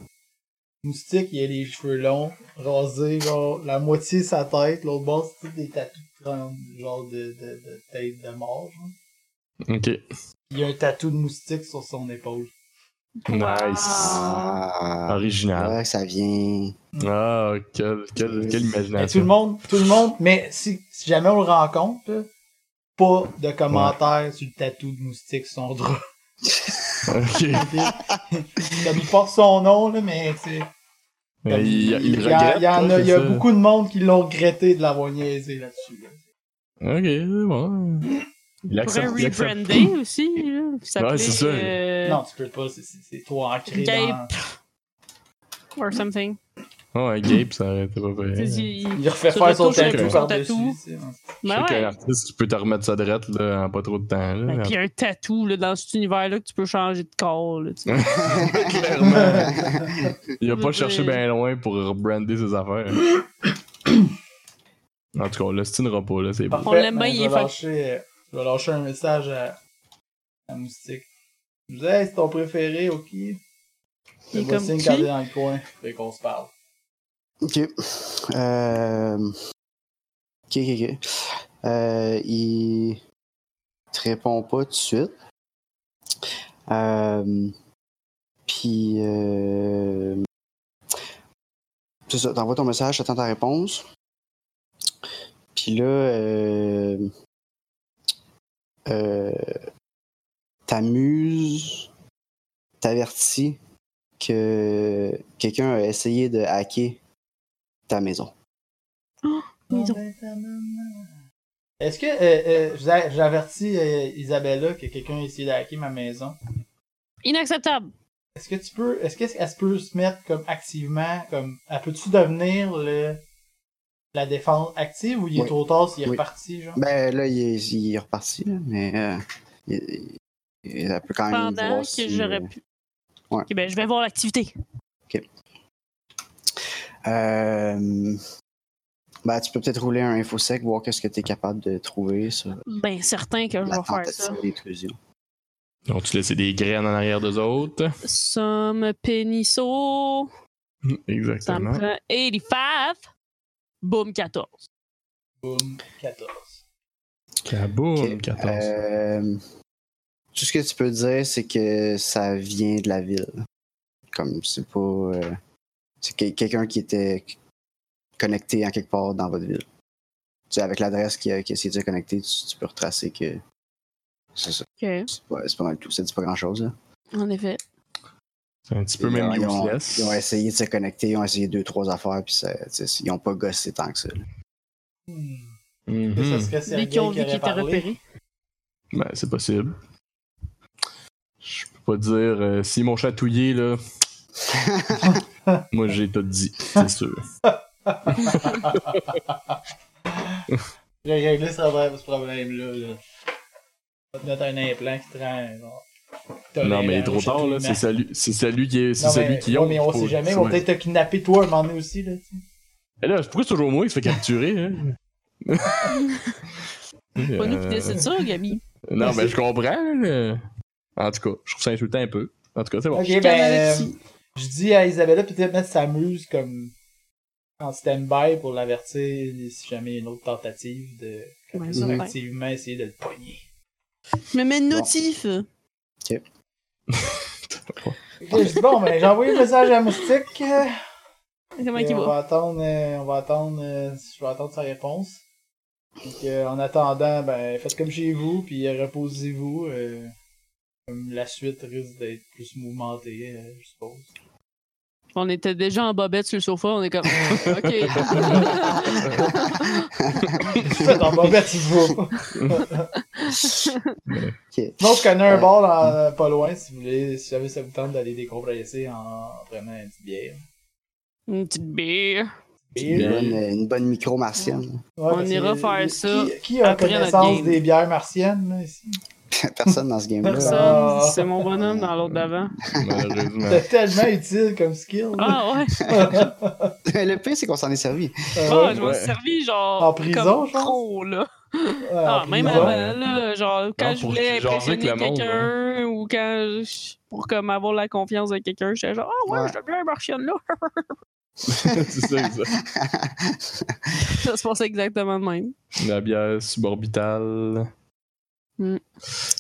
[SPEAKER 1] Moustique, il a les cheveux longs, rasés, genre la moitié de sa tête, l'autre bord, c'est toutes des tatous de crâne, genre de, de, de tête de mort. genre.
[SPEAKER 2] Ok,
[SPEAKER 1] Il y a un tatou de moustique sur son épaule.
[SPEAKER 2] nice.
[SPEAKER 3] Ah,
[SPEAKER 2] Original.
[SPEAKER 3] là que ça vient.
[SPEAKER 2] Ah, quelle, quelle, quelle
[SPEAKER 1] Mais tout
[SPEAKER 2] imagination.
[SPEAKER 1] le monde, tout le monde, mais si, si jamais on le rencontre, là, pas de commentaires sur le tatou de moustique sur son drap. [LAUGHS]
[SPEAKER 2] [LAUGHS] Ok.
[SPEAKER 1] Comme il porte son nom, là, mais c'est.
[SPEAKER 2] Mais Il, il
[SPEAKER 1] il y a-
[SPEAKER 2] regrette.
[SPEAKER 1] il y en
[SPEAKER 2] là,
[SPEAKER 1] a, il y a
[SPEAKER 2] c'est ça.
[SPEAKER 1] beaucoup de monde qui l'ont regretté de l'avoir niaisé là-dessus. là.
[SPEAKER 2] Ok, c'est bon. Il
[SPEAKER 4] On pourrait
[SPEAKER 2] accepte. il accepte.
[SPEAKER 4] rebrander aussi. Là, puis s'appeler,
[SPEAKER 2] Ouais, c'est ça.
[SPEAKER 4] euh,
[SPEAKER 1] Non, tu peux pas, c'est- c'est c'est toi ancré dans...
[SPEAKER 4] Gape. Or something.
[SPEAKER 2] Ouais, Gabe, ça aurait été pas vrai.
[SPEAKER 4] Tu sais,
[SPEAKER 2] Je
[SPEAKER 4] il-
[SPEAKER 1] Il refait
[SPEAKER 4] Se
[SPEAKER 1] faire son
[SPEAKER 4] retouche
[SPEAKER 2] avec
[SPEAKER 1] tatou
[SPEAKER 2] son
[SPEAKER 1] par-dessus.
[SPEAKER 4] tatou.
[SPEAKER 1] tu sais, ouais.
[SPEAKER 4] Ben
[SPEAKER 2] sais
[SPEAKER 4] ouais.
[SPEAKER 2] qu'un artiste, tu peux te remettre ça de rette, là, en pas trop de temps.
[SPEAKER 4] Ben,
[SPEAKER 2] Là.
[SPEAKER 4] puis il y a un tatou là, dans cet univers-là que tu peux changer de corps. Là, tu sais.
[SPEAKER 2] [LAUGHS] Clairement. Il a
[SPEAKER 4] Je
[SPEAKER 2] pas
[SPEAKER 4] veux
[SPEAKER 2] cherché
[SPEAKER 4] dire-
[SPEAKER 2] bien loin pour rebrander ses affaires. en tout cas, on l'ostinera pas, là, c'est bon.
[SPEAKER 1] Parfait,
[SPEAKER 4] On l'aime bien,
[SPEAKER 1] ben,
[SPEAKER 4] il
[SPEAKER 1] je
[SPEAKER 4] est
[SPEAKER 1] vais
[SPEAKER 4] fuck.
[SPEAKER 1] lâcher, euh, Je vais lâcher un message à, à Moustique. Je dis, hey, c'est ton préféré, ok.
[SPEAKER 4] Il est
[SPEAKER 1] Fais-moi
[SPEAKER 4] comme
[SPEAKER 1] signe
[SPEAKER 4] qui?
[SPEAKER 1] quand t'es dans le coin, fait qu'on se parle.
[SPEAKER 3] Ok. Euh... Ok, ok, ok. Euh, il te répond pas tout de suite. Euh... Puis. Euh... C'est ça, t'envoies ton message, t'attends ta réponse. Puis là. Euh... Euh... T'amuses, t'avertis que quelqu'un a essayé de hacker ta maison.
[SPEAKER 4] Ils ont-
[SPEAKER 1] Est-ce que, euh, euh, j'a- j'avertis euh, Isabella que quelqu'un a essayé de hacker ma maison.
[SPEAKER 4] Inacceptable.
[SPEAKER 1] Est-ce que tu peux, est-ce qu'elle se peut se mettre comme activement, comme, elle peut-tu devenir le, la défense active ou il est
[SPEAKER 3] Oui.
[SPEAKER 1] trop tard s'il est
[SPEAKER 3] Oui.
[SPEAKER 1] reparti, genre?
[SPEAKER 3] Ben là, il est, il est reparti, là, mais euh, il, il- il peut quand même
[SPEAKER 4] Pendant
[SPEAKER 3] voir
[SPEAKER 4] que
[SPEAKER 3] si- euh,
[SPEAKER 4] j'aurais pu.
[SPEAKER 3] Ouais.
[SPEAKER 4] Ok, ben, je vais voir l'activité.
[SPEAKER 3] Euh, ben, tu peux peut-être rouler un infosec, voir qu'est-ce que tu es capable de trouver sur
[SPEAKER 4] Ben, certain que je
[SPEAKER 3] la
[SPEAKER 4] vais faire ça.
[SPEAKER 3] tentative d'intrusion.
[SPEAKER 2] Donc, tu laissais des graines en arrière d'eux autres.
[SPEAKER 4] Somme pénisso. Ça
[SPEAKER 2] Mm, Exactement.
[SPEAKER 4] me prend 85. Boom, 14.
[SPEAKER 1] Boum, 14.
[SPEAKER 2] Kaboum,
[SPEAKER 3] Ok,
[SPEAKER 2] 14.
[SPEAKER 3] Euh, tout ce que tu peux dire, c'est que ça vient de la ville. Comme c'est pas. euh, c'est que- quelqu'un qui était connecté en quelque part dans votre ville. Tu sais, avec l'adresse qui a, qui a essayé de se connecter, tu, tu peux retracer que. C'est ça.
[SPEAKER 4] Ok,
[SPEAKER 3] C'est pas, c'est pas mal tout. Ça dit pas grand chose.
[SPEAKER 4] en effet.
[SPEAKER 2] C'est un petit peu même
[SPEAKER 3] ils, ont,
[SPEAKER 2] useless.
[SPEAKER 3] ils ont essayé de se connecter, ils ont essayé deux, trois affaires, puis ça, tu sais, ils ont pas gossé tant que ça. là.
[SPEAKER 1] Hmm.
[SPEAKER 2] Mhm.
[SPEAKER 1] Ça serait Sergei qui
[SPEAKER 4] Dès qu'ils ont vu
[SPEAKER 1] aurait
[SPEAKER 4] qu'ils étaient
[SPEAKER 1] parlé.
[SPEAKER 4] repérés.
[SPEAKER 2] Ben, c'est possible. Je peux pas dire euh, si mon chatouillé,
[SPEAKER 3] [LAUGHS]
[SPEAKER 2] là. Moi, j'ai tout dit, c'est sûr.
[SPEAKER 1] J'ai réglé ce problème- ce problème-là, là. On va te mettre un implant qui te rend, genre,
[SPEAKER 2] non, mais euh,
[SPEAKER 1] tolérant
[SPEAKER 2] il est trop
[SPEAKER 1] au
[SPEAKER 2] tard, là.
[SPEAKER 1] chatouillement.
[SPEAKER 2] C'est celui, c'est celui qui est, c'est
[SPEAKER 1] Non,
[SPEAKER 2] celui
[SPEAKER 1] mais-
[SPEAKER 2] qui
[SPEAKER 1] ouais,
[SPEAKER 2] ont.
[SPEAKER 1] mais on
[SPEAKER 2] Faut-
[SPEAKER 1] sait jamais, ils vont
[SPEAKER 2] ouais.
[SPEAKER 1] peut-être te kidnapper toi un moment donné aussi, là, tu sais.
[SPEAKER 2] Et là, pourquoi c'est toujours moi qui se fait capturer, hein?
[SPEAKER 1] [LAUGHS]
[SPEAKER 4] C'est pas nous qui
[SPEAKER 2] Euh,
[SPEAKER 4] décident ça,
[SPEAKER 3] [LAUGHS]
[SPEAKER 4] Gabi.
[SPEAKER 2] Non, mais je comprends, là, le- En tout cas, je trouve ça insultant un peu. En tout cas, c'est bon.
[SPEAKER 3] Eh
[SPEAKER 1] Ok, ben, euh, je dis à Isabella peut-être mettre sa muse comme en stand-by pour l'avertir si jamais il y a une autre tentative de
[SPEAKER 3] euh,
[SPEAKER 4] Ouais,
[SPEAKER 1] de
[SPEAKER 4] ouais.
[SPEAKER 1] activement essayer de le pogner.
[SPEAKER 4] Je me mets une
[SPEAKER 3] Bon.
[SPEAKER 4] notif.
[SPEAKER 1] Ok, je dis bon, ben, j'ai envoyé le message à Moustique. euh,
[SPEAKER 4] Comment
[SPEAKER 1] Et
[SPEAKER 4] il
[SPEAKER 1] on
[SPEAKER 4] va?
[SPEAKER 1] va attendre, euh, on va attendre, euh, je vais attendre sa réponse. Donc, euh, en attendant, ben, faites comme chez vous, puis euh, reposez-vous. euh, comme la suite risque d'être plus mouvementée, euh, je suppose.
[SPEAKER 4] On était déjà en bobette sur le sofa, on est
[SPEAKER 1] [LAUGHS]
[SPEAKER 4] comme. OK.
[SPEAKER 1] Faites en bobette, si vous.
[SPEAKER 3] Ok.
[SPEAKER 1] Sinon, je connais un bar dans- euh, pas loin, si vous voulez, si jamais ça vous tente d'aller décompresser en prenant une petite bière.
[SPEAKER 4] Une petite bière.
[SPEAKER 3] Une
[SPEAKER 2] Bière.
[SPEAKER 3] bonne, une bonne micro martienne.
[SPEAKER 1] Ouais,
[SPEAKER 4] On
[SPEAKER 1] parce
[SPEAKER 4] ira
[SPEAKER 1] que-
[SPEAKER 4] faire
[SPEAKER 1] qui-
[SPEAKER 4] ça
[SPEAKER 1] Qui a
[SPEAKER 4] après notre
[SPEAKER 1] connaissance
[SPEAKER 4] game.
[SPEAKER 1] des bières martiennes, là, ici?
[SPEAKER 3] [LAUGHS] Personne dans ce game-là.
[SPEAKER 1] Personne.
[SPEAKER 4] Ça,
[SPEAKER 1] Ah.
[SPEAKER 4] c'est mon bonhomme dans l'autre d'avant.
[SPEAKER 2] Malheureusement. [LAUGHS]
[SPEAKER 1] C'est tellement utile comme skill.
[SPEAKER 4] Ah ouais.
[SPEAKER 3] [LAUGHS] Le pire, c'est qu'on s'en est servi.
[SPEAKER 1] Euh,
[SPEAKER 4] Ah, je m'en
[SPEAKER 2] ouais.
[SPEAKER 4] suis servi genre.
[SPEAKER 1] En prison,
[SPEAKER 4] comme
[SPEAKER 1] je pense.
[SPEAKER 4] Trop, là.
[SPEAKER 1] ouais,
[SPEAKER 4] Ah,
[SPEAKER 1] en
[SPEAKER 4] même
[SPEAKER 1] prison.
[SPEAKER 4] avant, là. Genre, quand
[SPEAKER 2] Non,
[SPEAKER 4] je
[SPEAKER 2] pour
[SPEAKER 4] voulais
[SPEAKER 2] jaser avec
[SPEAKER 4] impressionner
[SPEAKER 2] le monde, hein.
[SPEAKER 4] quelqu'un ou quand. je- Pour comme avoir la confiance de quelqu'un, j'étais genre, ah ouais,
[SPEAKER 3] Ouais.
[SPEAKER 4] je bien un martienne, là. [LAUGHS]
[SPEAKER 2] c'est ça, c'est ça.
[SPEAKER 4] ça se passait exactement de même.
[SPEAKER 2] La bière suborbitale.
[SPEAKER 3] Ok,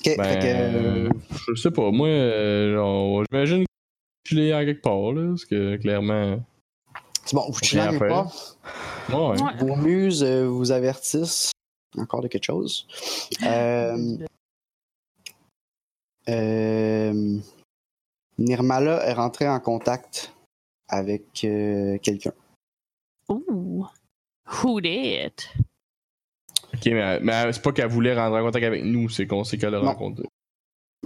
[SPEAKER 3] fait que, euh,
[SPEAKER 2] Ben, je sais pas. Moi, euh, genre, j'imagine que je l'ai en quelque part, là. Parce que clairement.
[SPEAKER 3] c'est bon, vous chillez
[SPEAKER 2] rien à
[SPEAKER 3] quelque
[SPEAKER 2] faire.
[SPEAKER 3] part.
[SPEAKER 2] Ouais, ouais.
[SPEAKER 4] Ouais.
[SPEAKER 3] Vos muses euh, vous avertissent encore de quelque chose. Euh, euh, Nirmala est rentrée en contact avec euh, quelqu'un.
[SPEAKER 4] Ouh. Who did it?
[SPEAKER 2] Ok, mais, mais c'est pas qu'elle voulait rentrer en contact avec nous, c'est qu'on sait qu'elle a
[SPEAKER 3] Non.
[SPEAKER 2] rencontré.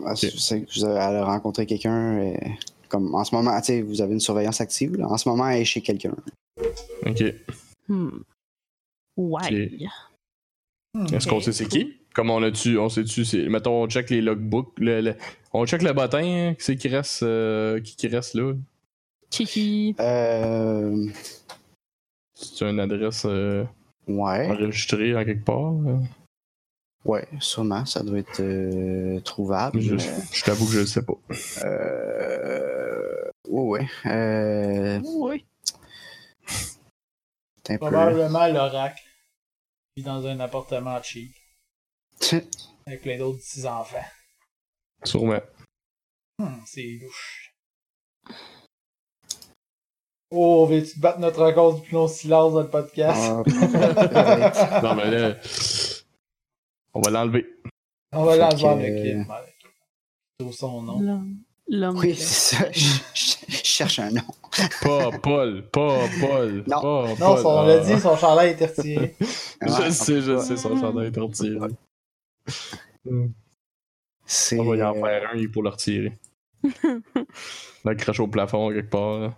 [SPEAKER 3] Ah, c'est- c'est que vous avez- Elle a rencontré quelqu'un. euh, Comme en ce moment, tu sais, vous avez une surveillance active. là. En ce moment, elle est chez quelqu'un.
[SPEAKER 2] Ok.
[SPEAKER 4] Hmm. Ouais.
[SPEAKER 2] Est-ce qu'on sait c'est qui? Comment on a-tu, on sait-tu, c'est, mettons, on check les logbooks, le- le- on check le bottin, hein, qui c'est qui reste, euh, qui, qui reste là?
[SPEAKER 4] Kiki.
[SPEAKER 3] Euh,
[SPEAKER 2] C'est une adresse euh,
[SPEAKER 3] ouais,
[SPEAKER 2] enregistrée en quelque part. là?
[SPEAKER 3] ouais, sûrement, ça doit être euh, trouvable.
[SPEAKER 2] Je, je t'avoue que je le sais pas.
[SPEAKER 3] Euh, ouais, ouais. Euh,
[SPEAKER 4] Oui.
[SPEAKER 3] t'as un peu-
[SPEAKER 1] Probablement l'oracle. Puis dans un appartement cheap. Avec plein d'autres petits enfants.
[SPEAKER 2] Sûrement.
[SPEAKER 1] Hmm, [LAUGHS] c'est louche. Oh, veux-tu te battre notre record du plus long silence dans le podcast?
[SPEAKER 3] Ah, peut-être.
[SPEAKER 2] Non, mais là, on va l'enlever.
[SPEAKER 1] On va
[SPEAKER 3] Ah,
[SPEAKER 1] l'enlever
[SPEAKER 3] Fait que-
[SPEAKER 1] avec euh, avec- Trouve son nom.
[SPEAKER 4] L'homme.
[SPEAKER 3] [LAUGHS]
[SPEAKER 4] L'homme.
[SPEAKER 3] oui, c'est ça. Je, je- je cherche un nom.
[SPEAKER 2] Pas Paul, pas Paul,
[SPEAKER 3] Non.
[SPEAKER 2] pas
[SPEAKER 1] Non,
[SPEAKER 2] Paul.
[SPEAKER 1] son- on
[SPEAKER 2] Ah.
[SPEAKER 1] l'a dit, son chandail était retiré.
[SPEAKER 2] Je
[SPEAKER 3] Ouais,
[SPEAKER 2] sais, je
[SPEAKER 3] ouais.
[SPEAKER 2] sais, son chandail est retiré.
[SPEAKER 3] C'est.
[SPEAKER 2] On va y en faire un, il pour le retirer. Là, crache au plafond quelque part. là.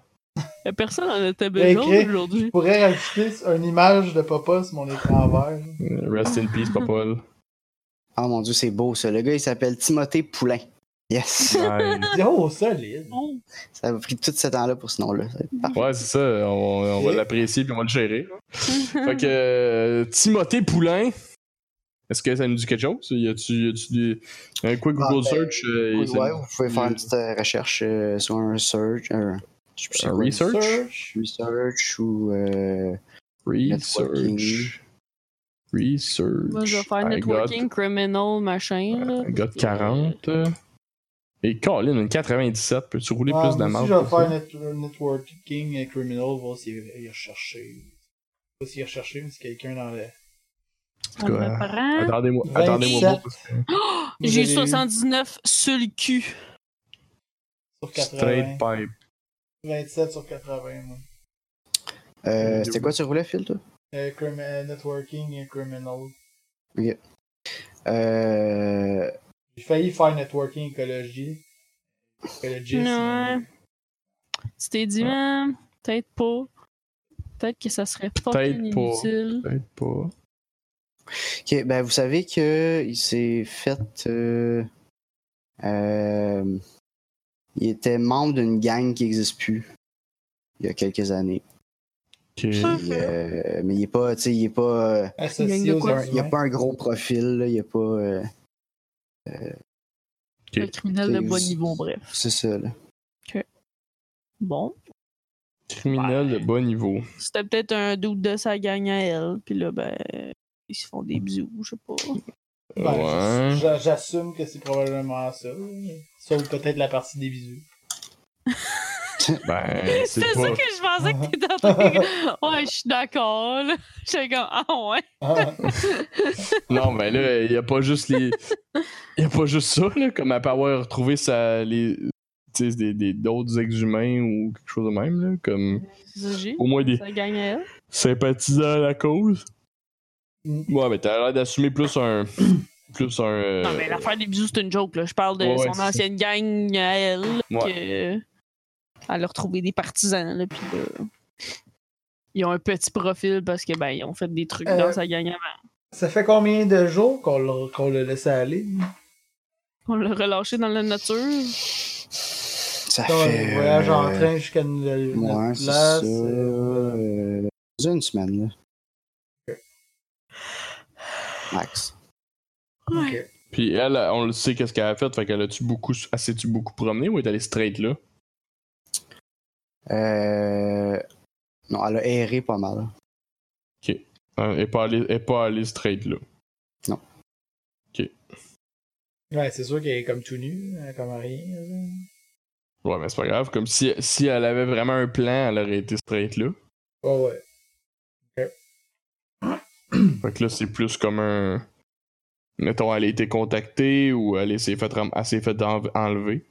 [SPEAKER 4] La Euh, personne en était
[SPEAKER 1] Écrit.
[SPEAKER 4] belle aujourd'hui.
[SPEAKER 1] Je pourrais rajouter une image de papa sur mon écran vert.
[SPEAKER 2] Euh, Rest in peace, pas Paul.
[SPEAKER 3] Oh mon dieu, c'est beau ça. Le gars, il s'appelle Timothée Poulain. [LAUGHS] Yes.
[SPEAKER 2] Nice.
[SPEAKER 1] Yo, solide!
[SPEAKER 4] Oh,
[SPEAKER 3] ça a pris tout ce temps-là pour ce nom-là. C'est parfait.
[SPEAKER 2] Ouais, c'est ça. On, on va
[SPEAKER 1] Et-
[SPEAKER 2] l'apprécier puis on va le gérer. fait que euh, Timothée Poulain, est-ce que ça nous dit quelque chose? Y a-tu y a-tu des- un quick
[SPEAKER 3] Ah,
[SPEAKER 2] Google
[SPEAKER 3] ben,
[SPEAKER 2] search? euh, et ça
[SPEAKER 3] ouais,
[SPEAKER 2] nous-
[SPEAKER 3] vous pouvez faire une petite euh, recherche euh, sur un search. un- je sais plus c'est
[SPEAKER 2] Un
[SPEAKER 3] quoi,
[SPEAKER 2] research?
[SPEAKER 1] Search.
[SPEAKER 3] Research ou. euh,
[SPEAKER 2] Research. Research.
[SPEAKER 4] moi, je vais faire
[SPEAKER 2] I
[SPEAKER 4] networking, criminal, machin. là.
[SPEAKER 2] got, I got 40. Et Colin, une 97. Peux-tu rouler
[SPEAKER 1] Ah,
[SPEAKER 2] plus de
[SPEAKER 1] moi aussi,
[SPEAKER 2] marde
[SPEAKER 1] je vais
[SPEAKER 2] pour
[SPEAKER 1] faire
[SPEAKER 2] ça?
[SPEAKER 1] net- networking et criminal, voir s'il est recherché. Pas s'il est recherché, mais si quelqu'un dans le.
[SPEAKER 4] En
[SPEAKER 2] quoi?
[SPEAKER 4] me parlant,
[SPEAKER 2] Attendez-moi,
[SPEAKER 1] 27.
[SPEAKER 2] attendez-moi. bon, parce que-
[SPEAKER 4] J'ai
[SPEAKER 1] Vous avez eu
[SPEAKER 4] 79 sur le cul.
[SPEAKER 1] Sur 80.
[SPEAKER 2] Straight pipe.
[SPEAKER 1] 27 sur 80, moi.
[SPEAKER 3] euh, C'était quoi tu roulais, Phil, toi
[SPEAKER 1] Euh, crim- euh, networking et criminal.
[SPEAKER 3] euh,
[SPEAKER 1] J'ai failli faire networking écologie. Écologiste.
[SPEAKER 4] Ouais.
[SPEAKER 1] mais-
[SPEAKER 4] Tu t'es dit, man, peut-être pas. Peut-être que ça serait pas
[SPEAKER 2] Peut-être pas.
[SPEAKER 4] inutile.
[SPEAKER 2] Peut-être pas.
[SPEAKER 3] Ok, ben vous savez que il s'est fait. euh, euh, il était membre d'une gang qui n'existe plus il y a quelques années.
[SPEAKER 2] Ok.
[SPEAKER 1] Ah.
[SPEAKER 3] Puis, euh, mais il est pas, tu sais, il est pas, euh,
[SPEAKER 4] Il y
[SPEAKER 1] Associé
[SPEAKER 4] a
[SPEAKER 1] aux
[SPEAKER 4] quoi?
[SPEAKER 1] humains.
[SPEAKER 3] il a pas un gros profil. là, il a pas, euh,
[SPEAKER 4] Un criminel de
[SPEAKER 3] Ok.
[SPEAKER 4] bon niveau, bref.
[SPEAKER 3] c'est ça. Là.
[SPEAKER 4] Bon.
[SPEAKER 2] Criminel de bas niveau.
[SPEAKER 4] C'était peut-être un doute de sa gang à elle. Puis là, ben, ils se font des bisous, je sais pas.
[SPEAKER 1] Ben,
[SPEAKER 2] ouais.
[SPEAKER 1] j'a- J'assume que c'est probablement ça. Sauf peut-être la partie des bisous.
[SPEAKER 2] Ben,
[SPEAKER 4] [LAUGHS] C'est
[SPEAKER 2] c'est
[SPEAKER 4] ça
[SPEAKER 2] pas.
[SPEAKER 4] que je pensais que t'étais en train de... Ouais, je suis d'accord, là. [LAUGHS] J'étais comme, ah ouais.
[SPEAKER 1] Ah,
[SPEAKER 2] Non, mais là, il n'y a pas juste
[SPEAKER 4] [LAUGHS]
[SPEAKER 2] les. Il a pas juste ça, là, comme elle peut avoir retrouvé sa... les... tu sais, des, des- d'autres ex-humains ou quelque chose de même, là, comme
[SPEAKER 4] Ça, j'ai-
[SPEAKER 2] au moins des
[SPEAKER 4] Ça gagne à elle.
[SPEAKER 2] sympathisants à la cause.
[SPEAKER 1] Mm.
[SPEAKER 2] Ouais, mais t'as l'air d'assumer plus un. [CLEARS THROAT] plus un. euh,
[SPEAKER 4] Non, mais Ben, l'affaire des bisous, c'est une joke, là. Je parle de
[SPEAKER 2] Ouais, ouais,
[SPEAKER 4] son
[SPEAKER 2] c'est ça.
[SPEAKER 4] ancienne gang à elle.
[SPEAKER 2] Ouais.
[SPEAKER 4] que- euh, Elle a retrouvé des partisans, là, puis là, Ils ont un petit profil parce que, ben, ils ont fait des trucs
[SPEAKER 1] Euh,
[SPEAKER 4] dans sa gang avant.
[SPEAKER 1] ça fait combien de jours qu'on l'a qu'on l'a laissé aller?
[SPEAKER 4] On l'a relâché dans la nature.
[SPEAKER 3] Ça
[SPEAKER 1] Dans
[SPEAKER 3] fait.
[SPEAKER 1] le voyage en
[SPEAKER 3] euh,
[SPEAKER 1] train jusqu'à une- une-
[SPEAKER 3] Ouais,
[SPEAKER 1] notre
[SPEAKER 3] c'est
[SPEAKER 1] place.
[SPEAKER 3] ça.
[SPEAKER 1] euh,
[SPEAKER 3] euh, une semaine, là. Max.
[SPEAKER 1] ok.
[SPEAKER 2] Puis elle, on le sait qu'est-ce qu'elle a fait, fait qu'elle a-tu beaucoup. Elle s'est-tu beaucoup promenée ou est allée straight là?
[SPEAKER 3] Euh... Non, elle a erré pas mal.
[SPEAKER 2] Hein, Elle est pas allée, elle est pas allée straight là.
[SPEAKER 1] Ouais, c'est sûr qu'elle est comme tout nu, hein, comme rien. là.
[SPEAKER 2] Ouais, mais c'est pas grave. Comme si, si elle avait vraiment un plan, elle aurait été straight là.
[SPEAKER 1] Ouais, ouais.
[SPEAKER 2] Fait que là, c'est plus comme un. Mettons, elle a été contactée ou elle s'est fait, ram- elle s'est fait env- enlever.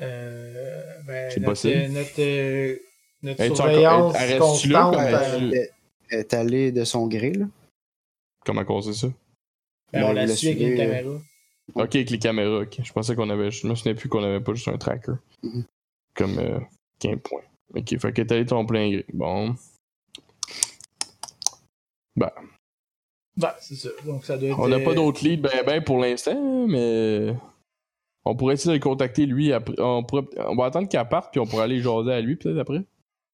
[SPEAKER 1] Euh, ben,
[SPEAKER 2] C'est
[SPEAKER 1] notre,
[SPEAKER 2] possible.
[SPEAKER 1] Notre, euh, notre
[SPEAKER 2] Elle est-tu encore-
[SPEAKER 1] surveillance
[SPEAKER 2] elle- elle reste-tu là,
[SPEAKER 1] constante.
[SPEAKER 2] comme
[SPEAKER 1] euh,
[SPEAKER 2] elle-
[SPEAKER 3] Elle est allée de son gré, là.
[SPEAKER 2] Comment qu'on sait ça?
[SPEAKER 1] ben, on
[SPEAKER 3] Ben,
[SPEAKER 1] la
[SPEAKER 3] elle
[SPEAKER 1] suit avec
[SPEAKER 3] l'a
[SPEAKER 1] une
[SPEAKER 3] suivi,
[SPEAKER 1] caméra.
[SPEAKER 2] Ok, avec les caméras, ok. Je pensais qu'on avait. Je me souvenais plus qu'on avait pas juste un tracker.
[SPEAKER 3] Mhm.
[SPEAKER 2] Comme. Euh, 15 points. Ok, fait que t'es allé ton plein gré. Bon.
[SPEAKER 1] Ben, c'est ça. Donc, ça doit être.
[SPEAKER 2] On n'a
[SPEAKER 1] euh,
[SPEAKER 2] pas d'autres leads ben, ben pour l'instant, mais. On pourrait essayer de le contacter lui après. On, pourrait... on va attendre qu'il parte, puis on pourrait aller jaser à lui peut-être après.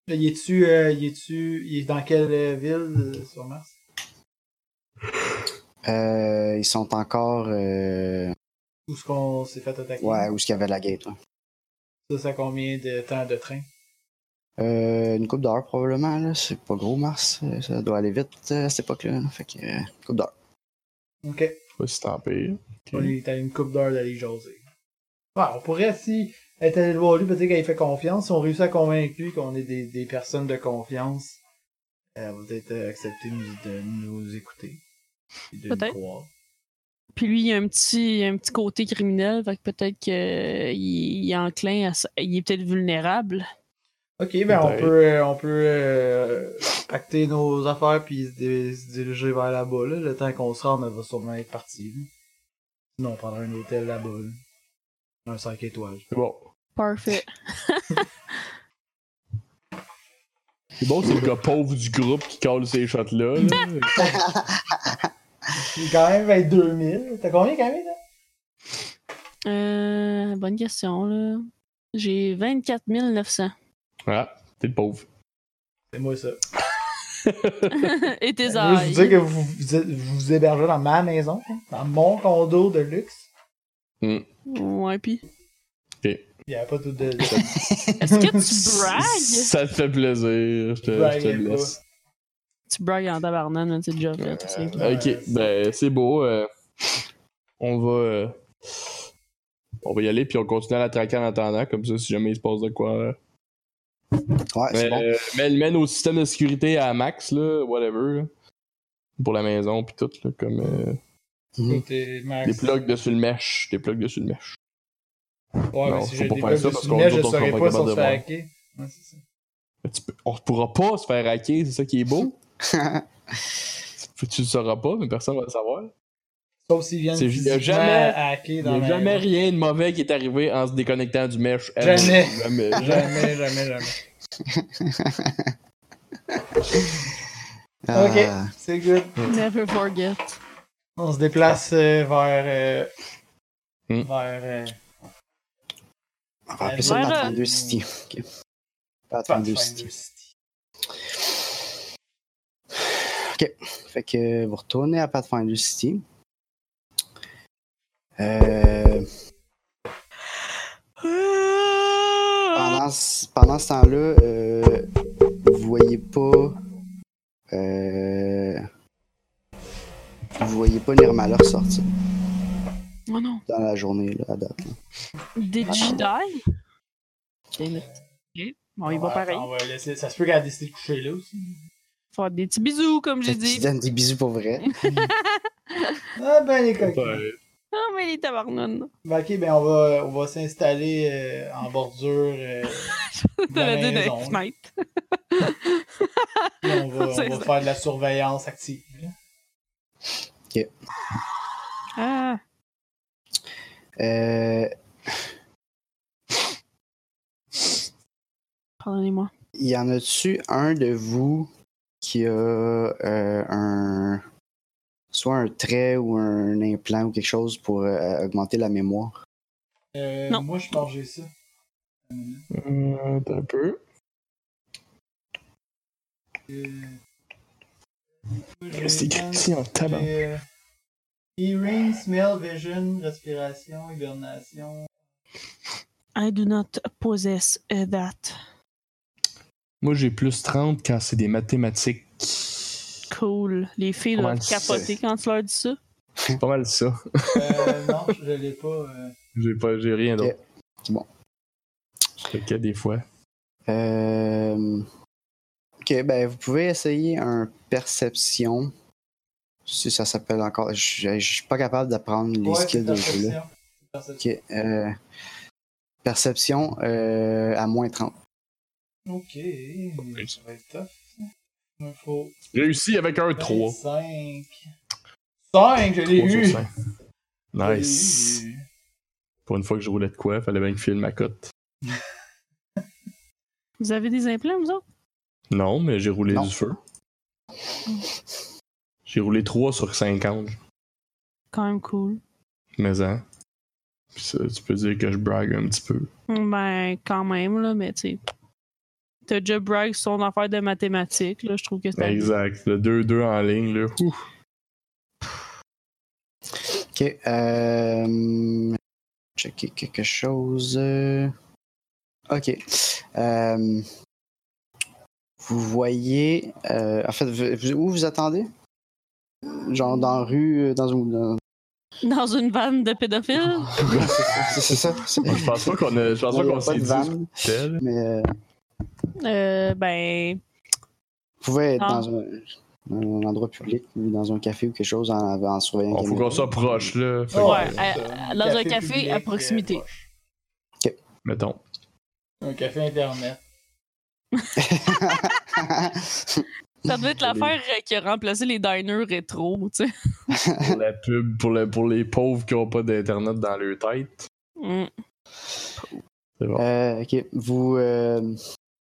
[SPEAKER 1] Il est-tu. euh, il est-tu. Il est dans quelle euh, ville euh, sur Mars
[SPEAKER 3] Euh, ils sont encore. euh,
[SPEAKER 1] Où est-ce qu'on s'est fait attaquer
[SPEAKER 3] Ouais, où est-ce qu'il y avait la gate, ouais.
[SPEAKER 1] Ça, ça a combien de temps de train
[SPEAKER 3] Euh, une coupe d'heure, probablement, là. C'est pas gros, Mars. Euh, Ça doit aller vite euh, à cette époque-là. là. Fait que. euh, coupe d'heure.
[SPEAKER 1] Ok.
[SPEAKER 2] Pas si tant pire.
[SPEAKER 1] On est à une coupe d'heure d'aller jaser. Ouais, on pourrait, si elle est allée le voir lui, peut-être qu'elle fait confiance. Si on réussit à convaincre lui qu'on est des, des personnes de confiance, elle va peut-être euh, accepter de nous- de nous écouter. et de nous
[SPEAKER 4] Peut-être.
[SPEAKER 1] croire.
[SPEAKER 4] Puis lui, il a un petit, un petit côté criminel, fait que peut-être qu'il il est enclin à ça. Il est peut-être vulnérable.
[SPEAKER 1] Ok, ben on
[SPEAKER 2] Peut-être.
[SPEAKER 1] peut, euh, on peut euh, pacter nos affaires puis se, dé- se diriger vers là-bas. Là. Le temps qu'on se rende, elle va sûrement être partie. là. Sinon, on prendra un hôtel là-bas. là. Un 5 étoiles.
[SPEAKER 2] C'est bon.
[SPEAKER 4] Parfait.
[SPEAKER 2] C'est bon, c'est le gars pauvre du groupe qui colle ces shots-là. là.
[SPEAKER 1] Il est quand même 22 000. T'as combien quand même, là?
[SPEAKER 4] Euh, bonne question, là. J'ai 24 900.
[SPEAKER 2] ah, t'es le pauvre.
[SPEAKER 1] C'est moi ça.
[SPEAKER 4] [LAUGHS] Et tes
[SPEAKER 1] Moi, Je
[SPEAKER 4] oreilles.
[SPEAKER 1] vous dis que vous vous, êtes- vous vous hébergez dans ma maison, hein, dans mon condo de luxe.
[SPEAKER 4] Ouais, puis.
[SPEAKER 1] Il n'y a pas tout de. de-
[SPEAKER 4] Est-ce que
[SPEAKER 1] [LAUGHS]
[SPEAKER 4] tu bragues?
[SPEAKER 2] Ça te fait plaisir. Je te, je te
[SPEAKER 1] Braguez pas.
[SPEAKER 2] laisse.
[SPEAKER 4] tu bragues en tabarnane, man, c'est déjà fait. c'est-
[SPEAKER 1] Ouais.
[SPEAKER 2] Ok, ben c'est beau. euh, on va. euh, on va y aller, puis on continue à la traquer en attendant, comme ça, si jamais il se passe de quoi. euh.
[SPEAKER 3] Ouais,
[SPEAKER 2] Mais,
[SPEAKER 3] Ah, c'est bon.
[SPEAKER 2] euh, mais elle mène au système de sécurité à max, là, whatever. là. Pour la maison, puis tout, là, comme. euh,
[SPEAKER 1] Côté
[SPEAKER 2] des
[SPEAKER 1] Max.
[SPEAKER 2] plugs dessus le mèche. Des plugs dessus le mèche.
[SPEAKER 1] Ouais, mais
[SPEAKER 2] Non,
[SPEAKER 1] si
[SPEAKER 2] faut
[SPEAKER 1] j'ai
[SPEAKER 2] pas
[SPEAKER 1] des
[SPEAKER 2] faire
[SPEAKER 1] blocs
[SPEAKER 2] ça
[SPEAKER 1] de
[SPEAKER 2] parce
[SPEAKER 1] sous
[SPEAKER 2] qu'on
[SPEAKER 1] je ne
[SPEAKER 2] nous autres, on
[SPEAKER 1] saurais
[SPEAKER 2] va
[SPEAKER 1] pas
[SPEAKER 2] être
[SPEAKER 1] si on se fait
[SPEAKER 2] capable
[SPEAKER 1] hacker. Ouais, c'est ça.
[SPEAKER 2] Mais tu peux- on pourra pas se faire hacker, c'est ça qui est beau. Tu- tu le sauras pas, mais personne va le savoir.
[SPEAKER 1] Sauf s'ils viennent
[SPEAKER 2] C'est- il y a
[SPEAKER 1] physiquement
[SPEAKER 2] jamais-
[SPEAKER 1] hacker
[SPEAKER 2] Il n'y
[SPEAKER 1] dans
[SPEAKER 2] a
[SPEAKER 1] ma
[SPEAKER 2] jamais
[SPEAKER 1] maison.
[SPEAKER 2] rien de mauvais qui est arrivé en se déconnectant du mesh. Elle,
[SPEAKER 1] Jamais.
[SPEAKER 2] jamais.
[SPEAKER 1] Jamais, jamais, jamais.
[SPEAKER 3] Ah,
[SPEAKER 1] Ok, c'est good.
[SPEAKER 4] Never forget.
[SPEAKER 1] On se déplace euh, vers. euh,
[SPEAKER 2] Hmm.
[SPEAKER 1] Vers. euh,
[SPEAKER 3] On va appeler ça
[SPEAKER 4] Ouais, là.
[SPEAKER 3] Pathfinder City. Ok. Pathfinder
[SPEAKER 1] Pathfinder
[SPEAKER 3] City.
[SPEAKER 1] City.
[SPEAKER 3] Fait que vous retournez à Pathfinder City. Euh, pendant, ce- pendant ce temps-là, euh, vous voyez pas. Euh, vous voyez pas Nirmala ressortir
[SPEAKER 4] Oh non.
[SPEAKER 3] dans la journée, là, à date. là.
[SPEAKER 4] Des Jedi? Kayla. Ok. Bon, il va pareil.
[SPEAKER 1] On va laisser... Ça se peut qu'elle a décidé de coucher là aussi.
[SPEAKER 4] Faire des petits bisous, comme j'ai
[SPEAKER 3] Peut-être qu'ils
[SPEAKER 4] dit.
[SPEAKER 3] donnent des bisous pour vrai.
[SPEAKER 1] Ah ben les coquins.
[SPEAKER 2] Ouais.
[SPEAKER 4] Ah, mais les tabarnounes.
[SPEAKER 1] Ben, ok, ben on va, on va s'installer euh, en bordure.
[SPEAKER 4] [LAUGHS]
[SPEAKER 1] euh, de la
[SPEAKER 4] T'avais dit
[SPEAKER 1] maison,
[SPEAKER 4] des [LAUGHS] fenêtres.
[SPEAKER 1] puis on va, on
[SPEAKER 4] C'est
[SPEAKER 1] va
[SPEAKER 4] ça.
[SPEAKER 1] faire de la surveillance active. là.
[SPEAKER 4] Ah,
[SPEAKER 3] Euh,
[SPEAKER 4] pardonnez-moi.
[SPEAKER 3] y en a-tu un de vous qui a euh, un. soit un trait ou un implant ou quelque chose pour euh, augmenter la mémoire?
[SPEAKER 1] Euh,
[SPEAKER 4] Non.
[SPEAKER 1] Moi, je pense que j'ai ça.
[SPEAKER 2] Euh, attends un peu.
[SPEAKER 1] Euh,
[SPEAKER 2] C'est écrit en tabac.
[SPEAKER 1] Euh, Hearing, smell, vision, respiration, hibernation.
[SPEAKER 4] I do not possess uh, that.
[SPEAKER 2] Moi, j'ai plus 30 quand c'est des mathématiques.
[SPEAKER 4] Cool. Les filles
[SPEAKER 2] Comment
[SPEAKER 4] doivent
[SPEAKER 2] tu
[SPEAKER 4] capoter quand tu leur dis ça.
[SPEAKER 2] C'est pas mal ça.
[SPEAKER 1] Euh, non, je l'ai pas. euh.
[SPEAKER 2] J'ai pas, j'ai rien d'autre.
[SPEAKER 3] C'est bon.
[SPEAKER 2] Ok, des fois.
[SPEAKER 3] Euh, ok, ben vous pouvez essayer un perception. Si ça s'appelle encore. Je je- je suis pas capable d'apprendre les
[SPEAKER 1] Ouais, c'est
[SPEAKER 3] skills de jeu là.
[SPEAKER 1] perception. C'est perception.
[SPEAKER 3] Ok. euh, perception euh, à moins 30.
[SPEAKER 1] Ok, ça va être tough. ça. Il me faut
[SPEAKER 2] Réussi avec un 3.
[SPEAKER 1] 5. 5, je l'ai
[SPEAKER 2] 3 sur
[SPEAKER 1] eu!
[SPEAKER 2] 5.
[SPEAKER 1] Je l'ai
[SPEAKER 2] Nice.
[SPEAKER 1] eu.
[SPEAKER 2] Pour une fois que je roulais de quoi, fallait bien que je file ma cote.
[SPEAKER 4] Vous avez des implants, vous autres?
[SPEAKER 2] Non, mais j'ai roulé
[SPEAKER 3] Non.
[SPEAKER 2] du feu. J'ai roulé 3 sur 50.
[SPEAKER 4] Quand même cool.
[SPEAKER 2] Mais hein. Puis ça, tu peux dire que je brague un petit peu.
[SPEAKER 4] Ben, quand même, là, mais tu sais. T'as déjà brag sur son affaire de mathématiques, là, je trouve que c'est
[SPEAKER 2] Ben, Exact. Le 2-2 en ligne, là. Ouf.
[SPEAKER 3] Ok. Euh, checker quelque chose. euh, Ok. euh, vous voyez. euh, en fait, vous- vous- où vous attendez Genre dans la rue, euh, dans une. dans-
[SPEAKER 4] Dans une vanne de pédophiles?
[SPEAKER 3] [LAUGHS] C'est c'est ça. c'est-
[SPEAKER 2] Je pense pas qu'on a- je pense pas
[SPEAKER 3] Il y a
[SPEAKER 2] qu'on
[SPEAKER 3] pas
[SPEAKER 2] s'est
[SPEAKER 3] de
[SPEAKER 2] dit
[SPEAKER 3] van,
[SPEAKER 2] tel.
[SPEAKER 3] mais euh,
[SPEAKER 4] Euh, ben,
[SPEAKER 3] vous pouvez être
[SPEAKER 4] Ah.
[SPEAKER 3] dans un, un endroit public ou dans un café ou quelque chose en, en surveillant
[SPEAKER 2] On faut
[SPEAKER 3] quelqu'un.
[SPEAKER 2] qu'on
[SPEAKER 3] [LAUGHS]
[SPEAKER 2] s'approche, là. Fait que,
[SPEAKER 1] Oh,
[SPEAKER 4] Ouais,
[SPEAKER 1] c'est
[SPEAKER 4] à-
[SPEAKER 1] ça.
[SPEAKER 4] dans un café
[SPEAKER 1] public,
[SPEAKER 4] à
[SPEAKER 1] euh,
[SPEAKER 4] proximité.
[SPEAKER 1] proche.
[SPEAKER 2] Mettons.
[SPEAKER 1] Un café internet.
[SPEAKER 4] ça
[SPEAKER 2] [LAUGHS]
[SPEAKER 4] devait être l'affaire euh, qui a remplacé les diners rétro, tu sais.
[SPEAKER 2] [LAUGHS] Pour la pub, pour, le- pour les pauvres qui ont pas d'Internet dans leur tête.
[SPEAKER 4] Mm.
[SPEAKER 2] C'est bon.
[SPEAKER 3] Euh, ok, vous, euh,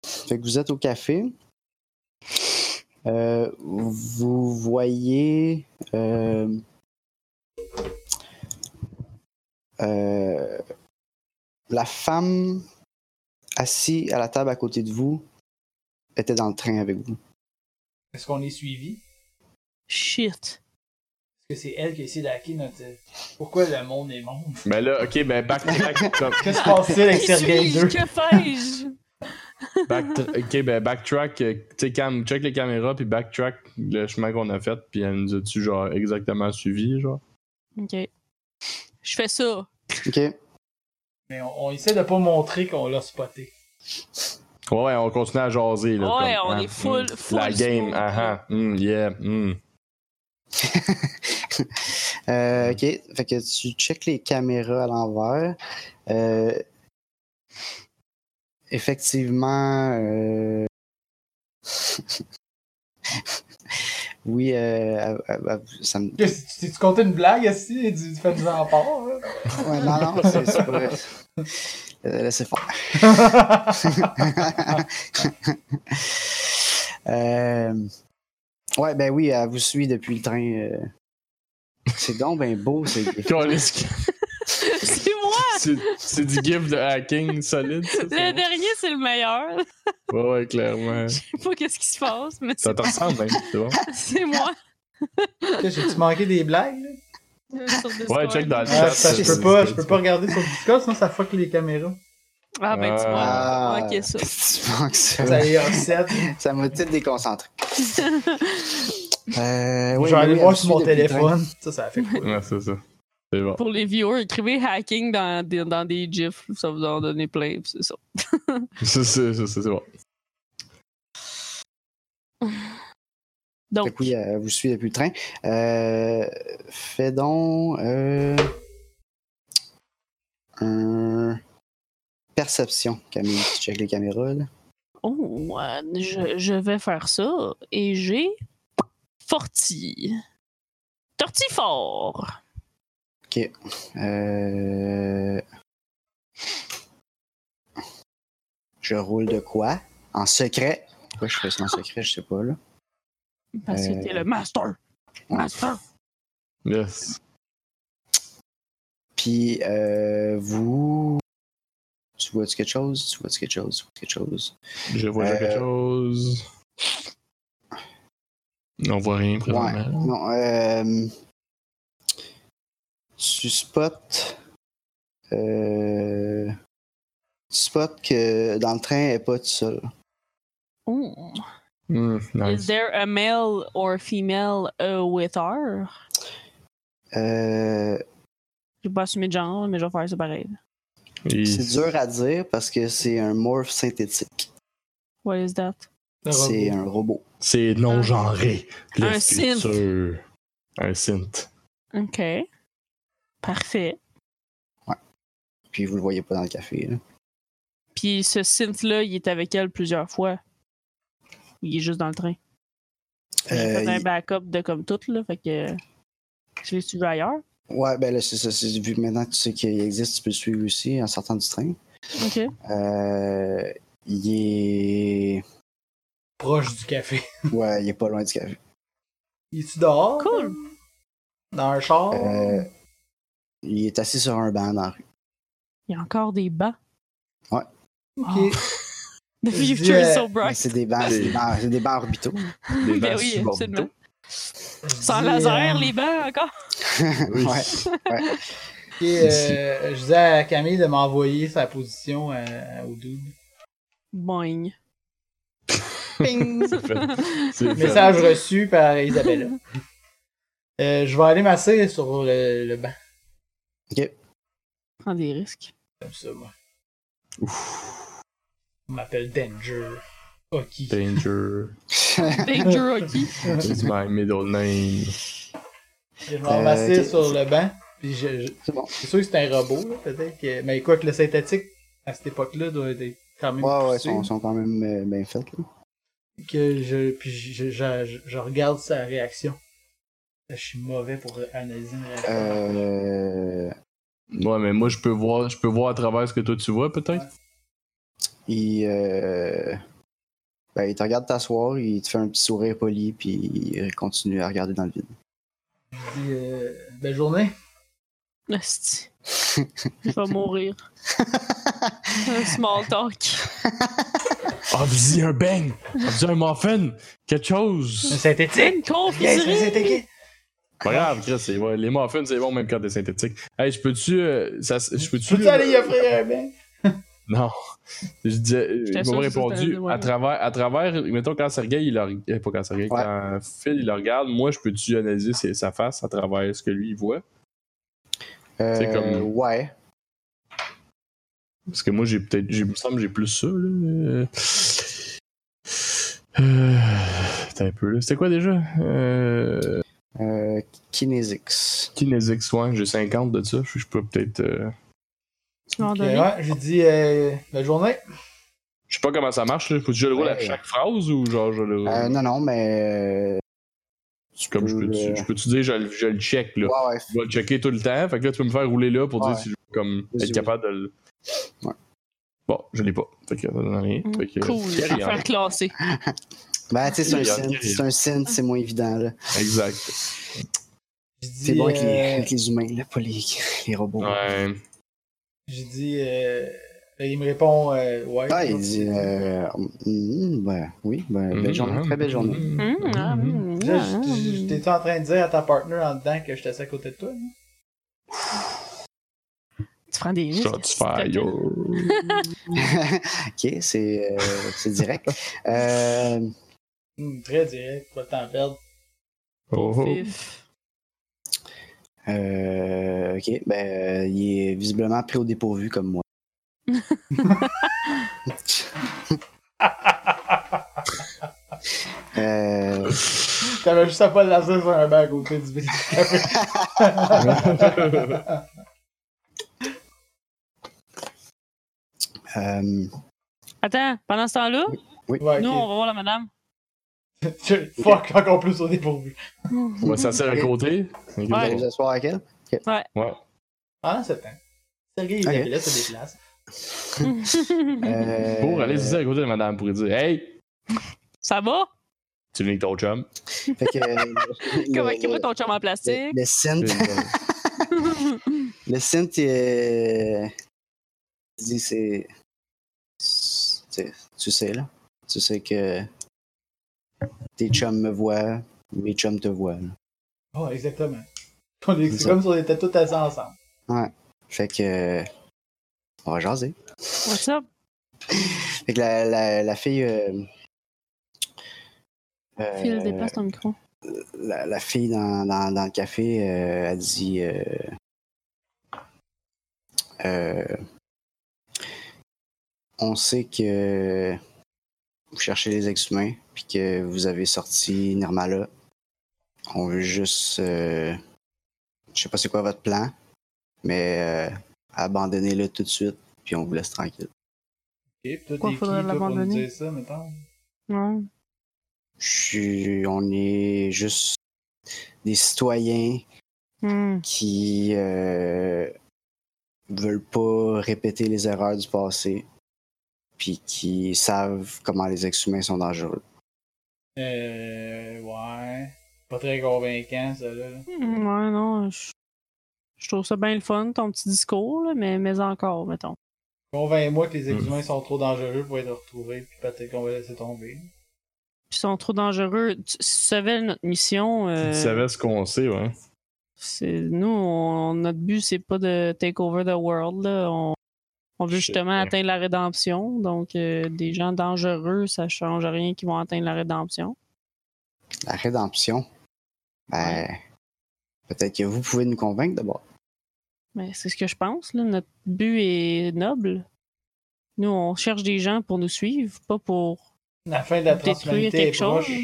[SPEAKER 3] fait que vous êtes au café. Euh, vous voyez euh, euh, la femme assise à la table à côté de vous était dans le train avec vous.
[SPEAKER 1] Est-ce qu'on est suivi?
[SPEAKER 4] Shit.
[SPEAKER 1] Est-ce que c'est elle qui a essayé de hacker notre. euh, Pourquoi le monde est
[SPEAKER 4] [LAUGHS]
[SPEAKER 1] monde?
[SPEAKER 2] Mais là, ok, ben [LAUGHS] backtrack. comme-
[SPEAKER 1] [LAUGHS] Qu'est-ce qui se passe-t-il avec
[SPEAKER 4] Qui
[SPEAKER 1] Sergei
[SPEAKER 4] suis-je?
[SPEAKER 1] 2?
[SPEAKER 4] Que fais-je?
[SPEAKER 2] backtra- ok, ben backtrack. euh, Tu sais, cam- check les caméras, puis backtrack le chemin qu'on a fait, puis elle nous a-tu, genre, exactement suivi, genre.
[SPEAKER 4] [LAUGHS] ok. Je fais ça.
[SPEAKER 3] Ok,
[SPEAKER 1] Mais on, on essaie de pas montrer qu'on l'a spoté.
[SPEAKER 2] Ouais, ouais, on continue à jaser, là.
[SPEAKER 4] Ouais,
[SPEAKER 2] comme,
[SPEAKER 4] on
[SPEAKER 2] hein,
[SPEAKER 4] est full-
[SPEAKER 2] hmm,
[SPEAKER 4] full
[SPEAKER 2] La game,
[SPEAKER 4] smooth,
[SPEAKER 2] ah ah, hmm, yeah, hmm.
[SPEAKER 3] Euh, ok, fait que tu checkes les caméras à l'envers. Euh, effectivement, euh, [LAUGHS] oui, euh, à- à- à- ça me.
[SPEAKER 1] Qu'est-ce- Tu tu comptais une blague aussi et tu tu fais nous en part? là?
[SPEAKER 3] Ouais, non, non, c'est c'est pas vrai. Euh, laissez faire. [LAUGHS] Euh, ouais, ben oui, elle vous suit depuis le train. euh. C'est donc ben beau, c'est.
[SPEAKER 2] Calisse-
[SPEAKER 4] [LAUGHS] c'est
[SPEAKER 2] [LAUGHS]
[SPEAKER 4] moi! [LAUGHS]
[SPEAKER 2] c'est c'est du gif de hacking solide, ça, c'est
[SPEAKER 4] Le
[SPEAKER 2] bon.
[SPEAKER 4] dernier, c'est le meilleur. [LAUGHS]
[SPEAKER 2] Ouais, ouais, clairement.
[SPEAKER 4] Je sais pas qu'est-ce qui se passe, mais
[SPEAKER 2] Ça te ressemble, même, c'est bon.
[SPEAKER 4] c'est- [LAUGHS] c'est [LAUGHS] moi.
[SPEAKER 1] Qu'est-ce, J'ai-tu manqué des blagues? là?
[SPEAKER 4] Sur
[SPEAKER 2] Ouais,
[SPEAKER 4] Discord.
[SPEAKER 2] check dans le
[SPEAKER 1] Ah,
[SPEAKER 2] chat.
[SPEAKER 1] ça, je peux pas, je peux pas regarder sur Discord, sinon ça fuck les caméras.
[SPEAKER 4] Ah, ben, tu vois.
[SPEAKER 3] Ah.
[SPEAKER 4] Ok, ça.
[SPEAKER 3] Tu manques ça.
[SPEAKER 1] Ça les offset.
[SPEAKER 3] Ça m'a tout déconcentré.
[SPEAKER 4] [LAUGHS]
[SPEAKER 3] Euh,
[SPEAKER 1] Je
[SPEAKER 3] oui,
[SPEAKER 1] vais aller
[SPEAKER 3] oui,
[SPEAKER 1] voir
[SPEAKER 3] elle
[SPEAKER 1] sur
[SPEAKER 3] me
[SPEAKER 1] mon
[SPEAKER 3] suit depuis le train.
[SPEAKER 1] téléphone. Ça, ça a fait quoi?
[SPEAKER 2] Ouais, c'est ça. C'est bon.
[SPEAKER 4] Pour les viewers, écrivez hacking dans, des- dans des gifs. Ça vous en donner plein, puis c'est ça.
[SPEAKER 2] C'est- C'est c'est- c'est bon.
[SPEAKER 4] Donc,
[SPEAKER 3] Fait que oui, euh, vous suivez depuis le train. Euh, fais donc euh, un perception, Camille. Tu check les caméras, là.
[SPEAKER 4] oh, euh, je, je vais faire ça. Et j'ai Forti. Tortifort.
[SPEAKER 3] Euh, Je roule de quoi? En secret? Pourquoi je fais ça en secret? Je sais pas, là.
[SPEAKER 4] Parce que
[SPEAKER 3] Euh.
[SPEAKER 4] t'es le master.
[SPEAKER 3] Ouais.
[SPEAKER 4] Master.
[SPEAKER 2] Yes.
[SPEAKER 3] Puis, euh, vous... Tu vois-tu quelque chose? Tu vois-tu quelque chose? Tu vois quelque chose?
[SPEAKER 2] Je vois
[SPEAKER 3] Euh,
[SPEAKER 2] quelque chose. On voit rien
[SPEAKER 3] Ouais.
[SPEAKER 2] présentement.
[SPEAKER 3] Non, euh... Tu spots... Euh... Tu spots que dans le train, elle est pas toute seule.
[SPEAKER 4] Oh.
[SPEAKER 2] Hmm, nice.
[SPEAKER 4] Is there a male or female uh, with her?
[SPEAKER 3] Euh...
[SPEAKER 4] J'ai pas assumé de genre, mais je vais faire ça pareil.
[SPEAKER 2] Et-
[SPEAKER 3] C'est dur à dire parce que c'est un morph synthétique.
[SPEAKER 4] What is that?
[SPEAKER 1] Le
[SPEAKER 3] C'est
[SPEAKER 1] robot.
[SPEAKER 3] un robot.
[SPEAKER 2] C'est non-genré. Le
[SPEAKER 4] Un
[SPEAKER 2] futur. Un synth.
[SPEAKER 4] OK. Parfait.
[SPEAKER 3] Puis vous le voyez pas dans le café. là.
[SPEAKER 4] Puis ce synth-là, il est avec elle plusieurs fois. Il est juste dans le train. J'ai
[SPEAKER 3] Euh,
[SPEAKER 4] fait un
[SPEAKER 3] il-
[SPEAKER 4] backup de comme tout, là. Fait que. Je l'ai suivi ailleurs.
[SPEAKER 3] Ouais, ben là, c'est ça. c'est- Vu que maintenant que tu sais qu'il existe, tu peux le suivre aussi en sortant du train.
[SPEAKER 4] OK.
[SPEAKER 3] Euh, il est.
[SPEAKER 1] Proche du café.
[SPEAKER 3] Ouais, il est pas loin du café.
[SPEAKER 1] Il est dehors?
[SPEAKER 4] Cool.
[SPEAKER 1] Dans un char?
[SPEAKER 3] Euh, il est assis sur un banc dans la rue.
[SPEAKER 4] Il y a encore des bancs.
[SPEAKER 1] Ok.
[SPEAKER 3] ah.
[SPEAKER 1] Je
[SPEAKER 4] The future is
[SPEAKER 1] dis,
[SPEAKER 4] so
[SPEAKER 1] euh,
[SPEAKER 3] Mais
[SPEAKER 4] bright.
[SPEAKER 3] C'est des bancs, c'est des bancs, c'est des bancs orbitaux.
[SPEAKER 2] Des
[SPEAKER 4] [LAUGHS] Ben
[SPEAKER 2] basses
[SPEAKER 4] oui,
[SPEAKER 2] suborbitaux.
[SPEAKER 4] absolument.
[SPEAKER 1] Je
[SPEAKER 4] Sans
[SPEAKER 1] dis,
[SPEAKER 4] laser,
[SPEAKER 1] euh,
[SPEAKER 4] les bancs encore.
[SPEAKER 2] Oui.
[SPEAKER 3] [LAUGHS]
[SPEAKER 2] [LAUGHS]
[SPEAKER 3] ouais.
[SPEAKER 1] ok, euh, je disais à Camille de m'envoyer sa position euh, au dude.
[SPEAKER 4] Boing.
[SPEAKER 2] C'est fait. C'est fait.
[SPEAKER 1] Message reçu par
[SPEAKER 3] [LAUGHS]
[SPEAKER 1] Isabella. Euh, je vais aller m'asseoir sur le, le banc.
[SPEAKER 4] [LAUGHS] Prends des risques.
[SPEAKER 1] Comme ça, moi. On m'appelle Danger. Hockey.
[SPEAKER 3] Euh,
[SPEAKER 2] Danger.
[SPEAKER 4] Danger Rocky.
[SPEAKER 2] It's my middle name.
[SPEAKER 1] Je vais m'asseoir
[SPEAKER 3] ok.
[SPEAKER 1] sur le banc. Puis je, je-
[SPEAKER 3] C'est bon.
[SPEAKER 1] C'est sûr que c'est un robot, là, peut-être. que- Mais écoute, le synthétique, à cette époque-là, doit être quand même
[SPEAKER 3] Ouais, ouais, ils
[SPEAKER 1] poussé.
[SPEAKER 3] sont, sont quand même euh, bien faits. là.
[SPEAKER 1] que je puis je, je, je- je regarde sa réaction. Je suis mauvais pour analyser une réaction.
[SPEAKER 3] Euh,
[SPEAKER 2] Ouais, mais moi, je peux voir, je peux voir à travers ce que toi tu vois, peut-être.
[SPEAKER 3] il, euh, ben, il te regarde t'asseoir, il te fait un petit sourire poli, puis il continue à regarder dans le vide.
[SPEAKER 1] Je dis, euh, belle journée.
[SPEAKER 4] Asti. Je vais mourir. Un small talk.
[SPEAKER 2] Ah, vas-y, un bang! Ah, vas-y, un muffin! Quelque
[SPEAKER 1] Un
[SPEAKER 2] chose!
[SPEAKER 1] synthétique!
[SPEAKER 4] Une
[SPEAKER 1] Yes, un
[SPEAKER 4] confiserie!
[SPEAKER 1] synthétique!
[SPEAKER 2] Pas grave, Chris, c'est- ouais, les muffins, c'est bon même quand t'es synthétique. Hey, je peux-tu. euh, ça- je peux-tu. euh,
[SPEAKER 1] Tu peux aller y offrir un bain?
[SPEAKER 2] Non. [LAUGHS] Je disais, euh,
[SPEAKER 4] J'étais
[SPEAKER 2] ils
[SPEAKER 4] sûre
[SPEAKER 2] m'ont
[SPEAKER 4] que c'est ça,
[SPEAKER 2] répondu
[SPEAKER 4] t'allais dire, ouais.
[SPEAKER 2] à travers, à travers, mettons quand Sergei, il le reg- euh, pas quand Sergei,
[SPEAKER 3] Ouais.
[SPEAKER 2] quand Phil, il le regarde, moi, je peux-tu analyser ses- sa face à travers ce que lui, il voit? C'est
[SPEAKER 3] Euh,
[SPEAKER 2] comme-
[SPEAKER 3] Ouais.
[SPEAKER 2] Parce que moi, j'ai peut-être, j'ai- il me semble que j'ai plus ça, là. Euh, euh, Attends un peu, là. C'était quoi déjà? Euh...
[SPEAKER 3] Euh, kinesics.
[SPEAKER 2] Kinésique soin, j'ai 50 de ça, je je peux peut-être... euh,
[SPEAKER 4] Tu m'en
[SPEAKER 1] Ok,
[SPEAKER 4] donnes.
[SPEAKER 1] ouais, je dis euh, belle journée.
[SPEAKER 2] Je sais pas comment ça marche, là. Faut que je le roule à
[SPEAKER 3] Ouais.
[SPEAKER 2] chaque phrase ou genre je le...
[SPEAKER 3] Euh, non, non, mais. euh, tu
[SPEAKER 2] Comme je peux,
[SPEAKER 3] euh,
[SPEAKER 2] je peux-tu dire, je, le- je le check, là.
[SPEAKER 3] Ouais, ouais.
[SPEAKER 2] Je vais le checker tout le temps. Fait que là, tu peux me faire rouler là pour
[SPEAKER 3] Ouais.
[SPEAKER 2] dire si je veux comme,
[SPEAKER 3] Vas-y,
[SPEAKER 2] être
[SPEAKER 3] vas-y.
[SPEAKER 2] capable de le.
[SPEAKER 3] Ouais.
[SPEAKER 2] Bon, je l'ai pas. Fait que ça donne rien. Fait que,
[SPEAKER 4] Mm, Cool.
[SPEAKER 2] Carry on.
[SPEAKER 4] Faire classer.
[SPEAKER 3] Ben, tu sais, c'est un
[SPEAKER 2] Il y a- il y
[SPEAKER 3] synth,
[SPEAKER 2] a-
[SPEAKER 3] c'est un synth, c'est moins évident, là.
[SPEAKER 2] Exact.
[SPEAKER 1] Je dis,
[SPEAKER 3] C'est bon avec les,
[SPEAKER 1] euh,
[SPEAKER 3] avec les humains, là, pas les, [LAUGHS] les robots.
[SPEAKER 2] Ouais.
[SPEAKER 1] Je dis, euh, là, il me répond, euh, ouais.
[SPEAKER 3] Ah, il dit. Euh, mm, ben, oui, ben,
[SPEAKER 2] Mm-hmm.
[SPEAKER 3] belle journée, très belle journée.
[SPEAKER 2] Mhm.
[SPEAKER 4] Hum, ah,
[SPEAKER 2] Mhm.
[SPEAKER 4] hum,
[SPEAKER 1] Là,
[SPEAKER 4] ah,
[SPEAKER 1] je- je-
[SPEAKER 4] hum.
[SPEAKER 1] t'es-tu en train de dire à ta partner en dedans que j'étais assis à côté de toi? non?
[SPEAKER 4] Tu prends des risques.
[SPEAKER 2] Shots fire.
[SPEAKER 3] ok, c'est euh, c'est direct.
[SPEAKER 2] [LAUGHS]
[SPEAKER 3] Euh,
[SPEAKER 1] Hmm, Hum, très direct, pas le temps à perdre.
[SPEAKER 2] Oh, oh.
[SPEAKER 4] Fif.
[SPEAKER 3] Euh, ok, ben, euh, il est visiblement pris au dépourvu comme
[SPEAKER 2] [LAUGHS]
[SPEAKER 3] moi. Euh,
[SPEAKER 1] T'avais juste à pas le lancer sur un bague au clé du [LAUGHS] Ah, billet de café.
[SPEAKER 3] euh,
[SPEAKER 4] Attends, pendant ce temps-là,
[SPEAKER 1] ouais,
[SPEAKER 4] nous, on
[SPEAKER 1] ok.
[SPEAKER 4] va voir la madame.
[SPEAKER 1] [LAUGHS] Tu- Fuck, encore plus au dépourvu.
[SPEAKER 2] On va s'asseoir à côté.
[SPEAKER 3] vous
[SPEAKER 4] Ouais.
[SPEAKER 3] allez vous asseoir avec elle?
[SPEAKER 2] Ouais.
[SPEAKER 1] Pendant ce temps, Ah, Sergei, il
[SPEAKER 3] Ok.
[SPEAKER 1] est là, se déplace.
[SPEAKER 3] Euh,
[SPEAKER 2] Pour aller s'asseoir à côté de madame pour lui dire Hey,
[SPEAKER 4] [LAUGHS] Ça va?
[SPEAKER 2] tu niques ton
[SPEAKER 3] [LAUGHS]
[SPEAKER 2] chum.
[SPEAKER 3] Euh, Fait
[SPEAKER 2] [LAUGHS]
[SPEAKER 3] que, le-
[SPEAKER 4] Comment
[SPEAKER 3] le-
[SPEAKER 4] qu'il va ton chum en
[SPEAKER 3] le,
[SPEAKER 4] plastique?
[SPEAKER 3] le synth, le synth, il est- il dit c'est, c'est- tu sais là, tu sais que tes chums me voient, mes chums te voient. là.
[SPEAKER 1] Oh, exactement. On est-
[SPEAKER 3] C'est
[SPEAKER 1] C'est
[SPEAKER 3] ça.
[SPEAKER 1] comme si on était tous assis ensemble.
[SPEAKER 3] Fait que, on va jaser.
[SPEAKER 4] [LAUGHS] What's up?
[SPEAKER 3] Fait que la, la, la fille. euh, euh,
[SPEAKER 4] Phil, déplace ton micro.
[SPEAKER 3] la, la fille dans, dans, dans le café euh, a dit euh, euh, On sait que vous cherchez les ex-humains puis que vous avez sorti Nirmala. On veut juste euh, je sais pas c'est quoi votre plan, mais euh, abandonnez-le tout de suite, puis on vous laisse tranquille.
[SPEAKER 1] Ok, toi,
[SPEAKER 4] Quoi,
[SPEAKER 1] t'es qui,
[SPEAKER 4] faudrait
[SPEAKER 1] toi, pour nous
[SPEAKER 4] l'abandonner?
[SPEAKER 1] dire ça, mettons?
[SPEAKER 4] Ouais.
[SPEAKER 3] Je suis- on est juste des citoyens
[SPEAKER 4] Hmm.
[SPEAKER 3] qui euh, veulent pas répéter les erreurs du passé, puis qui savent comment les ex-humains sont dangereux.
[SPEAKER 1] Euh, ouais. Pas très convaincant, ça, là.
[SPEAKER 4] Ouais, non, je... je trouve ça bien le fun, ton petit discours, là, mais, mais encore, mettons.
[SPEAKER 1] Convainc-moi que les
[SPEAKER 2] Hmm.
[SPEAKER 1] ex-humains sont trop dangereux pour être retrouvés, puis peut-être qu'on va laisser tomber.
[SPEAKER 4] Ils sont trop dangereux. Tu, si tu savais notre mission, euh,
[SPEAKER 2] Tu savais ce qu'on sait, ouais.
[SPEAKER 4] c'est- nous, on- notre but, c'est pas de take over the world. là. On, on veut
[SPEAKER 2] Je-
[SPEAKER 4] justement
[SPEAKER 2] ouais.
[SPEAKER 4] atteindre la rédemption. Donc, euh, des gens dangereux, ça change rien qu'ils vont atteindre la rédemption.
[SPEAKER 3] La rédemption, ben, peut-être que vous pouvez nous convaincre d'abord.
[SPEAKER 4] Mais c'est ce que je pense. Là. Notre but est noble. Nous, on cherche des gens pour nous suivre, pas pour
[SPEAKER 1] La fin de la
[SPEAKER 4] détruire
[SPEAKER 1] transhumanité est
[SPEAKER 4] quelque chose.
[SPEAKER 1] proche.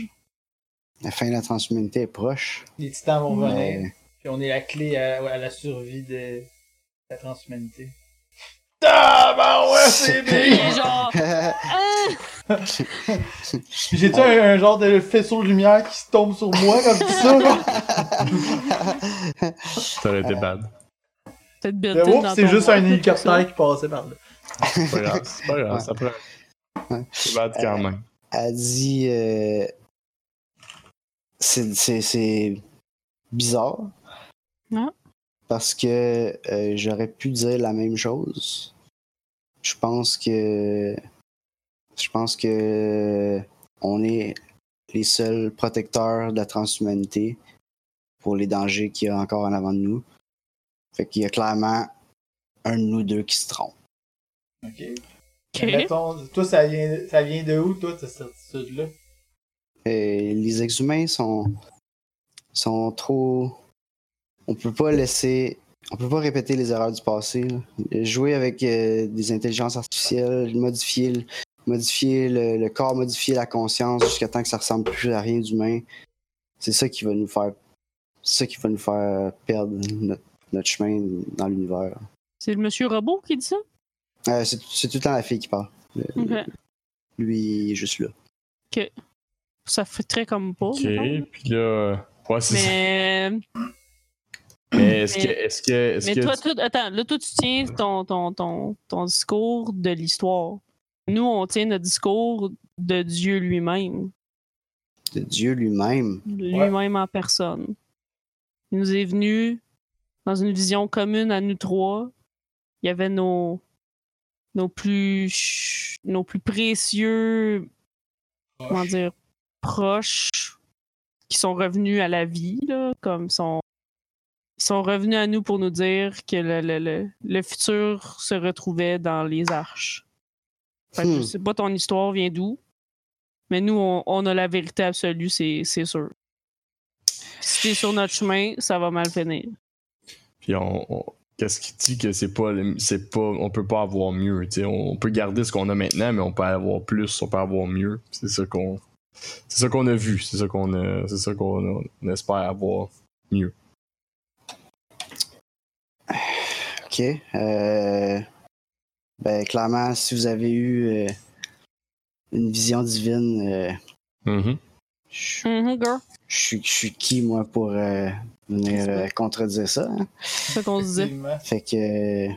[SPEAKER 3] La fin de la transhumanité
[SPEAKER 1] [LAUGHS]
[SPEAKER 3] est proche,
[SPEAKER 1] Les titans vont revenir.
[SPEAKER 3] mais
[SPEAKER 1] Puis on est la clé à, à la survie de la transhumanité. Ah, ben ouais, c'est
[SPEAKER 4] Et
[SPEAKER 1] bien!
[SPEAKER 4] genre, Ah!
[SPEAKER 1] Puis J'ai-tu un, un genre de faisceau de lumière qui se tombe sur moi quand je dis
[SPEAKER 4] [LAUGHS]
[SPEAKER 1] ça? là?
[SPEAKER 2] Ça aurait
[SPEAKER 3] Euh.
[SPEAKER 2] été bad.
[SPEAKER 4] Peut-être built-in
[SPEAKER 1] Mais oups,
[SPEAKER 4] dans
[SPEAKER 1] Ben, c'est
[SPEAKER 4] ton
[SPEAKER 1] juste
[SPEAKER 4] boîte,
[SPEAKER 1] un
[SPEAKER 4] là, tout
[SPEAKER 1] hélicoptère qui passait par là.
[SPEAKER 2] C'est pas grave. C'est pas grave.
[SPEAKER 3] Ouais.
[SPEAKER 2] Ça prend.
[SPEAKER 3] Ouais. Euh.
[SPEAKER 2] C'est bad quand même.
[SPEAKER 3] a dit euh, c'est- c'est c'est bizarre.
[SPEAKER 4] Ouais.
[SPEAKER 3] Parce que euh, j'aurais pu dire la même chose. Je pense que je pense que on est les seuls protecteurs de la transhumanité pour les dangers qu'il y a encore en avant de nous. Fait qu'il y a clairement un de nous deux qui se trompe.
[SPEAKER 1] Ok.
[SPEAKER 4] ça.
[SPEAKER 1] Mais
[SPEAKER 4] Ok.
[SPEAKER 1] Mettons, toi, ça vient, ça vient de où, toi, cette certitude-là?
[SPEAKER 3] Euh, les ex-humains sont sont trop on peut pas laisser on peut pas répéter les erreurs du passé là. jouer avec euh, des intelligences artificielles modifier le, modifier le, le corps modifier la conscience jusqu'à temps que ça ressemble plus à rien d'humain c'est ça qui va nous faire c'est ça qui va nous faire perdre notre, notre chemin dans l'univers
[SPEAKER 4] C'est le monsieur robot qui dit ça?
[SPEAKER 3] Euh, c'est c'est tout le temps la fille qui parle Le-
[SPEAKER 4] Ok.
[SPEAKER 3] lui il est juste là
[SPEAKER 4] Ça fait très comme pas.
[SPEAKER 2] Ok,
[SPEAKER 4] mettons.
[SPEAKER 2] puis là. euh, Ouais, c'est ça.
[SPEAKER 4] Mais,
[SPEAKER 2] Mais est-ce que.
[SPEAKER 4] mais-
[SPEAKER 2] Est-ce que. Est-ce
[SPEAKER 4] mais
[SPEAKER 2] que.
[SPEAKER 4] toi, toi- attends, là, toi, tu tiens ton, ton, ton, ton discours de l'histoire. Nous, on tient notre discours de Dieu lui-même.
[SPEAKER 3] de Dieu lui-même
[SPEAKER 4] Lui-même en personne. Il nous est venu dans une vision commune à nous trois. Il y avait nos, nos, plus, ch- nos plus précieux comment dire, proches qui sont revenus à la vie, là, comme sont, ils sont revenus à nous pour nous dire que le, le, le, le futur se retrouvait dans les arches. Fait que
[SPEAKER 3] Hmm.
[SPEAKER 4] Je sais pas ton histoire vient d'où, mais nous, on, on a la vérité absolue, c'est c'est sûr. Puis Si t'es sur notre chemin, ça va mal finir.
[SPEAKER 2] Puis on, on- qu'est-ce qui dit que c'est pas, le- c'est pas, on peut pas avoir mieux. tu sais. On, on peut garder ce qu'on a maintenant, mais on peut avoir plus, on peut avoir mieux. C'est ça qu'on, c'est ça qu'on a vu, c'est ça qu'on, a- c'est ça qu'on a- on espère avoir.
[SPEAKER 3] Ok. euh, ben, clairement, si vous avez eu euh, une vision divine, euh,
[SPEAKER 2] Mhm.
[SPEAKER 3] je
[SPEAKER 4] Mhm, girl.
[SPEAKER 3] je suis je suis qui, moi, pour euh, venir euh, contredire ça? hein?
[SPEAKER 4] C'est ça qu'on se disait.
[SPEAKER 1] Effectivement.
[SPEAKER 3] Fait que euh,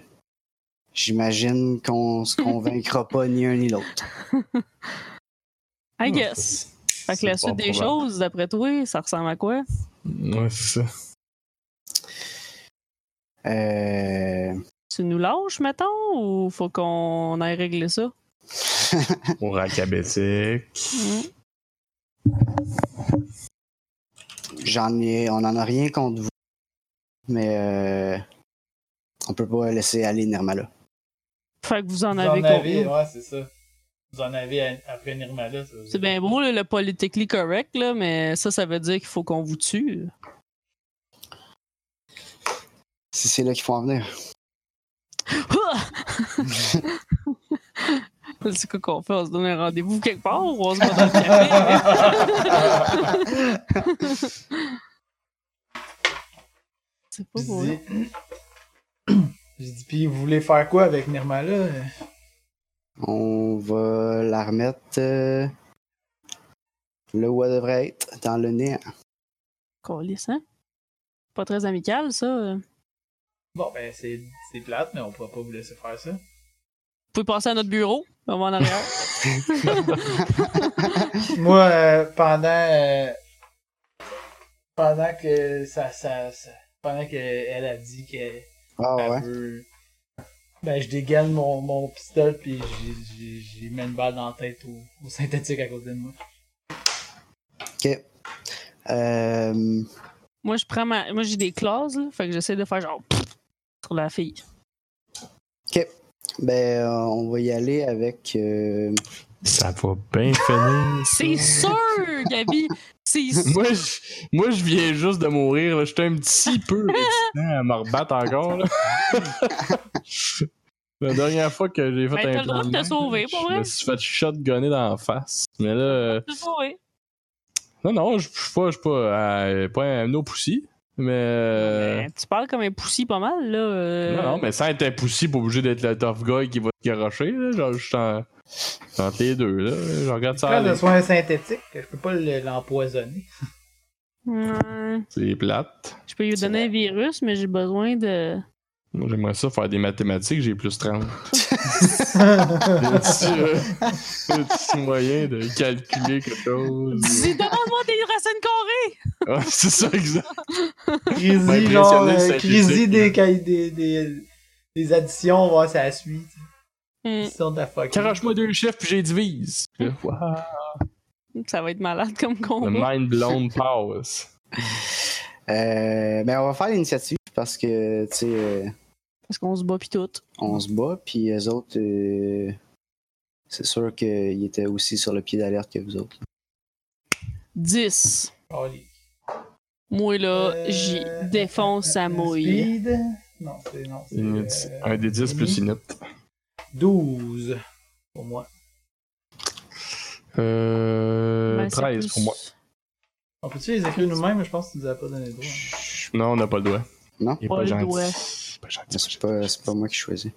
[SPEAKER 3] j'imagine qu'on se convaincra pas ni un ni l'autre.
[SPEAKER 4] I guess. Fait que la
[SPEAKER 2] C'est
[SPEAKER 4] suite
[SPEAKER 2] pas
[SPEAKER 4] des
[SPEAKER 2] probable.
[SPEAKER 4] choses, d'après toi, ça ressemble à quoi?
[SPEAKER 2] Ouais,
[SPEAKER 4] [LAUGHS]
[SPEAKER 2] c'est ça.
[SPEAKER 3] Euh,
[SPEAKER 4] Tu nous lâches, mettons, ou faut qu'on aille régler ça?
[SPEAKER 2] Au racabétique.
[SPEAKER 4] Mhm.
[SPEAKER 3] J'en ai, on en a rien contre vous, mais euh, on peut pas laisser aller Nirmala.
[SPEAKER 4] Fait que vous en
[SPEAKER 1] Vous
[SPEAKER 4] avez
[SPEAKER 1] en avez,
[SPEAKER 4] compris.
[SPEAKER 1] ouais, c'est ça. Vous en avez à- après Nirmala. ça.
[SPEAKER 4] C'est bien beau, là, le politically correct, là, mais ça, ça veut dire qu'il faut qu'on vous tue.
[SPEAKER 3] Si c'est là qu'il faut en venir.
[SPEAKER 4] C'est quoi qu'on fait? On se donne un rendez-vous quelque part ou on se voit dans le café? C'est pas
[SPEAKER 1] Je
[SPEAKER 4] pour
[SPEAKER 1] dis... Je dis, [CLEARS THROAT] puis vous voulez faire quoi avec Nirmala? Euh,
[SPEAKER 3] On va la remettre euh, là où elle devrait être, dans le nez.
[SPEAKER 4] Câlisse, hein? Pas très amical, ça. euh. Vous
[SPEAKER 1] Bon, ben, c'est c'est plate, mais on pourra pas vous laisser faire ça.
[SPEAKER 4] pouvez passer à notre bureau, on va
[SPEAKER 2] [LAUGHS]
[SPEAKER 4] en arrière.
[SPEAKER 1] Moi, euh, pendant euh, pendant que ça, ça, ça- pendant que elle a dit qu'elle
[SPEAKER 3] Ah
[SPEAKER 1] elle
[SPEAKER 3] ouais.
[SPEAKER 1] veut, ben je dégaine mon, mon pistolet puis j'ai- j'ai- j'ai mis une balle dans la tête au, au synthétique à côté de moi.
[SPEAKER 3] Ok. Euh,
[SPEAKER 4] Moi, je prends ma. Moi, j'ai des clauses, là, fait que j'essaie de faire genre. pfff sur la fille.
[SPEAKER 3] ben, euh, on va y aller avec. euh,
[SPEAKER 2] Ça va bien finir.
[SPEAKER 4] C'est sûr, Gabi!
[SPEAKER 2] [LAUGHS]
[SPEAKER 4] C'est sûr!
[SPEAKER 2] Moi je, moi, je viens juste de mourir. là. J'étais un petit
[SPEAKER 4] [LAUGHS]
[SPEAKER 2] peu réticent à me rebattre encore. là. [LAUGHS] la dernière fois que j'ai fait
[SPEAKER 4] Ben, t'as
[SPEAKER 2] un
[SPEAKER 4] le droit de te
[SPEAKER 2] plan main,
[SPEAKER 4] sauver, pas
[SPEAKER 2] je
[SPEAKER 4] vrai?
[SPEAKER 2] me suis fait shotgunner dans la face. Mais là, euh,
[SPEAKER 4] C'est sûr, oui.
[SPEAKER 2] non, non, je je suis pas, je suis pas, euh, pas un no pussy, mais. euh,
[SPEAKER 4] Ben, Tu parles comme un poussi pas mal, là. euh.
[SPEAKER 2] Non, non, mais sans être impossible, obligé d'être le tough guy qui va te garocher, là. Genre, je suis en- entre les deux, là. Je regarde ça
[SPEAKER 1] Quand
[SPEAKER 2] aller.
[SPEAKER 1] le soin synthétique, je peux pas le-
[SPEAKER 2] [LAUGHS]
[SPEAKER 1] l'empoisonner.
[SPEAKER 4] Ouais.
[SPEAKER 2] C'est plate.
[SPEAKER 4] Je peux lui
[SPEAKER 3] C'est
[SPEAKER 4] donner un virus, mais j'ai besoin
[SPEAKER 2] [LAUGHS]
[SPEAKER 4] de.
[SPEAKER 2] Moi, J'aimerais ça faire des mathématiques, j'ai plus 30.
[SPEAKER 1] Moi,
[SPEAKER 2] Un petit moyen de calculer quelque chose.
[SPEAKER 4] Dis, demande-moi des racines carrées!
[SPEAKER 2] Ah, c'est ça, exact.
[SPEAKER 1] Crisi,
[SPEAKER 2] impressionner
[SPEAKER 1] genre,
[SPEAKER 2] le
[SPEAKER 1] euh,
[SPEAKER 2] synthétique,
[SPEAKER 1] crisi
[SPEAKER 2] là.
[SPEAKER 1] des, cahiers- des, des, des additions, voir si ça suit.
[SPEAKER 4] Hmm.
[SPEAKER 1] Ils sont de la fuck.
[SPEAKER 2] Caroche-moi deux chiffres puis j'ai divise. Wow.
[SPEAKER 4] Ça va être malade comme
[SPEAKER 2] The
[SPEAKER 4] combat.
[SPEAKER 2] mind blown powers.
[SPEAKER 3] euh, ben, on va faire l'initiative parce que, tu sais, euh,
[SPEAKER 4] Parce qu'on se bat pis tout.
[SPEAKER 3] on se bat, puis eux autres, euh, c'est sûr qu'ils étaient aussi sur le pied d'alerte que vous autres.
[SPEAKER 4] 10.
[SPEAKER 1] Oh, les-
[SPEAKER 4] Moi, là,
[SPEAKER 1] Euh,
[SPEAKER 4] j'y défonce sa mouille.
[SPEAKER 1] Speed. Non, c'est non. c'est,
[SPEAKER 2] Init-
[SPEAKER 1] euh,
[SPEAKER 2] Un des 10 plus inut.
[SPEAKER 1] 12 pour moi.
[SPEAKER 2] Euh,
[SPEAKER 4] Ben, c'est
[SPEAKER 2] 13 Euh, pour
[SPEAKER 4] plus-
[SPEAKER 2] moi.
[SPEAKER 1] On peut-tu les écrire nous-mêmes? Je pense que tu nous as pas donné le droit.
[SPEAKER 2] Non, on n'a pas le doigt.
[SPEAKER 3] Non.
[SPEAKER 2] Il est
[SPEAKER 4] Pas
[SPEAKER 2] pas
[SPEAKER 4] le doigt.
[SPEAKER 2] gentil. Pas gentil.
[SPEAKER 3] C'est pas, c'est pas moi qui choisis.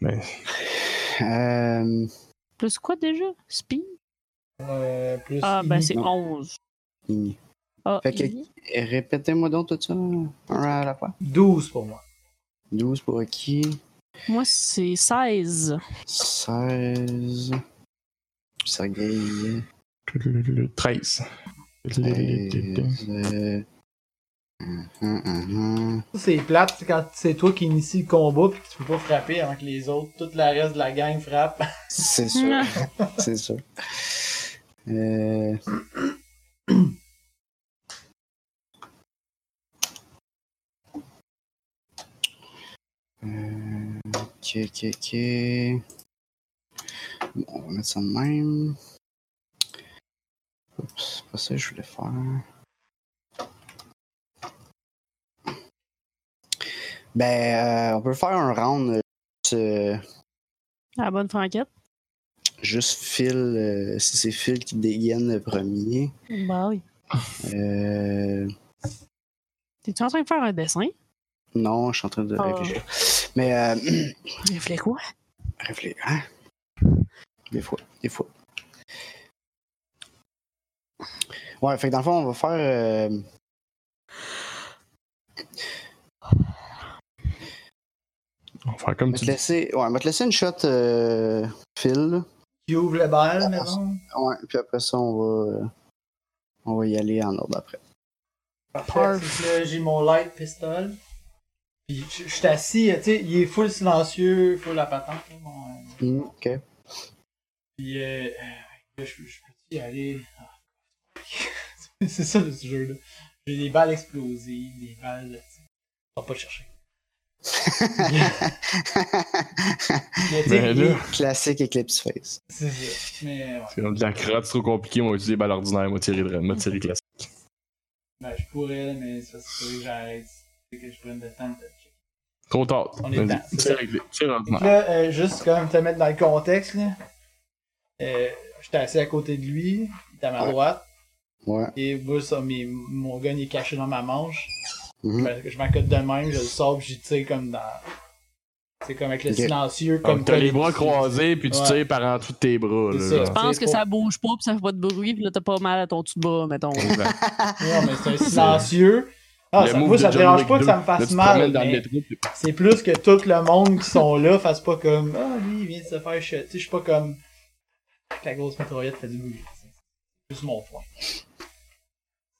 [SPEAKER 2] Mais-
[SPEAKER 3] Euh,
[SPEAKER 4] Plus quoi déjà? Speed?
[SPEAKER 1] Euh, plus
[SPEAKER 4] Ah, ben
[SPEAKER 1] I.
[SPEAKER 4] c'est
[SPEAKER 3] Non.
[SPEAKER 4] 11.
[SPEAKER 3] hmm.
[SPEAKER 4] Ah,
[SPEAKER 3] Fait que-
[SPEAKER 4] I.
[SPEAKER 3] Et Répétez-moi donc tout ça, un à la fois.
[SPEAKER 1] 12 pour moi.
[SPEAKER 3] 12 pour qui
[SPEAKER 4] Moi, c'est 16.
[SPEAKER 3] 16. Sergei.
[SPEAKER 2] 13.
[SPEAKER 3] 13. euh, hum, hum, hum, hum.
[SPEAKER 1] Ça, C'est plate c'est quand c'est toi qui initie le combat puis que tu peux pas frapper avant que les autres, toute la reste de la gang frappe. [LAUGHS]
[SPEAKER 3] C'est
[SPEAKER 4] Hum. Ah.
[SPEAKER 3] sûr. C'est sûr. Euh, Euh, Ok, ok, ok. Bon, on va mettre ça de même. Oups, c'est pas ça que je voulais faire. Ben, euh, on peut faire un round euh, juste, euh,
[SPEAKER 4] À [LAUGHS] la bonne franquette.
[SPEAKER 3] juste Phil, euh, si c'est Phil qui dégaine le premier.
[SPEAKER 4] Bah oui.
[SPEAKER 3] Euh,
[SPEAKER 4] T'es-tu en train de faire un dessin?
[SPEAKER 3] non, je suis en train de
[SPEAKER 4] Ah.
[SPEAKER 3] réfléchir. Mais, euh, [CLEARS THROAT]
[SPEAKER 4] Reflet Oh. quoi?
[SPEAKER 3] réfléchir, hein? Des fois, des fois. Ouais, fait que dans le fond, on va faire. euh,
[SPEAKER 2] On va faire comme
[SPEAKER 3] on va te
[SPEAKER 2] tu dis.
[SPEAKER 3] laisser, ouais, on va te laisser une shot, euh, Phil.
[SPEAKER 1] Qui ouvre le bal, mettons.
[SPEAKER 3] Ouais, puis après ça, on va, euh, on va y aller en ordre après.
[SPEAKER 1] Parfait. Fait que là, j'ai mon light pistol. Puis je je suis assis, euh, tu sais, il est full silencieux, full à patente. là, mon, euh,
[SPEAKER 3] Hmm, ok.
[SPEAKER 1] Puis euh, euh, là, je, je peux y aller. Ah. [LAUGHS] C'est ça le jeu là. J'ai des balles explosives, des balles. tu sais. On va pas le [LAUGHS] chercher. Mais, tu sais,
[SPEAKER 2] Ben là.
[SPEAKER 1] il-
[SPEAKER 3] Classique Eclipse Face.
[SPEAKER 1] C'est ça. Mais ouais.
[SPEAKER 2] C'est comme de la crotte, c'est trop compliqué. On va utiliser balle ordinaire, on va ben, tirer, de- on va tirer classique.
[SPEAKER 1] Ben, je pourrais, mais ça serait que j'arrête. C'est que je prenne le temps de te checker.
[SPEAKER 2] Trop tard.
[SPEAKER 1] On est
[SPEAKER 2] Vas-y,
[SPEAKER 1] dedans, c'est ça.
[SPEAKER 2] Tire, avec les- tire
[SPEAKER 1] Fait que
[SPEAKER 2] ordinaire.
[SPEAKER 1] là, euh, juste comme te mettre dans le contexte, là. Euh, J'étais assis à côté de lui, il était à ma
[SPEAKER 3] Ouais.
[SPEAKER 1] droite,
[SPEAKER 3] Ouais.
[SPEAKER 1] et moi, ça, mes, mon gun il est caché dans ma manche.
[SPEAKER 3] Mhm.
[SPEAKER 1] Ben, Je m'accote de même, je le sors, puis j'y tire comme dans. C'est comme avec le
[SPEAKER 3] Ok.
[SPEAKER 1] silencieux, comme.
[SPEAKER 2] Comme Ah, t'as les
[SPEAKER 1] comme-
[SPEAKER 2] bras croisés, puis tu
[SPEAKER 1] Ouais.
[SPEAKER 2] tires par en dessous de tes bras.
[SPEAKER 1] C'est
[SPEAKER 2] là,
[SPEAKER 1] ça.
[SPEAKER 2] genre.
[SPEAKER 4] Je pense que
[SPEAKER 1] pour-
[SPEAKER 4] ça bouge pas, puis ça fait pas de bruit, puis là, t'as pas mal à ton dessus de bras, mettons.
[SPEAKER 2] Exact.
[SPEAKER 1] Non, mais
[SPEAKER 2] [LAUGHS]
[SPEAKER 1] c'est un silencieux. Ah,
[SPEAKER 2] Le
[SPEAKER 1] ça,
[SPEAKER 2] move
[SPEAKER 1] moi,
[SPEAKER 2] de
[SPEAKER 1] ça me
[SPEAKER 2] John
[SPEAKER 1] dérange
[SPEAKER 2] Wick
[SPEAKER 1] pas que
[SPEAKER 2] 2.
[SPEAKER 1] ça me
[SPEAKER 2] Là,
[SPEAKER 1] fasse
[SPEAKER 2] tu te promènes
[SPEAKER 1] mal.
[SPEAKER 2] dans le
[SPEAKER 1] mais-
[SPEAKER 2] métro, puis-
[SPEAKER 1] C'est plus que tout le monde qui sont là fasse pas comme Ah, lui, il vient de se faire chuter. Je suis pas comme la grosse mitraillette fait du bruit. C'est juste mon point.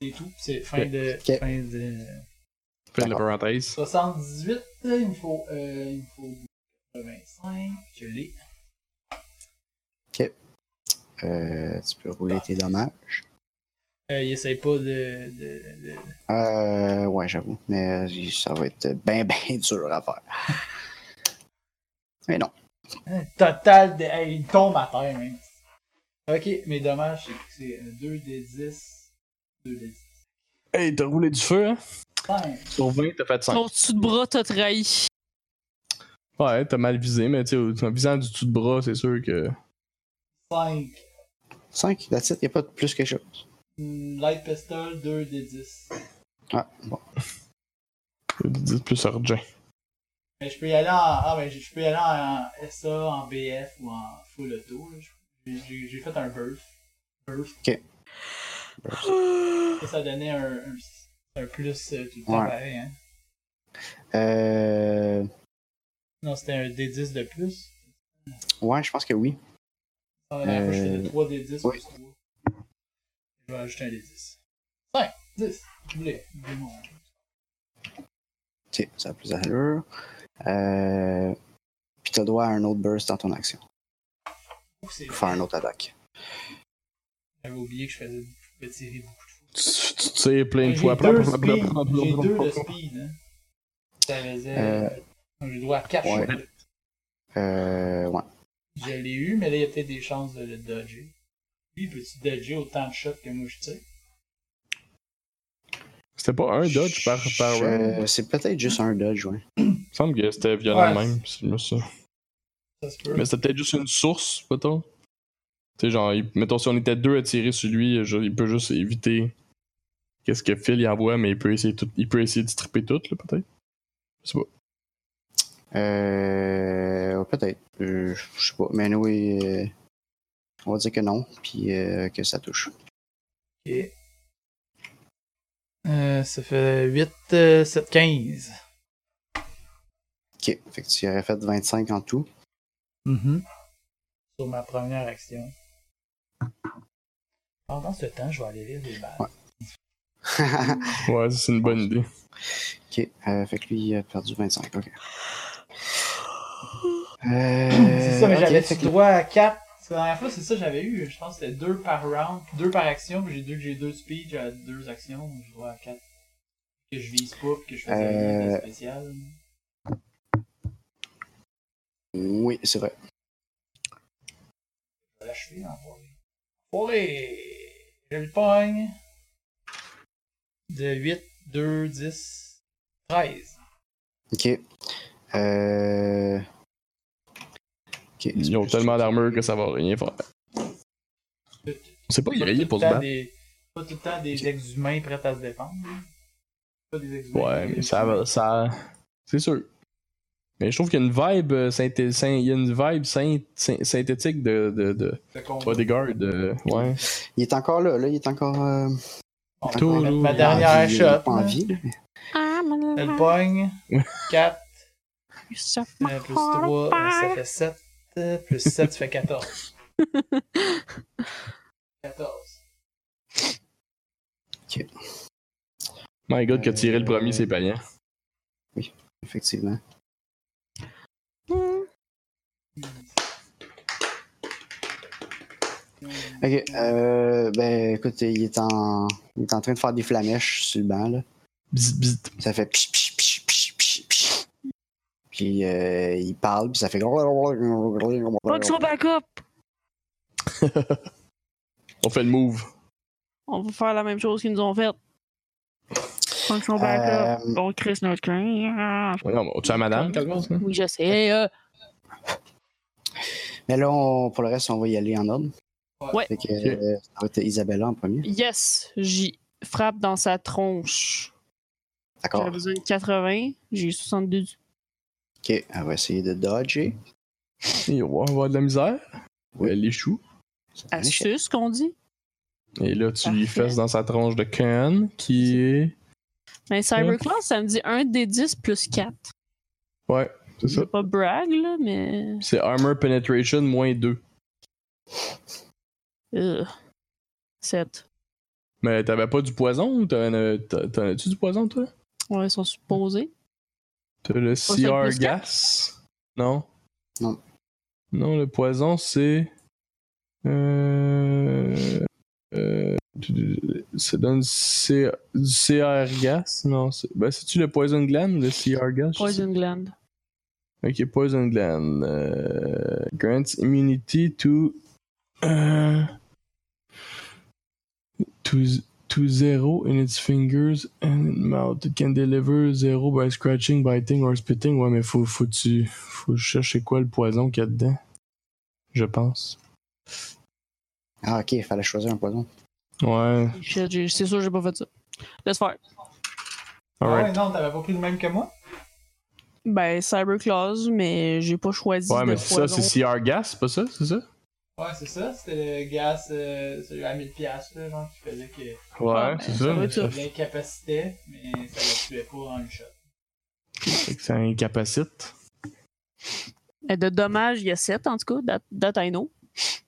[SPEAKER 1] C'est tout. C'est fin de.
[SPEAKER 3] Ok.
[SPEAKER 1] Fin de.
[SPEAKER 2] Fais de
[SPEAKER 1] Ah.
[SPEAKER 2] la parenthèse.
[SPEAKER 1] 78. Il me faut. Euh, il me faut. 25. Je l'ai.
[SPEAKER 3] Euh, tu peux rouler tes dommages.
[SPEAKER 1] Euh, il essaye pas de. de, de...
[SPEAKER 3] Euh, ouais, j'avoue. Mais euh, ça va être [LAUGHS] ben, ben dur à faire. Mais non.
[SPEAKER 1] Total. De... Hey, il tombe à terre, même. Ok, mais dommage, c'est 2 des 10. 2 des 10.
[SPEAKER 2] Hey, t'as roulé du feu, hein?
[SPEAKER 1] 5.
[SPEAKER 2] Sur 20, t'as fait 5.
[SPEAKER 4] Ton dessus de bras t'a trahi.
[SPEAKER 2] Ouais, t'as mal visé, mais tu sais, en visant du dessus de bras, c'est sûr que.
[SPEAKER 1] 5.
[SPEAKER 3] 5, la titre, il n'y a pas de plus que chose.
[SPEAKER 1] Hmm, Light pistol, 2 des 10.
[SPEAKER 3] Ah, bon.
[SPEAKER 2] Dites plus urgent.
[SPEAKER 1] Mais je peux y aller en, ah, ben, je je peux y aller en SA, en BF ou en full auto. là. J'ai- J'ai j'ai fait un burst. Burst. Ça, ça donnait un, un, un plus euh, tout le temps
[SPEAKER 3] Ouais.
[SPEAKER 1] pareil. Hein.
[SPEAKER 3] Euh,
[SPEAKER 1] Non, c'était un D10 de plus.
[SPEAKER 3] ouais, je pense que oui.
[SPEAKER 1] Ah, la dernière fois, je faisais
[SPEAKER 3] Euh,
[SPEAKER 1] 3 D10
[SPEAKER 3] oui.
[SPEAKER 1] plus 3. Je vais ajouter un D10. 5, 10. Je voulais. je voulais mon-
[SPEAKER 3] Ok, ça a plus d'allure. Euh, puis t'as droit à un autre burst dans ton action.
[SPEAKER 1] Oh, c'est-
[SPEAKER 3] Pour faire une autre attaque.
[SPEAKER 1] J'avais oublié que je faisais je peux tirer beaucoup de fois.
[SPEAKER 2] Tu, tu tires plein de
[SPEAKER 1] J'ai
[SPEAKER 2] fois.
[SPEAKER 1] deux speed. J'ai deux de speed. Hein. Ça faisait.
[SPEAKER 3] Euh,
[SPEAKER 1] J'ai droit à 4
[SPEAKER 3] ouais.
[SPEAKER 1] shots.
[SPEAKER 3] Euh, ouais.
[SPEAKER 1] Je l'ai eu, mais là, il y a peut-être des chances de le dodger. Lui, peux-tu dodger autant de shots que moi je tire
[SPEAKER 2] C'était pas un dodge par, par
[SPEAKER 3] Je-
[SPEAKER 2] round?
[SPEAKER 3] C'est peut-être juste un dodge, ouais.
[SPEAKER 2] Il me semble que c'était violent
[SPEAKER 1] Ouais.
[SPEAKER 2] même. si je me souviens.
[SPEAKER 1] Ça se peut.
[SPEAKER 2] Mais c'était peut-être juste une source, mettons. Tu sais, genre, il- mettons, si on était deux à tirer sur lui, je- il peut juste éviter qu'est-ce que Phil y envoie, mais il peut essayer, tout, il peut essayer de stripper tout, là, peut-être. Je sais pas.
[SPEAKER 3] Euh, peut-être. Euh, je sais pas. Mais nous, on va dire que non, puis euh, que ça touche.
[SPEAKER 1] Ok. Euh, ça fait euh, 8, 7, 15.
[SPEAKER 3] Ok, fait que tu aurais fait 25 en tout. [LAUGHS]
[SPEAKER 1] Sur ma première action. Pendant ce temps, je vais aller lire les balles.
[SPEAKER 3] Ouais. ok,
[SPEAKER 2] Ouais, ça, c'est une bonne idée.
[SPEAKER 3] euh, fait que lui, il a perdu 25, ok.
[SPEAKER 1] C'est ça, mais
[SPEAKER 3] Euh, ok,
[SPEAKER 1] j'avais
[SPEAKER 3] fait que-
[SPEAKER 1] droit à 4. La dernière fois, c'est ça que j'avais eu. Je pense que c'était 2 par round, 2 par action. puis J'ai 2 j'ai deux speed, j'ai 2 actions. donc J'ai droit à 4. Que je vise pas, puis que je faisais rien de
[SPEAKER 3] Euh,
[SPEAKER 1] spécial.
[SPEAKER 3] Oui, c'est vrai.
[SPEAKER 1] Je vais l'achever, l'enfoiré. Enfoiré! Je le pogne. De 8, 2, 10, 13.
[SPEAKER 3] Ok. Euh... ok,
[SPEAKER 2] Ils ont tellement d'armure que ça va rien faire. C'est pas grillé pour se
[SPEAKER 1] Pas tout le temps
[SPEAKER 2] battre.
[SPEAKER 1] des- Pas tout le temps des ex-humains prêts à se défendre. Pas des ex-humains.
[SPEAKER 2] Ouais, mais ça va. Ça... C'est sûr. Mais je trouve qu'il y a une vibe, euh, synthé- syn- il y a une vibe syn- syn- synthétique de, de, de
[SPEAKER 1] Fait qu'on-
[SPEAKER 2] bodyguard. euh, ouais.
[SPEAKER 3] Il est encore là, là, il est encore. euh,
[SPEAKER 1] on va
[SPEAKER 2] Tout-
[SPEAKER 1] mettre ma
[SPEAKER 2] tout-
[SPEAKER 1] dernière
[SPEAKER 3] en vie, euh,
[SPEAKER 1] shot.
[SPEAKER 3] pas en
[SPEAKER 1] là.
[SPEAKER 3] vie, là.
[SPEAKER 4] Ah, mais
[SPEAKER 1] Elle pogne. 4
[SPEAKER 4] ça
[SPEAKER 1] plus 3, ça fait 7. Plus 7, ça fait 14. 14.
[SPEAKER 2] My god, que tirer le premier, c'est payant.
[SPEAKER 3] effectivement. Ok, euh, ben écoute, il est, en... il est en train de faire des flamèches sur le banc, là.
[SPEAKER 2] Bzz, bzz.
[SPEAKER 3] Ça fait psh, psh, psh, psh, psh, psh. Puis euh, il parle, puis ça fait.
[SPEAKER 4] Boxe-moi backup!
[SPEAKER 2] On fait le move.
[SPEAKER 4] On va faire la même chose qu'ils nous ont faite. Fonction backup.
[SPEAKER 3] Euh.
[SPEAKER 4] On crisse notre camp.
[SPEAKER 2] Ouais, non, mais tu as madame, Calvas, là?
[SPEAKER 4] Oui, je sais. euh,
[SPEAKER 3] Mais là, on- pour le reste, on va y aller en ordre.
[SPEAKER 4] Ouais.
[SPEAKER 3] Fait que,
[SPEAKER 2] Ok.
[SPEAKER 3] euh, ça va être Isabella en premier.
[SPEAKER 4] Yes, j'y frappe dans sa tronche.
[SPEAKER 3] D'accord.
[SPEAKER 2] Ah.
[SPEAKER 4] J'avais besoin de 80. J'ai eu 62. du-
[SPEAKER 3] Ok, on va essayer de dodger.
[SPEAKER 2] Et on va avoir de la misère.
[SPEAKER 3] Oui.
[SPEAKER 2] Elle échoue.
[SPEAKER 4] Astuce, qu'on dit.
[SPEAKER 2] Et là, tu lui
[SPEAKER 4] Parfait.
[SPEAKER 2] fesses dans sa tronche de can qui est.
[SPEAKER 4] Mais Cyberclass, ça me dit 1 des 10 plus 4.
[SPEAKER 2] Ouais, c'est
[SPEAKER 4] Je
[SPEAKER 2] ça.
[SPEAKER 4] veux pas brag, là, mais.
[SPEAKER 2] C'est Armor Penetration moins 2.
[SPEAKER 4] euh, 7.
[SPEAKER 2] Mais t'avais pas du poison ou t'en as- t'en- t'en as-tu du poison, toi?
[SPEAKER 4] Ouais, ils sont supposés.
[SPEAKER 2] T'as le
[SPEAKER 4] ça le
[SPEAKER 2] CR
[SPEAKER 4] plus
[SPEAKER 2] Gas? Non.
[SPEAKER 3] Non.
[SPEAKER 2] Non, le poison, c'est. Euh. Euh. Ça donne C- du CR Gas? Non. c'est- Ben, c'est-tu le Poison Gland ou le CR Gas? Je sais
[SPEAKER 4] Poison gland.
[SPEAKER 2] Ok, Poison Gland. euh, grants immunity to. euh, to, to zero in its fingers and in mouth. It can deliver zero by scratching, biting or spitting. Ouais, mais faut, faut, tu, faut chercher quoi le poison qu'il y a dedans. Je pense.
[SPEAKER 3] Ah, ok, il fallait choisir un poison.
[SPEAKER 2] Ouais.
[SPEAKER 4] Shit, j'ai- C'est sûr, j'ai pas fait ça. Laisse faire.
[SPEAKER 1] Ah
[SPEAKER 2] Alright.
[SPEAKER 1] ouais, non, t'avais pas pris le même que moi?
[SPEAKER 4] Ben, Cyberclass, mais j'ai pas choisi.
[SPEAKER 2] Ouais,
[SPEAKER 4] de
[SPEAKER 2] mais c'est ça,
[SPEAKER 4] poison.
[SPEAKER 2] c'est CR Gas, c'est pas ça, c'est ça?
[SPEAKER 1] Ouais, c'est ça, c'était le gaz, euh, celui à 1000 piastres, là, genre, qui faisait que
[SPEAKER 2] Ouais,
[SPEAKER 4] Ouais,
[SPEAKER 2] c'est ça.
[SPEAKER 4] ben, ça doit
[SPEAKER 2] Ah, mais
[SPEAKER 4] être ça.
[SPEAKER 2] Ça,
[SPEAKER 1] l'incapacitait, mais ça le tuait pas en une shot.
[SPEAKER 2] fait que ça incapacite.
[SPEAKER 4] Et Eh, de dommages, il y a 7 en tout cas, that, that I know. [LAUGHS]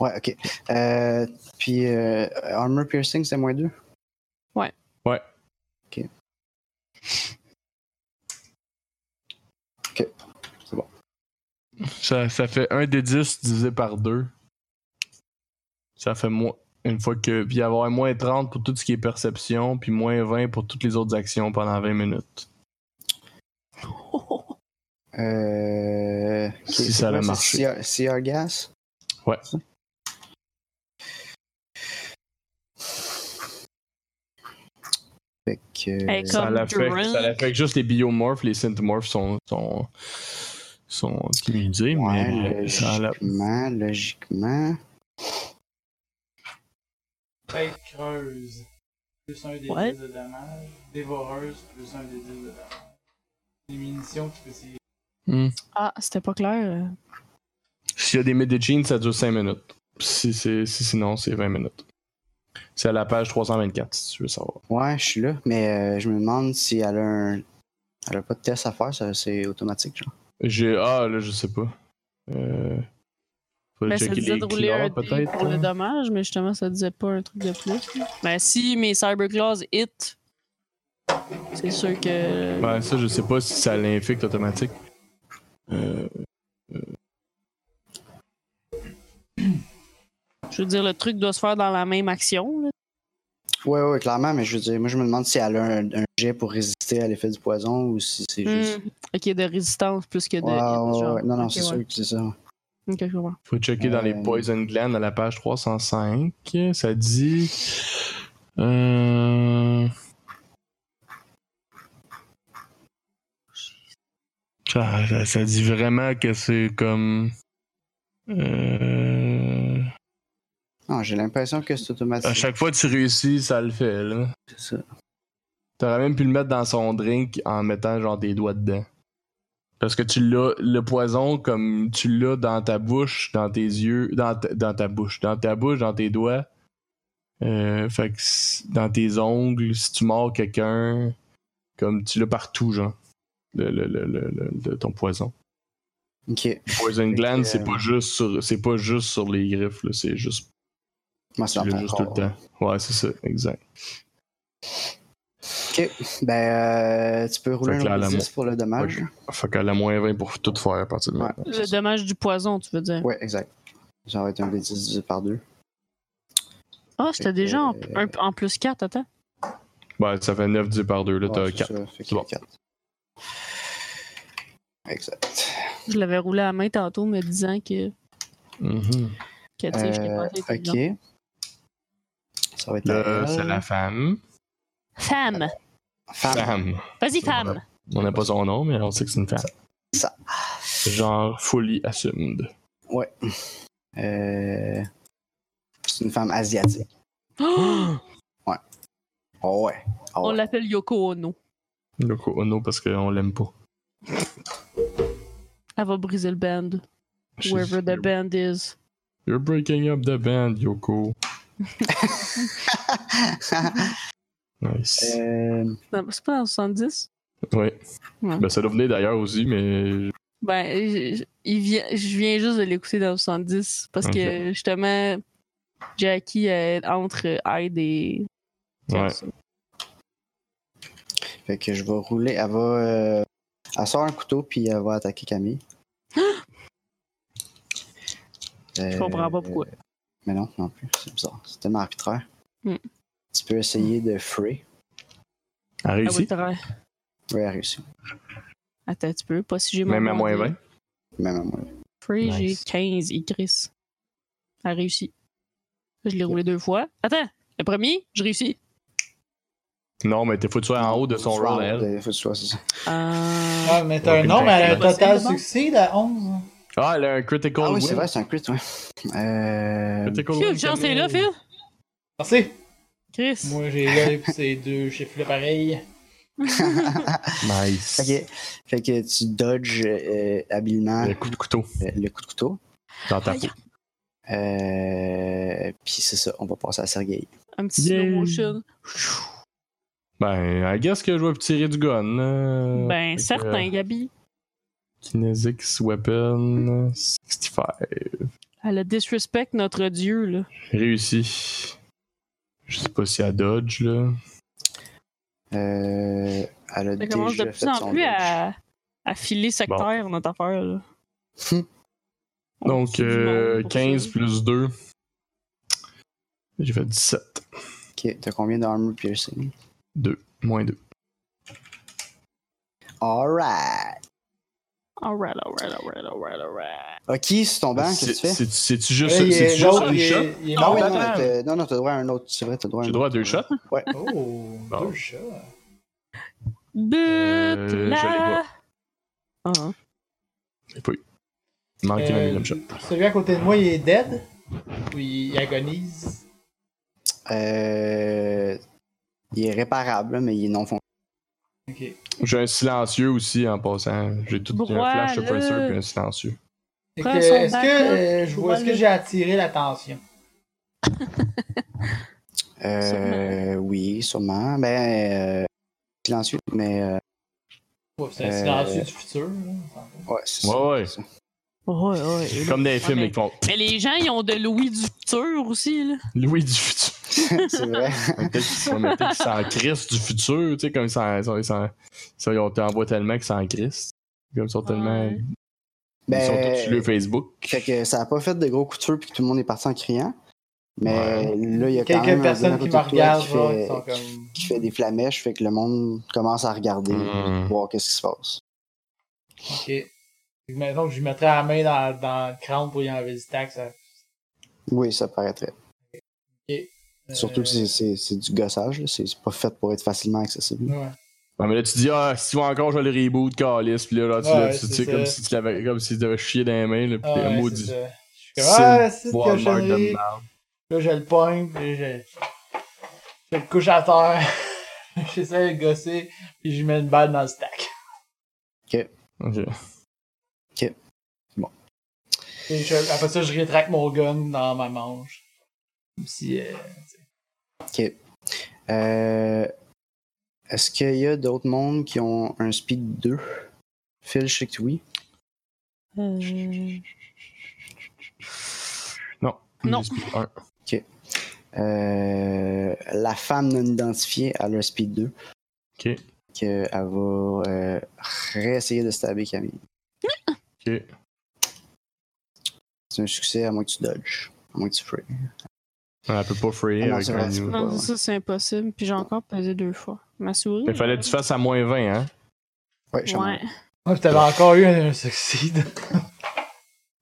[SPEAKER 3] Ouais, ok. Euh, puis euh, Armor Piercing, c'est moins 2.
[SPEAKER 4] Ouais.
[SPEAKER 2] Ouais.
[SPEAKER 3] Ok. Ok.
[SPEAKER 2] Ça, ça fait 1 des 10 divisé par 2. Ça fait moins. Une fois que. Puis avoir moins 30 pour tout ce qui est perception, puis moins 20 pour toutes les autres actions pendant 20 minutes.
[SPEAKER 3] Euh, ok,
[SPEAKER 2] Si
[SPEAKER 3] c'est
[SPEAKER 2] ça
[SPEAKER 3] quoi,
[SPEAKER 2] avait
[SPEAKER 3] c'est
[SPEAKER 2] marché.
[SPEAKER 3] CR, CR Gas?
[SPEAKER 2] Ouais.
[SPEAKER 3] Fait que.
[SPEAKER 4] Hey,
[SPEAKER 2] Ça
[SPEAKER 4] Comme
[SPEAKER 2] l'affecte,
[SPEAKER 4] Durant.
[SPEAKER 2] ça l'affecte juste les biomorphes, les synthmorphes sont. sont. sont utilisés, mais.
[SPEAKER 4] euh,
[SPEAKER 3] Ouais,
[SPEAKER 2] ça l'a-
[SPEAKER 3] logiquement, logiquement.
[SPEAKER 1] Tête creuse, plus un des
[SPEAKER 4] Ouais.
[SPEAKER 1] 10 de dommage. Dévoreuse, plus un des 10 de dommage. Des munitions qui peut s'y...
[SPEAKER 2] Hmm.
[SPEAKER 4] Ah, c'était pas clair.
[SPEAKER 2] S'il y a des Medellin, ça dure 5 minutes. Si, c'est- si sinon, c'est 20 minutes. C'est à la page 324, si tu veux savoir.
[SPEAKER 3] Ouais, je suis là, mais euh, je me demande si elle a un. Elle a pas de test à faire, ça, c'est automatique, genre.
[SPEAKER 2] J'ai. Ah, là, je sais pas. Euh. Faut
[SPEAKER 4] Mais Ben, ça disait de rouler un
[SPEAKER 2] clears,
[SPEAKER 4] dé pour le
[SPEAKER 2] hein.
[SPEAKER 4] dommage, mais justement, ça disait pas un truc de plus. Ben, si mes Cyberclass hit, c'est sûr que.
[SPEAKER 2] Ouais, ça, je sais pas si ça l'infecte automatique. Euh,
[SPEAKER 4] Je veux dire, le truc doit se faire dans la même action. là.
[SPEAKER 3] Ouais, ouais, clairement, mais je veux dire, moi je me demande si elle a un, un jet pour résister à l'effet du poison ou si c'est juste.
[SPEAKER 4] Hmm. Ok, de résistance plus que de.
[SPEAKER 3] Ouais, ouais,
[SPEAKER 4] hit, genre.
[SPEAKER 3] ouais. Non, non,
[SPEAKER 4] Ok,
[SPEAKER 3] c'est
[SPEAKER 4] ouais.
[SPEAKER 3] sûr que c'est ça.
[SPEAKER 4] Ok, je comprends.
[SPEAKER 2] faut checker dans les
[SPEAKER 3] Euh.
[SPEAKER 2] Poison Gland à la page 305. Ça dit. Euh. Ça, Ah, ça- ça dit vraiment que c'est comme. euh,
[SPEAKER 3] Non, j'ai l'impression que c'est automatique.
[SPEAKER 2] À chaque fois que tu réussis, ça le fait. Là.
[SPEAKER 3] C'est ça.
[SPEAKER 2] T'aurais même pu le mettre dans son drink en mettant genre des doigts dedans. Parce que tu l'as, le poison, comme tu l'as dans ta bouche, dans tes yeux, dans ta, dans ta bouche, dans ta bouche, dans tes doigts. Euh, fait que si- dans tes ongles, si tu mords quelqu'un, comme tu l'as partout, genre, le, le, le, le- le- le- ton poison.
[SPEAKER 3] Ok.
[SPEAKER 2] Poison
[SPEAKER 3] que,
[SPEAKER 2] gland,
[SPEAKER 3] euh,
[SPEAKER 2] c'est pas juste sur, c'est pas juste sur les griffes, là, c'est juste,
[SPEAKER 3] Moi, c'est
[SPEAKER 2] tu l'as
[SPEAKER 3] dans ton
[SPEAKER 2] juste tout
[SPEAKER 3] corps.
[SPEAKER 2] le temps. Ouais, c'est ça, exact.
[SPEAKER 3] Ok. Ben, euh, tu peux rouler
[SPEAKER 2] Fait que là,
[SPEAKER 3] un
[SPEAKER 2] la
[SPEAKER 3] 10 pour le dommage.
[SPEAKER 2] Fait qu'elle a moins 20 pour tout faire à partir de
[SPEAKER 3] Ouais.
[SPEAKER 2] maintenant.
[SPEAKER 4] Le dommage du poison, tu veux dire.
[SPEAKER 3] Ouais, exact. Genre être un des 10 divisé par 2.
[SPEAKER 4] Ah, c'était
[SPEAKER 3] Fait que,
[SPEAKER 4] déjà en,
[SPEAKER 3] euh,
[SPEAKER 4] un- en plus 4, attends.
[SPEAKER 2] Ouais, ça fait 9 10 par 2, là, t'as 4. C'est bon.
[SPEAKER 3] Exact.
[SPEAKER 4] Je l'avais roulé à la main tantôt, me disant que.
[SPEAKER 2] Mhm.
[SPEAKER 4] que tu sais, je t'ai
[SPEAKER 3] Euh,
[SPEAKER 4] passé les coups de
[SPEAKER 3] ok. Ça va être
[SPEAKER 2] Là, c'est
[SPEAKER 3] elle.
[SPEAKER 2] la femme.
[SPEAKER 4] Femme!
[SPEAKER 3] femme.
[SPEAKER 2] Femme.
[SPEAKER 4] Vas-y, femme!
[SPEAKER 2] On n'a pas son nom, mais on sait que c'est une femme.
[SPEAKER 3] Ça.
[SPEAKER 2] Genre fully assumed.
[SPEAKER 3] Ouais. Euh, c'est une femme asiatique.
[SPEAKER 4] Oh,
[SPEAKER 3] Oh ouais.
[SPEAKER 4] [GASPS] on
[SPEAKER 3] Oh ouais.
[SPEAKER 4] l'appelle Yoko Ono.
[SPEAKER 2] Yoko Ono parce qu'on l'aime pas.
[SPEAKER 4] Elle va briser le band. Whoever the band is.
[SPEAKER 2] You're breaking up the band,
[SPEAKER 3] [LAUGHS]
[SPEAKER 2] Yoko. Nice.
[SPEAKER 3] Euh,
[SPEAKER 4] Non, C'est pas en 70?
[SPEAKER 2] Ouais.
[SPEAKER 4] Ouais.
[SPEAKER 2] Ben, ça doit venir d'ailleurs aussi, mais.
[SPEAKER 4] Ben, je, je- il vient, je viens juste de l'écouter dans le 70 parce que justement, Jackie euh, entre Hyde et.
[SPEAKER 2] Ouais.
[SPEAKER 3] fait que je vais rouler. Elle va. euh, elle sort un couteau puis elle va attaquer
[SPEAKER 4] [GASPS]
[SPEAKER 3] Camille.
[SPEAKER 4] Je comprends pas pourquoi.
[SPEAKER 3] Euh,
[SPEAKER 2] Euh,
[SPEAKER 3] Mais non, non plus. C'est bizarre. C'est tellement arbitraire.
[SPEAKER 4] Hmm.
[SPEAKER 3] Tu peux essayer de free.
[SPEAKER 2] Elle a
[SPEAKER 4] Ah oui,
[SPEAKER 2] réussi.
[SPEAKER 4] t'aurais-
[SPEAKER 3] Oui, elle réussit.
[SPEAKER 4] Attends, tu peux, pas si j'ai mon
[SPEAKER 2] Même à
[SPEAKER 4] bon
[SPEAKER 2] moins
[SPEAKER 4] dé.
[SPEAKER 2] 20.
[SPEAKER 3] Même à moi.
[SPEAKER 4] Free,
[SPEAKER 2] Nice.
[SPEAKER 4] j'ai 15, Igris. Elle réussit. Je l'ai roulé deux fois. Attends, le premier, je réussis.
[SPEAKER 2] Non, mais t'es faut que tu sois en haut de son
[SPEAKER 3] Faut que tu sois
[SPEAKER 2] roll,
[SPEAKER 3] en haut
[SPEAKER 2] elle. Ah
[SPEAKER 3] de- faut que tu sois- c'est ça.
[SPEAKER 4] Euh,
[SPEAKER 1] Ah, mais t'as un
[SPEAKER 2] Aucune
[SPEAKER 1] nom, mais elle a un
[SPEAKER 4] chance.
[SPEAKER 1] total
[SPEAKER 4] Possible,
[SPEAKER 1] succès hein? à 11.
[SPEAKER 2] Ah, elle a un critical
[SPEAKER 3] Ah oui, c'est
[SPEAKER 2] win.
[SPEAKER 3] vrai, c'est un crit, ouais. Euh,
[SPEAKER 2] Critical
[SPEAKER 4] Phil,
[SPEAKER 2] win, Camille.
[SPEAKER 4] chance, t'es là, Phil?
[SPEAKER 1] Merci.
[SPEAKER 4] Chris.
[SPEAKER 1] Moi, j'ai là pis ces deux chiffres-là pareils.
[SPEAKER 2] [LAUGHS] Nice.
[SPEAKER 3] ok. Fait que tu dodges euh, habilement
[SPEAKER 2] Le coup de couteau
[SPEAKER 3] euh, le coup de couteau.
[SPEAKER 2] dans ta
[SPEAKER 4] Aïe.
[SPEAKER 2] peau.
[SPEAKER 3] Euh, Puis c'est ça, on va passer à Sergei.
[SPEAKER 4] [LAUGHS] Un petit
[SPEAKER 2] Yeah.
[SPEAKER 4] slow motion.
[SPEAKER 2] Ben, I guess que je vais tirer du gun. euh,
[SPEAKER 4] Ben,
[SPEAKER 2] fait que,
[SPEAKER 4] certain, Gabi.
[SPEAKER 2] Kinesics Weapon 65.
[SPEAKER 4] Elle a disrespect notre dieu, là.
[SPEAKER 2] Réussi. Je sais pas si elle dodge, là.
[SPEAKER 3] Euh, elle a
[SPEAKER 4] Ça commence
[SPEAKER 3] déjà
[SPEAKER 4] de
[SPEAKER 3] fait
[SPEAKER 4] plus en
[SPEAKER 3] son
[SPEAKER 4] plus
[SPEAKER 3] dodge.
[SPEAKER 4] à, à filer sectaire, notre
[SPEAKER 2] [LAUGHS]
[SPEAKER 4] affaire, là.
[SPEAKER 3] Hum.
[SPEAKER 4] On
[SPEAKER 2] Donc,
[SPEAKER 4] tue du
[SPEAKER 2] euh,
[SPEAKER 4] monde pour
[SPEAKER 2] 15
[SPEAKER 4] ça.
[SPEAKER 2] plus 2. J'ai fait 17.
[SPEAKER 3] Ok, t'as combien d'armor piercing?
[SPEAKER 2] 2. Moins 2.
[SPEAKER 3] Alright!
[SPEAKER 4] Alright, alright, alright, alright, alright.
[SPEAKER 3] Ok, sur ton banc, qu'est-ce que tu fais?
[SPEAKER 2] C'est c'est-tu juste,
[SPEAKER 1] Là, Euh, il
[SPEAKER 2] c'est-tu
[SPEAKER 1] est-
[SPEAKER 2] juste
[SPEAKER 1] l'autre,
[SPEAKER 2] une
[SPEAKER 1] il est-
[SPEAKER 2] shot?
[SPEAKER 1] il est
[SPEAKER 3] Ah
[SPEAKER 1] mort.
[SPEAKER 3] oui, non,
[SPEAKER 2] Ah,
[SPEAKER 3] t'as- non, non, t'as droit à un autre, c'est vrai, t'as droit à un
[SPEAKER 2] J'ai
[SPEAKER 3] autre.
[SPEAKER 2] droit à deux shots?
[SPEAKER 1] Oh,
[SPEAKER 2] Bon.
[SPEAKER 1] deux chats.
[SPEAKER 4] But
[SPEAKER 2] Euh, je l'ai
[SPEAKER 4] là.
[SPEAKER 2] pas.
[SPEAKER 4] Ah.
[SPEAKER 2] J'ai pas eu. Il manquait ma
[SPEAKER 1] Euh,
[SPEAKER 2] deuxième shot.
[SPEAKER 1] Celui à côté de moi, il est dead. Ou il, il agonise.
[SPEAKER 3] Euh, il est réparable, mais il est non fonctionnel.
[SPEAKER 1] Ok.
[SPEAKER 2] J'ai un silencieux aussi en passant. J'ai tout j'ai un
[SPEAKER 4] Broie,
[SPEAKER 2] flash
[SPEAKER 4] là.
[SPEAKER 2] suppressor et un silencieux.
[SPEAKER 1] Fait
[SPEAKER 4] Prends
[SPEAKER 1] que,
[SPEAKER 4] son
[SPEAKER 1] Est-ce que,
[SPEAKER 4] backup,
[SPEAKER 1] euh, je vois, est-ce que
[SPEAKER 4] voilà.
[SPEAKER 1] j'ai attiré l'attention?
[SPEAKER 3] Euh, oui, sûrement. Ben, euh, silencieux, mais euh,
[SPEAKER 1] Ouais, c'est un
[SPEAKER 3] Euh,
[SPEAKER 1] silencieux du futur. là.
[SPEAKER 3] ouais, c'est ça.
[SPEAKER 2] Ouais, ouais.
[SPEAKER 3] c'est ça.
[SPEAKER 4] Ouais, ouais, et là-
[SPEAKER 2] Comme dans les films,
[SPEAKER 4] Ouais,
[SPEAKER 2] ils font
[SPEAKER 4] Mais les gens, ils ont de l'ouïe du futur aussi, là.
[SPEAKER 2] Louis du futur.
[SPEAKER 3] [LAUGHS] c'est vrai.
[SPEAKER 2] Mais Peut-être qu'ils sont- mais peut-être qu'ils s'en crissent du futur, tu sais, comme ils s'en. Ils, s'en- ils, s'en- ils ont- t'en vois tellement qu'ils s'en crissent. Comme ils sont tellement.
[SPEAKER 4] Ouais.
[SPEAKER 2] Ils sont tous
[SPEAKER 3] Ben,
[SPEAKER 2] sur le Facebook.
[SPEAKER 3] fait que ça a pas fait de gros coutures puis que tout le monde est parti en criant. Mais
[SPEAKER 2] Ouais.
[SPEAKER 3] là, il y a quand même
[SPEAKER 1] Quelques
[SPEAKER 3] un
[SPEAKER 1] personnes
[SPEAKER 3] bonhomme
[SPEAKER 1] qui
[SPEAKER 3] à
[SPEAKER 1] me
[SPEAKER 3] côté de toi
[SPEAKER 1] regardent,
[SPEAKER 3] qui
[SPEAKER 1] genre,
[SPEAKER 3] fait,
[SPEAKER 1] qui sont comme.
[SPEAKER 3] qui fait des flamèches, fait que le monde commence à regarder,
[SPEAKER 2] Hmm.
[SPEAKER 3] voir qu'est-ce qui se passe.
[SPEAKER 1] Ok. Mettons que je lui mettrais la main dans, dans le crâne pour y enlever du tac. Ça...
[SPEAKER 3] Oui, ça paraîtrait.
[SPEAKER 1] Ok. Euh,
[SPEAKER 3] Surtout que c'est- c'est c'est du gossage, là, c'est c'est pas fait pour être facilement accessible.
[SPEAKER 1] Ouais.
[SPEAKER 2] Ouais, mais là, tu dis, ah, si tu vas encore, je vais le reboot, Calis. Puis là, genre, tu,
[SPEAKER 1] Ouais,
[SPEAKER 2] l'as-
[SPEAKER 1] ouais,
[SPEAKER 2] tu
[SPEAKER 1] c'est
[SPEAKER 2] sais,
[SPEAKER 1] ça.
[SPEAKER 2] comme si tu l'avais, comme si tu devais chier dans les mains, là, pis
[SPEAKER 1] Ah,
[SPEAKER 2] t'es
[SPEAKER 1] ouais,
[SPEAKER 2] maudit.
[SPEAKER 1] c'est ça. Je suis comme, ah, c'est une
[SPEAKER 2] Walmart de
[SPEAKER 1] cochonnerie.
[SPEAKER 2] merde.
[SPEAKER 1] Là, je le pogne, puis je... je le couche à terre. [LAUGHS] J'essaie de gosser, puis je mets une balle dans le stack.
[SPEAKER 2] Ok.
[SPEAKER 1] Et je- Après ça, je rétracte mon gun dans ma manche. Comme si... euh,
[SPEAKER 3] Ok. Euh, Est-ce qu'il y a d'autres mondes qui ont un speed 2 Phil, je sais que oui.
[SPEAKER 4] Euh,
[SPEAKER 2] Non.
[SPEAKER 4] Non.
[SPEAKER 2] Juste un.
[SPEAKER 3] Euh, la femme non identifiée a le speed 2.
[SPEAKER 2] Ok.
[SPEAKER 3] Qu'elle va euh, réessayer de stabber Camille.
[SPEAKER 2] Ok.
[SPEAKER 3] C'est un succès à moins que tu dodges. À moins que tu free.
[SPEAKER 2] Elle peut pas
[SPEAKER 3] Ah
[SPEAKER 2] frayer
[SPEAKER 3] non,
[SPEAKER 2] avec
[SPEAKER 3] c'est
[SPEAKER 2] un
[SPEAKER 3] vrai, c'est
[SPEAKER 2] niveau.
[SPEAKER 3] pas-
[SPEAKER 4] non, ça, c'est impossible. Puis j'ai encore pesé deux fois. Ma souris.
[SPEAKER 2] Mais fallait que tu fasses à moins 20, hein?
[SPEAKER 3] Ouais, je suis en
[SPEAKER 4] Ouais.
[SPEAKER 1] Ouais, pis t'avais encore eu un, un suicide.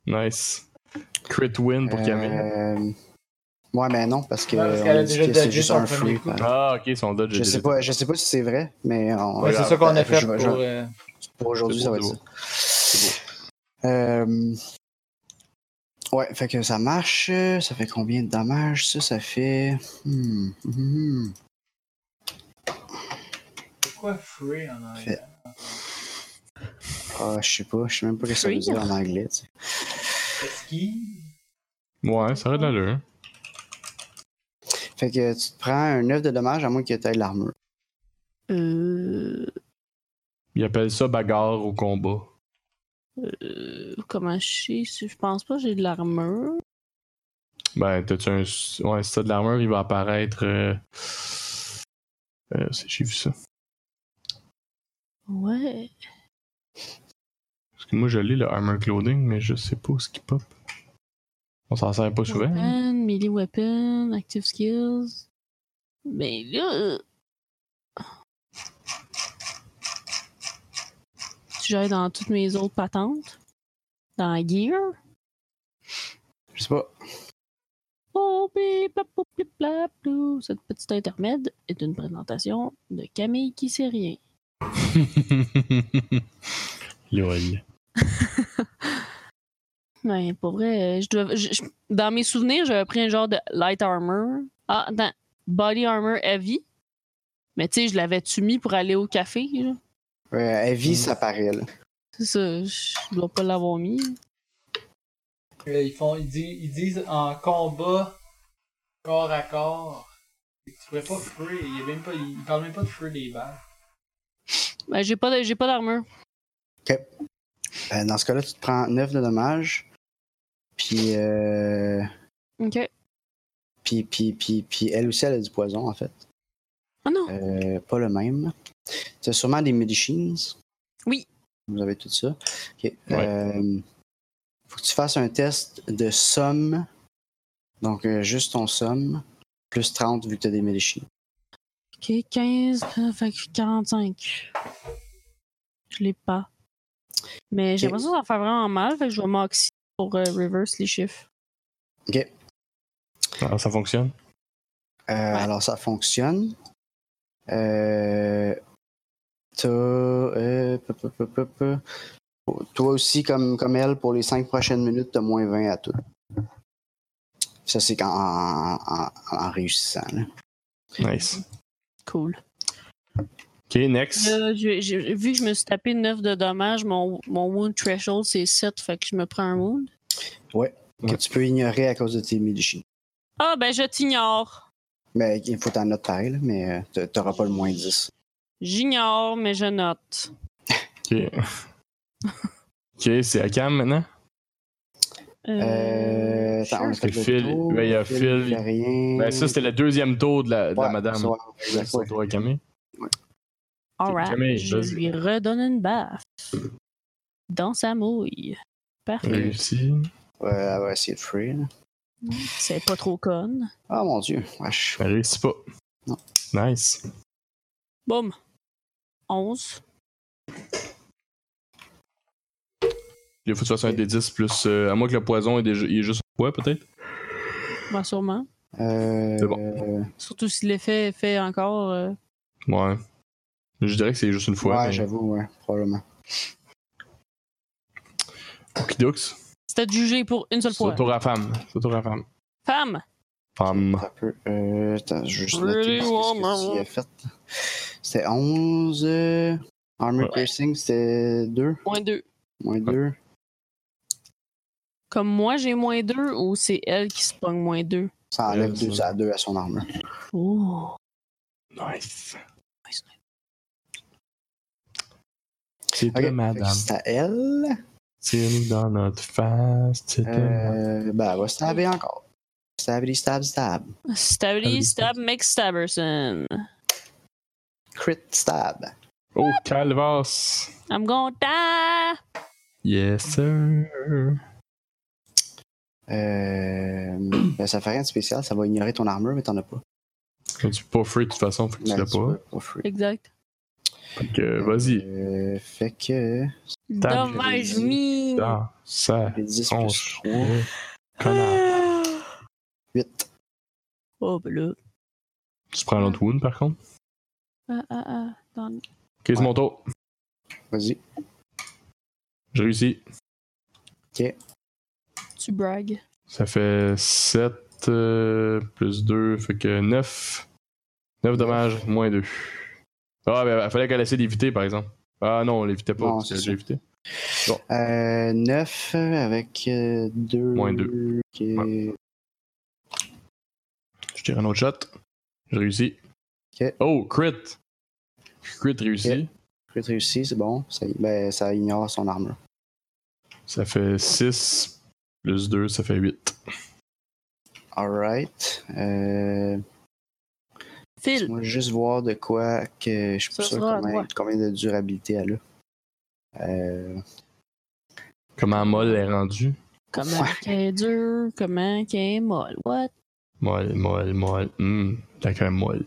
[SPEAKER 2] Nice. Crit win pour Camille.
[SPEAKER 3] Euh, Ouais, mais non, parce que
[SPEAKER 1] Non, parce
[SPEAKER 3] on
[SPEAKER 1] qu'elle a
[SPEAKER 3] dit
[SPEAKER 1] déjà
[SPEAKER 3] que c'est
[SPEAKER 1] dodgé
[SPEAKER 3] juste
[SPEAKER 1] son
[SPEAKER 3] un
[SPEAKER 1] premier
[SPEAKER 3] free.
[SPEAKER 1] coup.
[SPEAKER 3] par-
[SPEAKER 2] Ah, ok, son dodge
[SPEAKER 3] Je
[SPEAKER 2] est
[SPEAKER 3] sais
[SPEAKER 2] déjà-
[SPEAKER 3] pas, je sais pas si c'est vrai, mais on-
[SPEAKER 1] Ouais, c'est
[SPEAKER 2] grave.
[SPEAKER 1] ça qu'on a fait
[SPEAKER 3] Ben, Je
[SPEAKER 1] pour...
[SPEAKER 3] vais-
[SPEAKER 1] euh,
[SPEAKER 3] je- pour aujourd'hui,
[SPEAKER 2] C'est
[SPEAKER 3] ça
[SPEAKER 2] beau,
[SPEAKER 3] va être
[SPEAKER 2] c'est
[SPEAKER 3] ça. Euh, Ouais, fait que ça marche. Ça fait combien de dommages? Ça, ça fait. Hmm, hmm,
[SPEAKER 1] Pourquoi free en anglais?
[SPEAKER 3] Ah, je sais pas, je sais même pas ce que ça veut
[SPEAKER 4] Free.
[SPEAKER 3] dire en anglais. tu sais.
[SPEAKER 1] Ski?
[SPEAKER 2] Ouais, ça aurait de l'allure.
[SPEAKER 3] Fait que tu te prends un 9 de dommages à moins que tu aies l'armure.
[SPEAKER 4] Euh,
[SPEAKER 2] Ils appellent ça bagarre au combat.
[SPEAKER 4] euh, comment je sais? si- Je pense pas que j'ai de l'armure.
[SPEAKER 2] Ben, t'as-tu un. Ouais, si t'as de l'armure, il va apparaître. Euh... euh, c'est- J'ai vu ça.
[SPEAKER 4] Ouais.
[SPEAKER 2] Parce que moi, je l'ai, le armor clothing, mais je sais pas où ce qui pop. On s'en sert pas souvent.
[SPEAKER 4] [LAUGHS]
[SPEAKER 2] hein.
[SPEAKER 4] Weapon, melee weapon, active skills. Ben là. euh. Tu j'aille dans toutes mes autres patentes. Dans la gear.
[SPEAKER 3] Je sais pas.
[SPEAKER 4] Oh, bip, blap, blap, blip, blap, blou. Cette petite intermède est une présentation de Camille qui sait rien.
[SPEAKER 2] Lol.
[SPEAKER 4] Ouais, pour vrai, euh, je dois, je- je- dans mes souvenirs, j'avais pris un genre de light armor. Ah, attends, body armor heavy. Mais tu sais, je l'avais-tu mis pour aller au café? là?
[SPEAKER 3] Ouais, Euh, à vie,
[SPEAKER 1] Hmm.
[SPEAKER 3] ça paraît, là.
[SPEAKER 4] C'est ça, je dois pas l'avoir mis.
[SPEAKER 1] Euh, Ils, font, ils, disent, ils disent en combat, corps à corps. Tu pourrais pas free, il y a même pas, ils parlent même pas de free des balles.
[SPEAKER 4] Ben, j'ai pas de- j'ai pas d'armure.
[SPEAKER 3] Euh, dans ce cas-là, tu te prends 9 de dommages. Puis, euh,
[SPEAKER 4] Ok.
[SPEAKER 3] puis, puis, puis, puis, elle aussi, elle a du poison, en fait.
[SPEAKER 4] Ah non!
[SPEAKER 3] Euh, pas le même. Tu as sûrement des medicines.
[SPEAKER 4] Oui.
[SPEAKER 3] Vous avez tout ça. Ok.
[SPEAKER 2] Ouais.
[SPEAKER 3] Euh, faut que tu fasses un test de somme. Donc, euh, juste ton somme, plus 30 vu que tu as des medicines.
[SPEAKER 4] Ok, 15, euh, fait que 45. Je l'ai pas. Mais j'ai
[SPEAKER 3] Ok.
[SPEAKER 4] l'impression que ça va faire vraiment mal, fait que je vais m'oxy pour euh, reverse les chiffres.
[SPEAKER 2] Alors, Ah, ça fonctionne.
[SPEAKER 3] Euh, Alors, ça fonctionne. Euh, t'as, euh, peu, peu, peu, peu, peu. Toi aussi, comme, comme elle, pour les 5 prochaines minutes, tu as moins 20 à tout. Ça, c'est quand- en, en- en réussissant. là.
[SPEAKER 2] Nice.
[SPEAKER 4] Cool.
[SPEAKER 2] Ok, next.
[SPEAKER 4] Là, j'ai- j'ai- vu que je me suis tapé 9 de dommages, mon, mon wound threshold c'est 7, fait que je me prends un wound.
[SPEAKER 3] Que tu peux ignorer à cause de tes medicines.
[SPEAKER 4] Ah ben je t'ignore.
[SPEAKER 3] Mais Ben, il faut t'en noter pareil, là, mais euh, t'a- t'auras pas le moins 10.
[SPEAKER 4] J'ignore, mais je note.
[SPEAKER 2] Ok. Ok, c'est à Cam maintenant?
[SPEAKER 3] Euh, attends, on a
[SPEAKER 4] Hmm, sure.
[SPEAKER 3] fait le
[SPEAKER 2] Phil-
[SPEAKER 3] tour.
[SPEAKER 2] ben, il y a Phil-
[SPEAKER 3] il fait rien.
[SPEAKER 2] Ben, ça, c'était le deuxième tour de la, de la
[SPEAKER 3] Ouais,
[SPEAKER 2] madame.
[SPEAKER 3] ouais,
[SPEAKER 2] C'est
[SPEAKER 3] exact,
[SPEAKER 2] son
[SPEAKER 3] ouais.
[SPEAKER 2] tour à Camille.
[SPEAKER 4] Alright,
[SPEAKER 2] Camille,
[SPEAKER 4] je
[SPEAKER 2] vas-y.
[SPEAKER 4] lui redonne une baffe. Dans sa mouille. Parfait.
[SPEAKER 2] Réussi.
[SPEAKER 3] Ouais, elle va essayer de free. là.
[SPEAKER 4] C'est pas trop con.
[SPEAKER 3] Ah mon dieu, wesh.
[SPEAKER 2] Elle réussit pas.
[SPEAKER 3] Non.
[SPEAKER 2] Nice.
[SPEAKER 4] Boum. 11.
[SPEAKER 2] Il faut que tu fasses un D10 plus. euh, à moins que le poison est, déjà, il est juste un poids, peut-être.
[SPEAKER 4] Moi sûrement.
[SPEAKER 3] Euh,
[SPEAKER 2] C'est
[SPEAKER 3] bon.
[SPEAKER 4] Surtout si l'effet est fait encore. euh,
[SPEAKER 2] Ouais. Je dirais que c'est juste une fois.
[SPEAKER 3] ouais,
[SPEAKER 2] mais-
[SPEAKER 3] j'avoue, ouais, probablement.
[SPEAKER 2] Okidooks.
[SPEAKER 4] C'était jugé pour une seule
[SPEAKER 2] C'est au
[SPEAKER 4] fois.
[SPEAKER 2] tour à femme. C'est au tour à femme.
[SPEAKER 4] Femme!
[SPEAKER 2] Femme.
[SPEAKER 3] Ça peut. Euh, attends, je vais juste
[SPEAKER 4] Really
[SPEAKER 3] noter ce
[SPEAKER 4] want
[SPEAKER 3] que
[SPEAKER 4] my
[SPEAKER 3] tu as fait. C'était 11. euh, Armor
[SPEAKER 2] Ouais.
[SPEAKER 3] piercing, c'était 2.
[SPEAKER 4] Moins deux.
[SPEAKER 3] Moins 2.
[SPEAKER 4] Comme moi, j'ai moins deux ou c'est elle qui se pogne moins deux?
[SPEAKER 3] Ça enlève
[SPEAKER 2] Ouais,
[SPEAKER 3] 2,
[SPEAKER 2] ça.
[SPEAKER 3] ça a 2 à son armure.
[SPEAKER 4] Oh.
[SPEAKER 2] Nice.
[SPEAKER 4] Nice,
[SPEAKER 2] C'est
[SPEAKER 3] Ok,
[SPEAKER 2] toi,
[SPEAKER 3] fait que
[SPEAKER 2] madame.
[SPEAKER 3] c'est à elle.
[SPEAKER 2] Tire dans notre face. C'est toi, madame.
[SPEAKER 3] Euh, ben, elle va stabber encore. Stabby, stab, stab.
[SPEAKER 2] Ah
[SPEAKER 4] Stabby, stab, mec, stabberson.
[SPEAKER 3] Crit stab.
[SPEAKER 2] Oh, Calvas.
[SPEAKER 4] I'm gonna die!
[SPEAKER 2] Yes, sir.
[SPEAKER 3] Euh, ben, ça fait rien de spécial, ça va ignorer ton armure, mais t'en as pas.
[SPEAKER 2] Tu es pas free de toute façon, faut que tu
[SPEAKER 3] Ben,
[SPEAKER 2] l'as
[SPEAKER 3] tu
[SPEAKER 2] pas.
[SPEAKER 3] peux pas free.
[SPEAKER 4] Exact.
[SPEAKER 2] Fait que, vas-y.
[SPEAKER 3] Euh, fait que.
[SPEAKER 2] Stab, Ah,
[SPEAKER 4] Dommage
[SPEAKER 3] j'avais dit.
[SPEAKER 4] me!
[SPEAKER 2] Dans ça.
[SPEAKER 3] Les 10
[SPEAKER 2] On
[SPEAKER 3] plus
[SPEAKER 2] se
[SPEAKER 3] 3,
[SPEAKER 2] Connard.
[SPEAKER 4] Ah.
[SPEAKER 3] 8.
[SPEAKER 4] Oh, ben là.
[SPEAKER 2] Tu prends l'autre wound, par contre.
[SPEAKER 4] Ah, ah, ah. Dans-
[SPEAKER 2] Ok, c'est mon tour.
[SPEAKER 3] Vas-y.
[SPEAKER 2] J'ai réussi.
[SPEAKER 4] Tu bragues.
[SPEAKER 2] Ça fait 7 plus 2, fait que 9. 9 dommages, moins 2. Ah, ben, fallait qu'elle essaie d'éviter, par exemple. Ah non, on l'évitait pas,
[SPEAKER 3] Non,
[SPEAKER 2] parce que
[SPEAKER 3] c'est
[SPEAKER 2] j'ai
[SPEAKER 3] ça.
[SPEAKER 2] évité.
[SPEAKER 3] Euh, 9 avec euh, 2.
[SPEAKER 2] Moins deux. Je tire un autre shot. J'ai réussi.
[SPEAKER 3] Ok.
[SPEAKER 2] Oh, crit! Crit réussi.
[SPEAKER 3] Ok. Crit réussi, c'est bon. Ça, ben, ça ignore son armure.
[SPEAKER 2] Ça fait 6 plus 2, ça fait 8.
[SPEAKER 3] Alright. Euh,
[SPEAKER 4] Phil!
[SPEAKER 3] moi, juste voir de quoi que je suis pas
[SPEAKER 4] Ça
[SPEAKER 3] sûr
[SPEAKER 4] sera à
[SPEAKER 3] combien,
[SPEAKER 4] moi.
[SPEAKER 3] combien de durabilité elle a. Euh,
[SPEAKER 2] Comment Moll est rendu?
[SPEAKER 4] Comment qu'elle est dure? Comment qu'elle est molle? What?
[SPEAKER 2] Moll, Moll, Moll. Hum, t'as quand même Moll.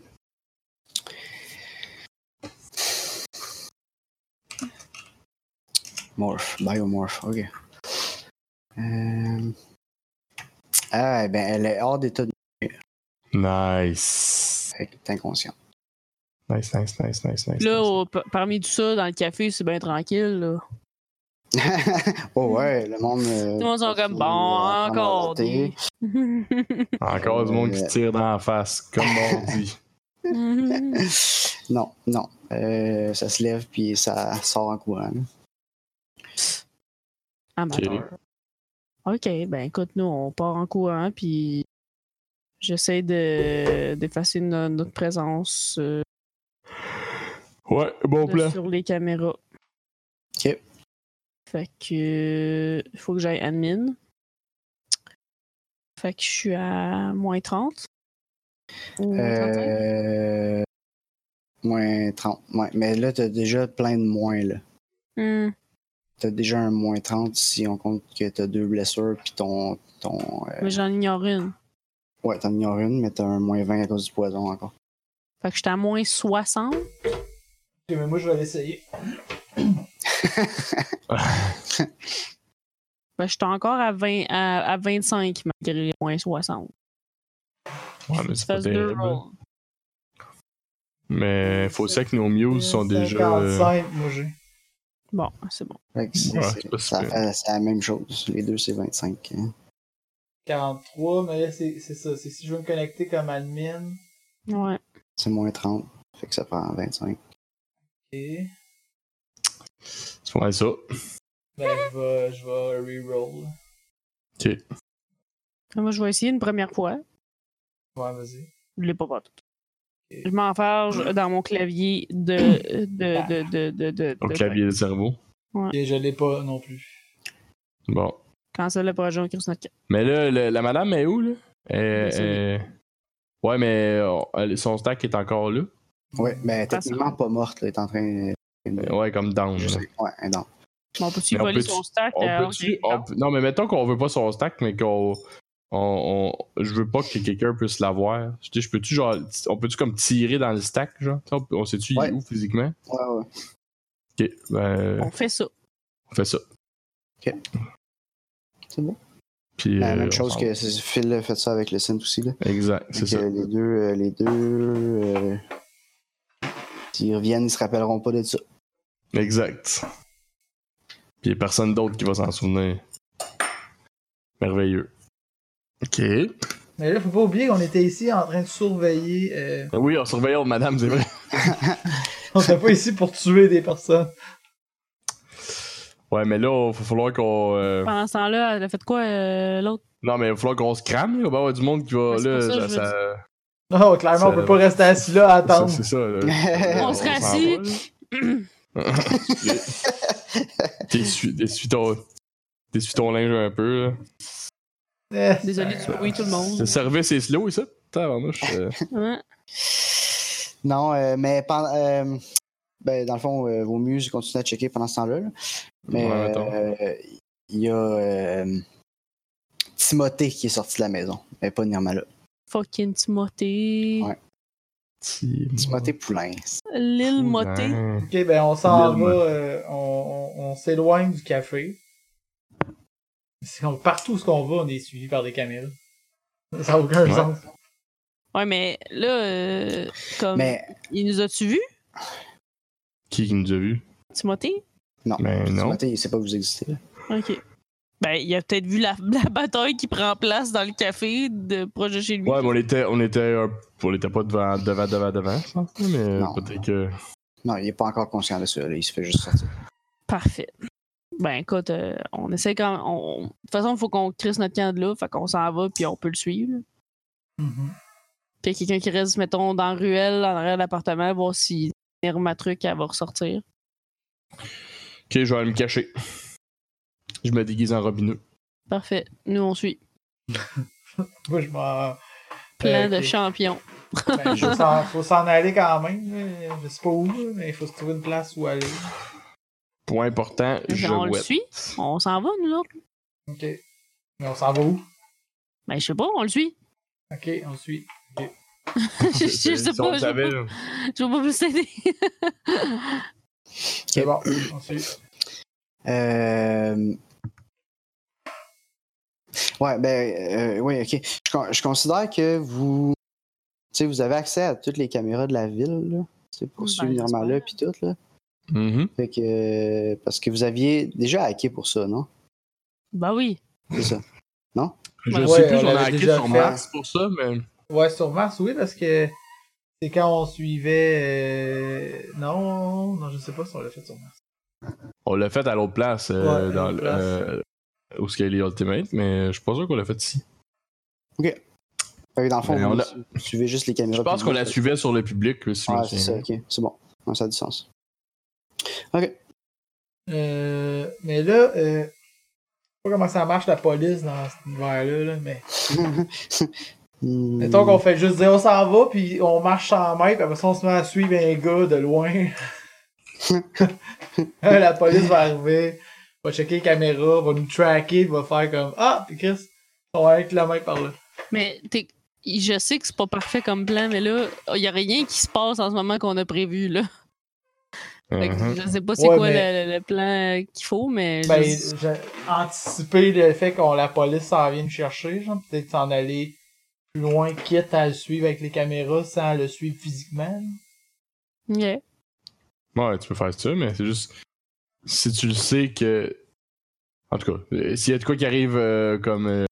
[SPEAKER 3] Morph, biomorph, ok. Euh... Ah, ben elle est hors d'état de
[SPEAKER 2] Nice.
[SPEAKER 3] fait qu'elle est inconsciente.
[SPEAKER 2] Nice, nice, nice, nice, nice.
[SPEAKER 4] Là,
[SPEAKER 2] nice.
[SPEAKER 4] au- par- parmi tout ça, dans le café, c'est bien tranquille. Là.
[SPEAKER 3] [LAUGHS] oh ouais, le monde. euh,
[SPEAKER 4] Hmm. Tout le monde sont comme
[SPEAKER 3] continue
[SPEAKER 4] bon,
[SPEAKER 3] à prendre
[SPEAKER 4] encore.
[SPEAKER 3] leur thé.
[SPEAKER 4] des- Mhm.
[SPEAKER 2] Encore du monde qui se tire dans la face, comme on dit.
[SPEAKER 3] [LAUGHS] Non, non. Euh, ça se lève puis ça sort en courant. là.
[SPEAKER 4] [LAUGHS] Amateur. ok, ben écoute, nous, on part en courant, puis j'essaie de d'effacer no- notre présence euh,
[SPEAKER 2] Ouais, bon
[SPEAKER 4] de-
[SPEAKER 2] plan.
[SPEAKER 4] sur les caméras.
[SPEAKER 3] Ok.
[SPEAKER 4] Fait que il faut que j'aille admin. Fait que je suis à moins 30. Ou moins 35.
[SPEAKER 3] Euh... Moins 30. Ouais. Mais là, t'as déjà plein de moins. là.
[SPEAKER 4] Hmm.
[SPEAKER 3] T'as déjà un moins 30 si on compte que t'as deux blessures puis ton. ton euh,
[SPEAKER 4] Mais j'en ignore une.
[SPEAKER 3] Ouais, t'en ignores une, mais t'as un moins 20 à cause du poison encore.
[SPEAKER 4] Fait que j'étais à moins 60.
[SPEAKER 1] Ok, mais moi, je vais l'essayer.
[SPEAKER 4] Ben, j'étais encore à, 20, à, à 25 malgré les moins 60.
[SPEAKER 2] Ouais,
[SPEAKER 4] Faut
[SPEAKER 2] mais
[SPEAKER 4] que tu
[SPEAKER 2] c'est pas
[SPEAKER 4] fasses deux
[SPEAKER 2] terrible.
[SPEAKER 4] rolls.
[SPEAKER 2] Mais faut aussi que nos muse sont déjà. euh,
[SPEAKER 1] 55, moi, j'ai.
[SPEAKER 4] Bon, c'est bon.
[SPEAKER 3] Fait que c'est-
[SPEAKER 2] Ouais,
[SPEAKER 3] c'est-
[SPEAKER 2] c'est pas si
[SPEAKER 3] ça
[SPEAKER 2] pire.
[SPEAKER 3] fait- c'est la même chose. Les deux, c'est 25. hein.
[SPEAKER 1] 43, mais là, c'est c'est ça. C'est si je veux me connecter comme admin.
[SPEAKER 4] Ouais.
[SPEAKER 3] C'est moins 30. Fait que ça prend 25.
[SPEAKER 1] Ok.
[SPEAKER 2] C'est pas mal ça.
[SPEAKER 1] Ben, je vais, je vais reroll.
[SPEAKER 4] Moi, je vais essayer une première fois.
[SPEAKER 1] Ouais, vas-y.
[SPEAKER 4] Je l'ai pas pas tout. Je m'enfarge dans mon clavier de. de, de, de, de, de-
[SPEAKER 2] Au
[SPEAKER 4] de-
[SPEAKER 2] clavier du cerveau.
[SPEAKER 1] Ok, je l'ai pas non plus.
[SPEAKER 2] Bon.
[SPEAKER 4] Quand c'est le projet, on crée sur notre carte.
[SPEAKER 2] Mais là, le- la madame est où, là? Euh,
[SPEAKER 4] Désolée.
[SPEAKER 2] euh, Ouais, mais euh, elle- son stack est encore là.
[SPEAKER 3] Ouais, ben
[SPEAKER 4] Parce-
[SPEAKER 3] techniquement pas morte. Là, elle est en train.
[SPEAKER 2] Euh, Ouais, comme down.
[SPEAKER 3] Juste-
[SPEAKER 2] là.
[SPEAKER 3] Ouais, un down.
[SPEAKER 4] Mais on peut-tu
[SPEAKER 2] Mais on
[SPEAKER 4] voler
[SPEAKER 2] peut-tu-
[SPEAKER 4] son stack?
[SPEAKER 2] On
[SPEAKER 4] euh,
[SPEAKER 2] peut-tu-
[SPEAKER 4] on-
[SPEAKER 2] on peut- Non, mais mettons qu'on veut pas son stack, mais qu'on. On, on- Je veux pas que quelqu'un puisse l'avoir. Je dis, je peux-tu, genre. On peut-tu comme tirer dans le stack, genre? Tu sais, On, on sait-tu il est
[SPEAKER 3] Ouais.
[SPEAKER 2] où physiquement?
[SPEAKER 3] Ouais, ouais.
[SPEAKER 2] Ok, ben,
[SPEAKER 4] On fait ça.
[SPEAKER 2] on fait ça.
[SPEAKER 3] Ok. C'est bon.
[SPEAKER 2] Puis,
[SPEAKER 3] La
[SPEAKER 2] euh, on
[SPEAKER 3] même chose
[SPEAKER 2] s'en
[SPEAKER 3] que c'est- Phil a fait ça avec le synth aussi. Là.
[SPEAKER 2] va. Exact,
[SPEAKER 3] Fait
[SPEAKER 2] c'est ça.
[SPEAKER 3] que Les deux, euh, les deux euh, S'ils reviennent, ils se rappelleront pas de ça.
[SPEAKER 2] Exact. Puis il n'y a personne d'autre qui va s'en souvenir. Merveilleux. OK.
[SPEAKER 1] Mais là, faut pas oublier qu'on était ici en train de surveiller. euh, [LAUGHS]
[SPEAKER 2] Ah Oui, on surveillait autre madame, c'est vrai.
[SPEAKER 1] On était pas ici pour tuer des personnes.
[SPEAKER 2] Ouais, mais là, il va falloir qu'on. euh,
[SPEAKER 4] Pendant ce temps-là, elle a fait quoi, euh, l'autre?
[SPEAKER 2] Non, mais il va falloir qu'on se crame. là. Il va y avoir du monde qui va.
[SPEAKER 4] Ouais, c'est
[SPEAKER 2] là,
[SPEAKER 4] pour ça que
[SPEAKER 2] ça-
[SPEAKER 4] je veux
[SPEAKER 2] ça-
[SPEAKER 1] Non, clairement, on peut pas rester assis là à
[SPEAKER 2] ça-
[SPEAKER 1] attendre.
[SPEAKER 2] C'est ça.
[SPEAKER 3] [LAUGHS]
[SPEAKER 2] là.
[SPEAKER 3] On
[SPEAKER 4] serait
[SPEAKER 2] s'en
[SPEAKER 4] assis.
[SPEAKER 2] va, là.
[SPEAKER 3] [LAUGHS]
[SPEAKER 2] T'essuies t'essuies ton, t'essuies ton linge un peu. Là.
[SPEAKER 1] Eh,
[SPEAKER 4] Désolé du bruit, tout le
[SPEAKER 2] Le
[SPEAKER 4] monde.
[SPEAKER 2] service est slow, ça? Tabarnouche. euh,
[SPEAKER 4] Hein?
[SPEAKER 3] Non, euh, mais pen- euh, ben, dans le fond, euh, vaut mieux que je continue à checker pendant ce temps-là. là. Mais
[SPEAKER 2] Ouais, mettons.
[SPEAKER 3] euh, il y a euh, Timothée qui est sorti de la maison, mais pas Nirmala.
[SPEAKER 4] Fucking Timothée.
[SPEAKER 3] Ouais. Timothée Poulain.
[SPEAKER 4] L'île Moté.
[SPEAKER 2] hein.
[SPEAKER 1] Ok, ben on s'en
[SPEAKER 2] Bien,
[SPEAKER 1] va,
[SPEAKER 2] ouais.
[SPEAKER 1] euh, on, on- on s'éloigne du café. C'est qu'on- partout où on va, on est suivi par des caméras. Ça n'a aucun
[SPEAKER 2] Ouais.
[SPEAKER 1] sens.
[SPEAKER 4] Ouais, mais là, euh, comme.
[SPEAKER 3] Mais
[SPEAKER 4] Il nous a-tu vu,
[SPEAKER 2] Qui qui nous a vus?
[SPEAKER 4] Timothée?
[SPEAKER 3] non,
[SPEAKER 2] Mais non.
[SPEAKER 3] Timothée, il sait pas que vous existez. là.
[SPEAKER 4] Ok. Ben, il a peut-être vu la, la bataille qui prend place dans le café de proche de chez lui.
[SPEAKER 2] Ouais, mais on était, on était, euh, on était pas devant, devant, devant, devant, je pense. là, Mais
[SPEAKER 3] Non.
[SPEAKER 2] peut-être que.
[SPEAKER 3] Non, il est pas encore conscient de ça. là, Il se fait juste sortir.
[SPEAKER 4] Parfait. Ben, écoute, euh, on essaie quand on- De toute façon, il faut qu'on crisse notre camp de là, fait qu'on s'en va, puis on peut le suivre.
[SPEAKER 1] Mhm.
[SPEAKER 4] Puis il y a quelqu'un qui reste, mettons, dans la ruelle, en arrière de l'appartement, voir si ma truc, elle va ressortir.
[SPEAKER 2] Ok, je vais aller me cacher. Je me déguise en robineux.
[SPEAKER 4] Parfait. Nous, on suit.
[SPEAKER 1] Moi, je m'en.
[SPEAKER 4] Plein
[SPEAKER 1] Euh,
[SPEAKER 4] de
[SPEAKER 1] ok.
[SPEAKER 4] champions.
[SPEAKER 1] Ben, faut s'en- faut s'en aller quand même. là. Je sais pas où, là, mais il faut se trouver une place où aller.
[SPEAKER 2] Point important, je
[SPEAKER 4] on le
[SPEAKER 2] wet.
[SPEAKER 4] suit. On s'en va, nous autres.
[SPEAKER 1] Ok. Mais on s'en va où?
[SPEAKER 4] Ben, je sais pas, on le suit. [LAUGHS]
[SPEAKER 1] Ok, on suit.
[SPEAKER 4] [LAUGHS] je, je sais
[SPEAKER 2] Si on
[SPEAKER 4] pas, je
[SPEAKER 2] savait,
[SPEAKER 4] vais pas,
[SPEAKER 2] là.
[SPEAKER 4] je vais pas plus t'aider.
[SPEAKER 1] C'est bon, on suit.
[SPEAKER 3] Euh, Ouais, ben, euh, oui, ok. Je, con- je considère que vous. Tu sais, vous avez accès à toutes les caméras de la ville, là. C'est pour
[SPEAKER 4] Ben,
[SPEAKER 3] suivre
[SPEAKER 4] j'espère.
[SPEAKER 3] Nirmala puis tout, là.
[SPEAKER 2] Mhm.
[SPEAKER 3] Fait que. euh, Parce que vous aviez déjà hacké pour ça, non?
[SPEAKER 4] Ben oui.
[SPEAKER 3] C'est ça.
[SPEAKER 2] Je
[SPEAKER 4] Ouais,
[SPEAKER 2] sais plus,
[SPEAKER 1] on
[SPEAKER 2] j'en ai
[SPEAKER 1] l'avait
[SPEAKER 2] hacké
[SPEAKER 1] déjà
[SPEAKER 2] sur
[SPEAKER 1] fait.
[SPEAKER 2] Mars pour ça, mais.
[SPEAKER 1] Ouais, sur Mars, oui, parce que c'est quand on suivait. euh, Non, non, je sais pas si on l'a fait sur Mars.
[SPEAKER 2] On l'a fait à l'autre place, euh,
[SPEAKER 1] Ouais, à
[SPEAKER 2] dans
[SPEAKER 1] l'autre
[SPEAKER 2] le- euh, où est-ce qu'il y a les Ultimate, mais je suis pas sûr qu'on l'a fait ici.
[SPEAKER 3] Fait que dans le fond,
[SPEAKER 2] Mais
[SPEAKER 3] vous
[SPEAKER 2] Ben, on a-
[SPEAKER 3] su- suivez juste les caméras.
[SPEAKER 2] Je pense qu'on la
[SPEAKER 3] publiques.
[SPEAKER 2] suivait sur le public, si je me
[SPEAKER 3] Ah, c'est ça,
[SPEAKER 2] souviens.
[SPEAKER 3] ok. C'est bon. Non, ça a du sens.
[SPEAKER 1] Euh, mais là, euh, je sais pas comment ça marche la police dans cet univers-là, là, mais.
[SPEAKER 3] Hmm.
[SPEAKER 1] Mettons qu'on fait juste dire on s'en va, puis on marche 100 mètres, puis après ça on se met à suivre un gars de loin. [LAUGHS] la police va arriver, va checker les caméras, va nous tracker, va faire comme Ah, puis Chris, on va aller un kilomètre par là.
[SPEAKER 4] Mais t'es- je sais que c'est pas parfait comme plan, mais là, il y a rien qui se passe en ce moment qu'on a prévu, là. Fait que
[SPEAKER 2] Mhm.
[SPEAKER 4] je sais pas c'est
[SPEAKER 1] Ouais,
[SPEAKER 4] quoi
[SPEAKER 1] mais-
[SPEAKER 4] le, le- le plan euh, qu'il faut, mais.
[SPEAKER 1] Ben,
[SPEAKER 4] je-
[SPEAKER 1] j'ai anticipé le fait qu'on la police s'en vient nous chercher, genre peut-être s'en aller plus loin, quitte à le suivre avec les caméras sans le suivre physiquement.
[SPEAKER 4] Yeah.
[SPEAKER 2] Ouais, tu peux faire ça, mais c'est juste. Si tu le sais que. En tout cas, euh, s'il y a de quoi qui arrive euh, comme. Euh,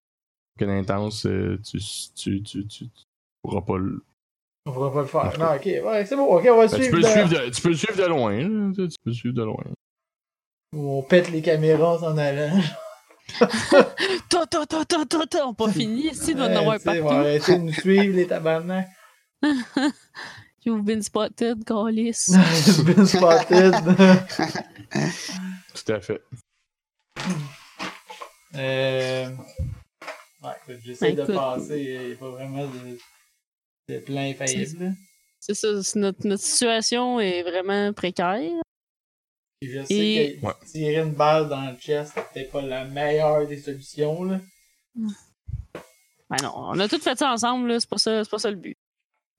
[SPEAKER 2] qu'une intense, euh, tu, tu, tu, tu, tu pourras pas le.
[SPEAKER 1] On pourra pas le faire. Non, ok, ouais, c'est bon, ok, on va le
[SPEAKER 2] Ben,
[SPEAKER 1] suivre.
[SPEAKER 2] tu, peux le
[SPEAKER 1] là.
[SPEAKER 2] suivre de, tu peux le suivre de loin, là, tu sais, tu peux le suivre de loin.
[SPEAKER 1] Ou on pète les caméras en s'en allant.
[SPEAKER 4] Ta, ta, ta, ta, ta, ta, on pas fini, ici, il doit y en avoir
[SPEAKER 1] Ouais, tu sais,
[SPEAKER 4] partout.
[SPEAKER 1] Ils vont arrêter de nous suivre, les tabarnak.
[SPEAKER 4] You've been spotted, Callis. [LAUGHS]
[SPEAKER 1] It's been [LAUGHS] spotted.
[SPEAKER 2] Tout à fait.
[SPEAKER 1] euh... Ouais, écoute, j'essaie
[SPEAKER 4] Ben,
[SPEAKER 1] de
[SPEAKER 4] écoute.
[SPEAKER 1] passer. Il n'y a pas vraiment de, de plan infaillible.
[SPEAKER 4] C'est ça, c'est notre, notre situation est vraiment précaire.
[SPEAKER 1] Et je sais
[SPEAKER 4] Et-
[SPEAKER 1] que
[SPEAKER 2] Ouais.
[SPEAKER 1] tirer une balle dans le chest, c'est peut-être pas la meilleure des solutions. Là.
[SPEAKER 4] Ben non, on a tout fait ça ensemble, là, c'est pas ça, c'est pas ça le but.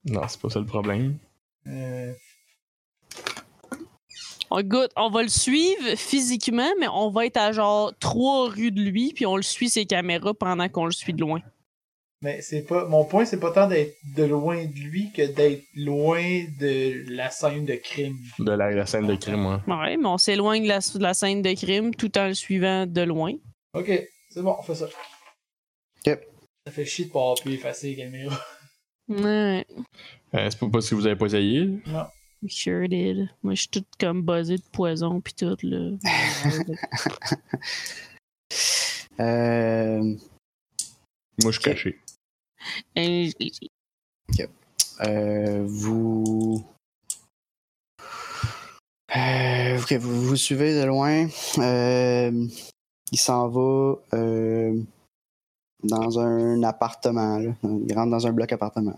[SPEAKER 2] Non, c'est pas ça le problème.
[SPEAKER 1] Euh...
[SPEAKER 4] On goûte, on va le suivre physiquement, mais on va être à genre trois rues de lui, puis on le suit ses caméras pendant qu'on le suit de loin.
[SPEAKER 1] Mais c'est pas. Mon point, c'est pas tant d'être de loin de lui que d'être loin de la scène de crime.
[SPEAKER 2] de la, la scène de crime. ouais.
[SPEAKER 4] Ouais, mais on s'éloigne de la, de la scène de crime tout en le suivant de loin.
[SPEAKER 1] Ok, c'est bon, on fait ça.
[SPEAKER 3] Yep.
[SPEAKER 1] Ça fait chier de pas avoir pu effacer les caméras.
[SPEAKER 4] Ouais,
[SPEAKER 2] Euh, c'est pas parce que vous avez pas essayé.
[SPEAKER 4] we sure did. Moi, je suis toute comme buzzée de poison puis tout, là.
[SPEAKER 3] Euh,
[SPEAKER 2] Moi, je suis
[SPEAKER 3] Ok.
[SPEAKER 2] caché.
[SPEAKER 4] Et-
[SPEAKER 3] euh, vous... Euh, ok, vous vous suivez de loin. Euh, il s'en va euh, dans un appartement. Là. Il rentre dans un bloc appartement.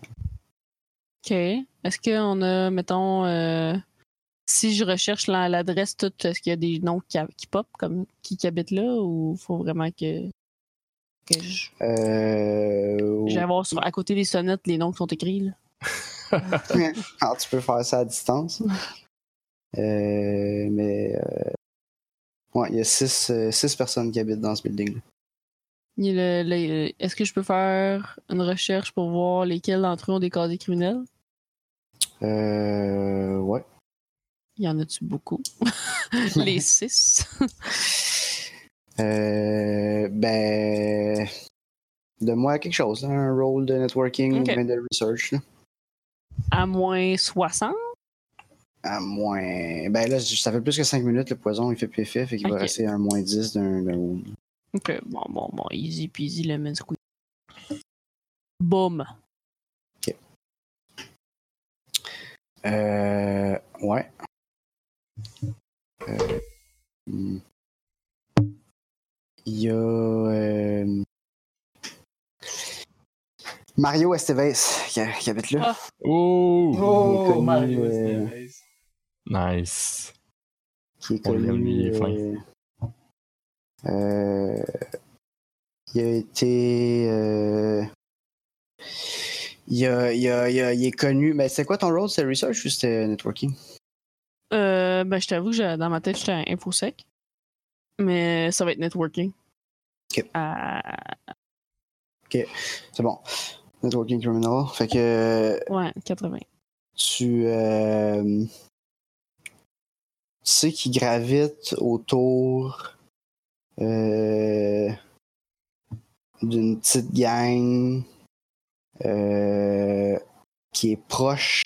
[SPEAKER 4] OK. Est-ce qu'on a, mettons, euh, si je recherche la- l'adresse, tout, est-ce qu'il y a des noms qui, qui pop, comme qui, qui habitent là, ou faut vraiment que, que je-
[SPEAKER 3] Euh,
[SPEAKER 4] j'aille voir sur, à côté des sonnettes les noms qui sont écrits, là?
[SPEAKER 3] Alors, tu peux faire ça à distance. Euh, mais. euh, Ouais, il y a six, euh, six personnes qui habitent dans ce building-là.
[SPEAKER 4] Il y a le- le- Est-ce que je peux faire une recherche pour voir lesquels d'entre eux ont des casiers criminels?
[SPEAKER 3] Euh, ouais.
[SPEAKER 4] Il y en a-tu beaucoup? [LAUGHS] les six.
[SPEAKER 3] Euh, ben. Donne-moi quelque chose, là, un rôle de networking
[SPEAKER 4] Ok.
[SPEAKER 3] ou bien de research. là.
[SPEAKER 4] À moins 60?
[SPEAKER 3] À moins. Ben là, ça fait plus que 5 minutes, le poison, il fait plus effet, fait qu'il
[SPEAKER 4] Ok.
[SPEAKER 3] va rester un moins 10 d'un d'un round.
[SPEAKER 4] Ok, bon, bon, bon, easy peasy, lemon squeeze. Boum.
[SPEAKER 3] Euh, ouais. Euh, hmm. Il y a euh, Mario Esteves qui, qui habite là.
[SPEAKER 2] Oh!
[SPEAKER 1] Oh,
[SPEAKER 3] connu,
[SPEAKER 1] Mario
[SPEAKER 3] euh,
[SPEAKER 1] Esteves.
[SPEAKER 2] Nice.
[SPEAKER 3] Qui est
[SPEAKER 2] On l'aime, il
[SPEAKER 3] connu.
[SPEAKER 2] est fin.
[SPEAKER 3] euh, euh, il a été. euh, il, a- il a- il a- il est connu. Mais c'est quoi ton rôle C'était research ou c'était networking
[SPEAKER 4] Euh, ben, je t'avoue, que j'ai- dans ma tête, j'étais à InfoSec. Mais ça va être networking.
[SPEAKER 3] Ok.
[SPEAKER 4] Ah,
[SPEAKER 3] C'est bon. Networking criminal. Fait que. euh,
[SPEAKER 4] ouais, 80.
[SPEAKER 3] tu, euh, tu sais qu'il gravite autour euh, d'une petite gang euh, qui est proche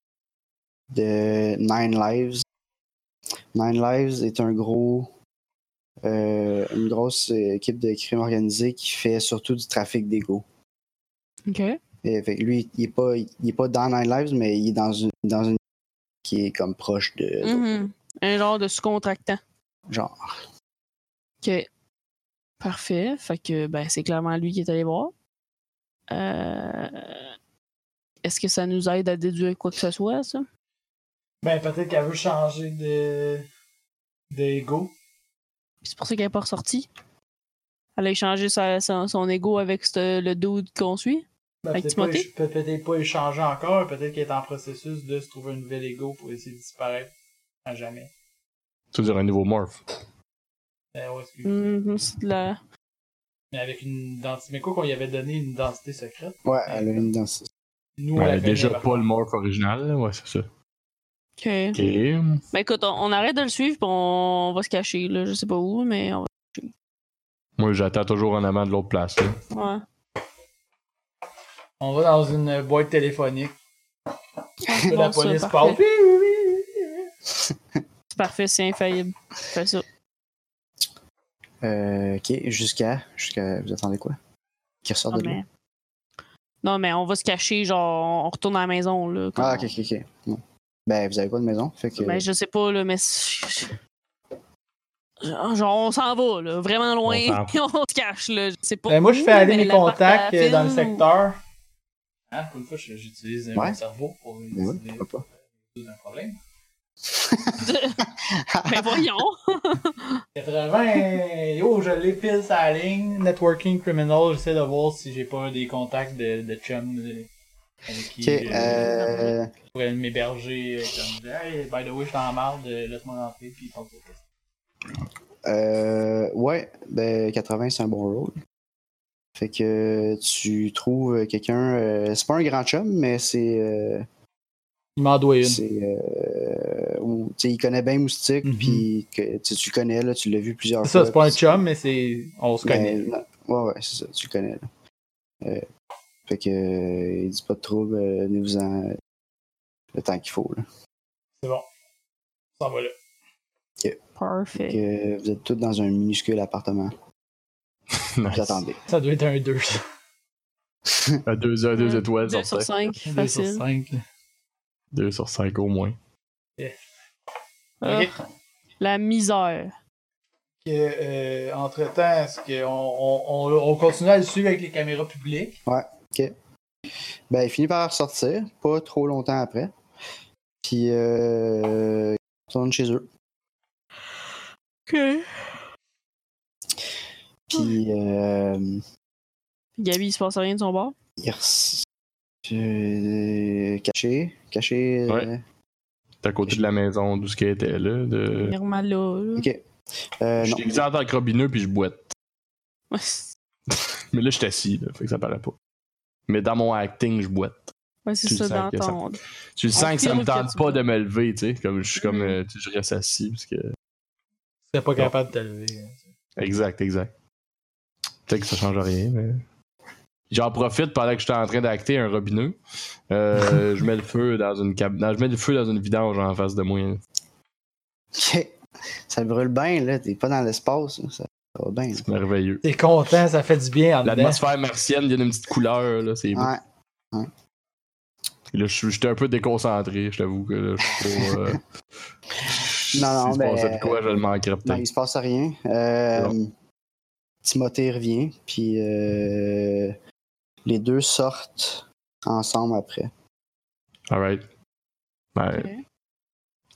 [SPEAKER 3] de Nine Lives. Nine Lives est un gros euh, une grosse euh, équipe de crime organisé qui fait surtout du trafic d'ego.
[SPEAKER 4] Ok.
[SPEAKER 3] Et Euh, fait que lui, il est pas, il est pas dans Nine Lives, mais il est dans une, dans une qui est comme proche de, de-
[SPEAKER 4] Mhm. Un genre de sous-contractant.
[SPEAKER 3] genre.
[SPEAKER 4] Ok. Parfait. Fait que, ben, c'est clairement lui qui est allé voir. Euh, Est-ce que ça nous aide à déduire quoi que ce soit, ça?
[SPEAKER 1] Ben, peut-être qu'elle veut changer de. d'ego.
[SPEAKER 4] Puis C'est pour ça qu'elle n'est pas ressortie. Elle a échangé sa- son, son ego avec ce- le dude qu'on suit.
[SPEAKER 1] Ben,
[SPEAKER 4] Avec
[SPEAKER 1] peut-être pas,
[SPEAKER 4] Timothée?
[SPEAKER 1] éch- peut- peut-être pas échanger encore, peut-être qu'elle est en processus de se trouver un nouvel ego pour essayer de disparaître à jamais.
[SPEAKER 2] Tu veux dire un nouveau morph.
[SPEAKER 1] Euh, ouais, excuse.
[SPEAKER 4] Mhm, c'est de la...
[SPEAKER 1] Mais avec une identité. Mais quoi qu'on y avait donné une identité secrète,
[SPEAKER 3] Ouais, elle a une identité.
[SPEAKER 1] nous on
[SPEAKER 2] Ouais,
[SPEAKER 1] la connaît,
[SPEAKER 2] Ben, déjà
[SPEAKER 1] par
[SPEAKER 2] pas le
[SPEAKER 1] contre.
[SPEAKER 2] morph original, là. ouais, c'est ça.
[SPEAKER 4] Ok.
[SPEAKER 2] Ok.
[SPEAKER 4] Ben écoute, on, on arrête de le suivre, puis on va se cacher, là. Je sais pas où, mais on
[SPEAKER 2] Moi, j'attends toujours en avant de l'autre place. là. [LAUGHS]
[SPEAKER 4] va. Ouais.
[SPEAKER 1] On va dans une boîte téléphonique.
[SPEAKER 4] C'est
[SPEAKER 1] la
[SPEAKER 4] bon, ça,
[SPEAKER 1] police
[SPEAKER 4] parfait.
[SPEAKER 1] passe. Oui, oui, oui, oui, oui.
[SPEAKER 4] C'est parfait, c'est infaillible. Fais ça.
[SPEAKER 3] Euh, ok, jusqu'à, jusqu'à, vous attendez quoi Qui ressort
[SPEAKER 4] Non
[SPEAKER 3] de là
[SPEAKER 4] Ah, mais... non, mais on va se cacher, genre, on retourne à la maison, là. quand-
[SPEAKER 3] Ah, ok, ok, ok. Bon. Ben, vous avez pas de maison, fait que.
[SPEAKER 4] Ben, je sais pas, là, mais. c'est- Genre, genre, on s'en va, là. Vraiment loin.
[SPEAKER 2] On
[SPEAKER 4] [LAUGHS]
[SPEAKER 2] s'en
[SPEAKER 4] On, se cache, là. Je sais pas.
[SPEAKER 1] Ben, moi, je
[SPEAKER 4] où,
[SPEAKER 1] fais aller
[SPEAKER 4] mais
[SPEAKER 1] mes
[SPEAKER 4] l'appart
[SPEAKER 1] contacts
[SPEAKER 4] à
[SPEAKER 1] euh, dans le
[SPEAKER 4] Phil ou-
[SPEAKER 1] secteur. Hein, pour une fois, je- j'utilise euh,
[SPEAKER 3] Ouais.
[SPEAKER 1] mon cerveau pour
[SPEAKER 3] Ben oui,
[SPEAKER 1] résoudre
[SPEAKER 3] pourquoi pas.
[SPEAKER 1] un problème.
[SPEAKER 4] [LAUGHS] Ben, voyons.
[SPEAKER 1] 80, euh, yo, je l'ai pile sa ligne. Networking criminal, j'essaie de voir si j'ai pas des contacts de, de chum euh, avec qui
[SPEAKER 3] Ok,
[SPEAKER 1] je
[SPEAKER 3] euh,
[SPEAKER 1] pourrais m'héberger. euh, Comme, hey, by the way, je t'en marre, laisse-moi rentrer, puis pense aux questions.
[SPEAKER 3] euh, ouais, ben, 80, c'est un bon rôle. Fait que euh, tu trouves quelqu'un. euh, c'est pas un grand chum, mais c'est. euh,
[SPEAKER 1] Il m'en doit une.
[SPEAKER 3] c'est, euh, ou- tu sais, il connaît bien Moustique,
[SPEAKER 1] Mhm.
[SPEAKER 3] puis que- tu sais, tu le connais, là, tu l'as vu plusieurs
[SPEAKER 1] C'est
[SPEAKER 3] fois.
[SPEAKER 1] ça, c'est pas un
[SPEAKER 3] puis-
[SPEAKER 1] chum, mais c'est. On se connaît.
[SPEAKER 3] ben, non. Ouais, ouais, c'est ça, tu le connais. Là. Euh, fait que, euh, il dit pas de trouble, euh, nous en le temps qu'il faut. Là.
[SPEAKER 1] C'est bon. Ça va là.
[SPEAKER 3] Fait
[SPEAKER 4] Parfait.
[SPEAKER 3] que, euh, vous êtes tous dans un minuscule appartement. Vous attendez.
[SPEAKER 1] Ça doit être un 2.
[SPEAKER 2] À deux, à deux étoiles
[SPEAKER 4] Mm. Deux
[SPEAKER 2] sur
[SPEAKER 4] sur
[SPEAKER 2] cinq.
[SPEAKER 4] cinq,
[SPEAKER 1] 2 sur
[SPEAKER 4] facile.
[SPEAKER 1] 5.
[SPEAKER 2] Deux sur cinq au moins.
[SPEAKER 4] Ah, La misère.
[SPEAKER 1] entre temps, euh, est-ce qu'on on, on- on continue à le suivre avec les caméras publiques?
[SPEAKER 3] [LAUGHS] Ben, il finit par sortir, pas trop longtemps après. Puis, euh, il retourne chez eux.
[SPEAKER 4] OK.
[SPEAKER 3] Puis, euh,
[SPEAKER 4] Gabi, il se passe rien de son bord.
[SPEAKER 3] il res- euh, caché, caché. euh,
[SPEAKER 2] Ouais. T'es à côté de la maison, d'où ce qu'elle était là. De...
[SPEAKER 4] Il est vraiment là. là.
[SPEAKER 3] Ok. Euh,
[SPEAKER 2] Je suis
[SPEAKER 3] non.
[SPEAKER 2] déguisé en tant que robineux puis je boite.
[SPEAKER 4] Ouais, c'est-
[SPEAKER 2] Mais là, je suis assis, là, fait que ça paraît pas. Mais dans mon acting, je boite.
[SPEAKER 4] ouais, c'est
[SPEAKER 2] Tu le
[SPEAKER 4] ça,
[SPEAKER 2] sens que ça-
[SPEAKER 4] d'entendre.
[SPEAKER 2] Tu le
[SPEAKER 4] On
[SPEAKER 2] sens que ça
[SPEAKER 4] filme
[SPEAKER 2] me
[SPEAKER 4] que
[SPEAKER 2] tente
[SPEAKER 4] Ah, tu
[SPEAKER 2] pas
[SPEAKER 4] boites.
[SPEAKER 2] de me lever, tu sais. Comme je suis comme.
[SPEAKER 4] Mhm.
[SPEAKER 2] euh, tu sais, je reste assis, parce que.
[SPEAKER 1] T'es pas capable de te lever.
[SPEAKER 2] Exact, exact. Peut-être que ça change rien, mais. J'en profite pendant que j'étais en train d'acter un robineux.
[SPEAKER 4] [LAUGHS]
[SPEAKER 2] Euh, je mets le feu dans une cab... non, je mets le feu dans une vidange en face de moi.
[SPEAKER 3] [LAUGHS] Ok. Ça brûle bien, là. T'es pas dans l'espace. là. Ça, ça va bien. là.
[SPEAKER 2] C'est merveilleux.
[SPEAKER 1] T'es content, ça fait du
[SPEAKER 4] Ah,
[SPEAKER 1] bien en
[SPEAKER 4] ben.
[SPEAKER 1] dedans.
[SPEAKER 2] L'atmosphère martienne il y a une petite couleur, là, c'est beau.
[SPEAKER 3] Ouais.
[SPEAKER 2] Et Là, je suis- j'étais un peu déconcentré, je t'avoue que là, je suis pas. euh,
[SPEAKER 3] [LAUGHS] Non, non,
[SPEAKER 2] si
[SPEAKER 3] mais-
[SPEAKER 2] se passait de quoi, je le manquerais
[SPEAKER 3] Non,
[SPEAKER 2] peut-être.
[SPEAKER 3] Ben, il se passe rien. Euh, Timothée revient, puis euh, les deux sortent ensemble après. [LAUGHS]
[SPEAKER 2] Alright. Ouais.
[SPEAKER 4] Ok.
[SPEAKER 2] Ben,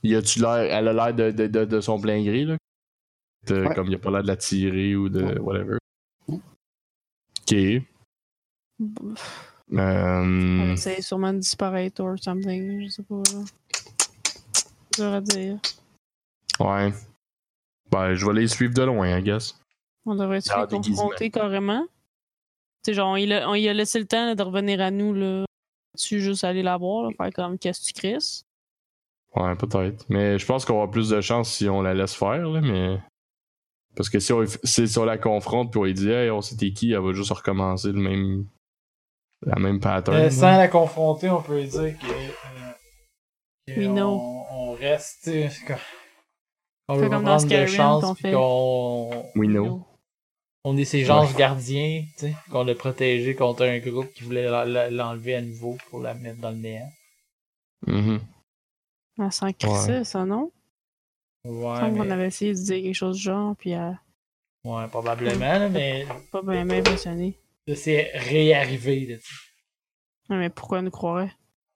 [SPEAKER 2] Y a-tu l'air. Elle a l'air de, de, de, de son plein gré, là? De-
[SPEAKER 3] Ouais.
[SPEAKER 2] Comme y a pas l'air de la tirer ou de
[SPEAKER 3] Ouais.
[SPEAKER 2] whatever.
[SPEAKER 3] Ouais.
[SPEAKER 2] Ok. Hmm.
[SPEAKER 4] Elle
[SPEAKER 2] Euh,
[SPEAKER 4] essaie sûrement de disparaître or something. Je sais pas. Dur à dire.
[SPEAKER 2] ouais. Ben, je vais les suivre de loin, I guess.
[SPEAKER 4] On devrait-tu
[SPEAKER 2] Ah,
[SPEAKER 4] les
[SPEAKER 2] déguisement.
[SPEAKER 4] confronter carrément? Tu sais, genre, on y a, on y a laissé le temps là, de revenir à nous, là. Tu juste aller la voir, là, faire comme qu'est-ce que tu crisses?
[SPEAKER 2] Ouais, peut-être. Mais je pense qu'on aura plus de chance si on la laisse faire, là, mais. Parce que si on, si si on la confronte puis on lui dit Hey, on sait t'es qui, elle va juste recommencer le même. La même pattern.
[SPEAKER 1] Euh,
[SPEAKER 2] là.
[SPEAKER 1] sans la confronter, on peut dire que. euh, que
[SPEAKER 4] We
[SPEAKER 1] on,
[SPEAKER 4] know.
[SPEAKER 1] on reste, tu sais, c'est comme- On
[SPEAKER 4] Fait
[SPEAKER 1] veut
[SPEAKER 4] comme
[SPEAKER 1] prendre
[SPEAKER 4] dans
[SPEAKER 1] de
[SPEAKER 4] Skyrim,
[SPEAKER 1] chance,
[SPEAKER 4] qu'on
[SPEAKER 1] puis
[SPEAKER 4] fait.
[SPEAKER 1] qu'on.
[SPEAKER 2] We know.
[SPEAKER 1] On est ces gens gardiens, tu sais, qu'on a protégé contre un groupe qui voulait la- la- l'enlever à nouveau pour la mettre dans le néant.
[SPEAKER 2] Mhm.
[SPEAKER 4] Elle s'en crissait, ça, non? Je
[SPEAKER 1] Ouais,
[SPEAKER 4] pense qu'on
[SPEAKER 1] mais-
[SPEAKER 4] avait essayé de dire quelque chose de genre, puis elle
[SPEAKER 1] ouais probablement, là, mais
[SPEAKER 4] a pas bien impressionné.
[SPEAKER 1] là, c'est réarrivé. là, tu sais.
[SPEAKER 4] Non, mais pourquoi elle nous croirait?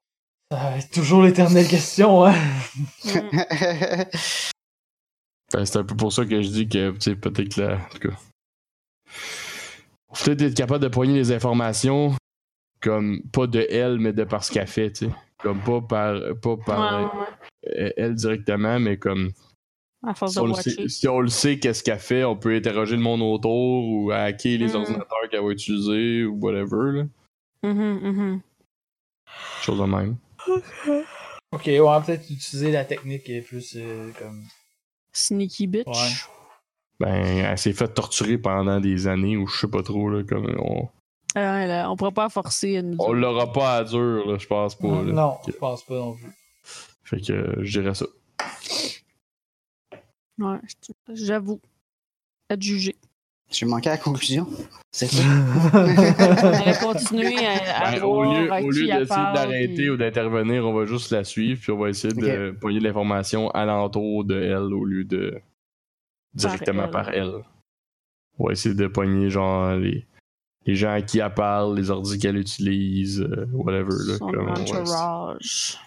[SPEAKER 2] [LAUGHS]
[SPEAKER 1] Ça va être Ah, toujours l'éternelle question, hein.
[SPEAKER 4] Mm.
[SPEAKER 2] Ben, c'est un peu pour ça que je dis que, tu sais, peut-être que, la- en tout cas, faut peut-être être capable de poigner les informations, comme, pas de elle, mais de par ce qu'elle fait, tu sais. Comme, pas par, pas par
[SPEAKER 4] Ouais, ouais, ouais.
[SPEAKER 2] euh, elle directement, mais comme,
[SPEAKER 4] À force
[SPEAKER 2] si
[SPEAKER 4] de
[SPEAKER 2] on, le
[SPEAKER 4] watcher.
[SPEAKER 2] sait, si on le sait, qu'est-ce qu'elle fait, on peut interroger le monde autour ou hacker les
[SPEAKER 4] Mm.
[SPEAKER 2] ordinateurs qu'elle va utiliser ou whatever, là.
[SPEAKER 4] Mhm, mhm.
[SPEAKER 2] Chose de même.
[SPEAKER 1] Ok, ouais, peut-être utiliser la technique qui est plus euh, comme.
[SPEAKER 4] Sneaky bitch.
[SPEAKER 1] Ouais.
[SPEAKER 2] Ben, elle s'est fait torturer pendant des années ou je sais pas trop, là, comme, on,
[SPEAKER 4] Ah, elle, on pourra pas la forcer à nous.
[SPEAKER 2] on l'aura pas à dur, là, je pense pas, là.
[SPEAKER 1] non, je pense pas non plus.
[SPEAKER 2] Fait que, euh, je dirais ça.
[SPEAKER 4] Ouais, je- j'avoue. À te [LAUGHS] juger.
[SPEAKER 3] J'ai manqué la conclusion. C'est ça.
[SPEAKER 4] On va continuer à, à
[SPEAKER 2] Ben, au
[SPEAKER 4] voir
[SPEAKER 2] lieu,
[SPEAKER 4] Ah, oh, à
[SPEAKER 2] au
[SPEAKER 4] qui
[SPEAKER 2] lieu
[SPEAKER 4] elle
[SPEAKER 2] d'essayer
[SPEAKER 4] parle,
[SPEAKER 2] d'arrêter
[SPEAKER 4] puis-
[SPEAKER 2] ou d'intervenir, on va juste la suivre puis on va essayer de poigner l'information alentour de elle au lieu de directement
[SPEAKER 4] Par
[SPEAKER 2] par elle. On va essayer de poigner genre les, les gens à qui elle parle, les ordis qu'elle utilise, euh, whatever. Là,
[SPEAKER 4] son
[SPEAKER 2] comme on va essayer-
[SPEAKER 4] entourage.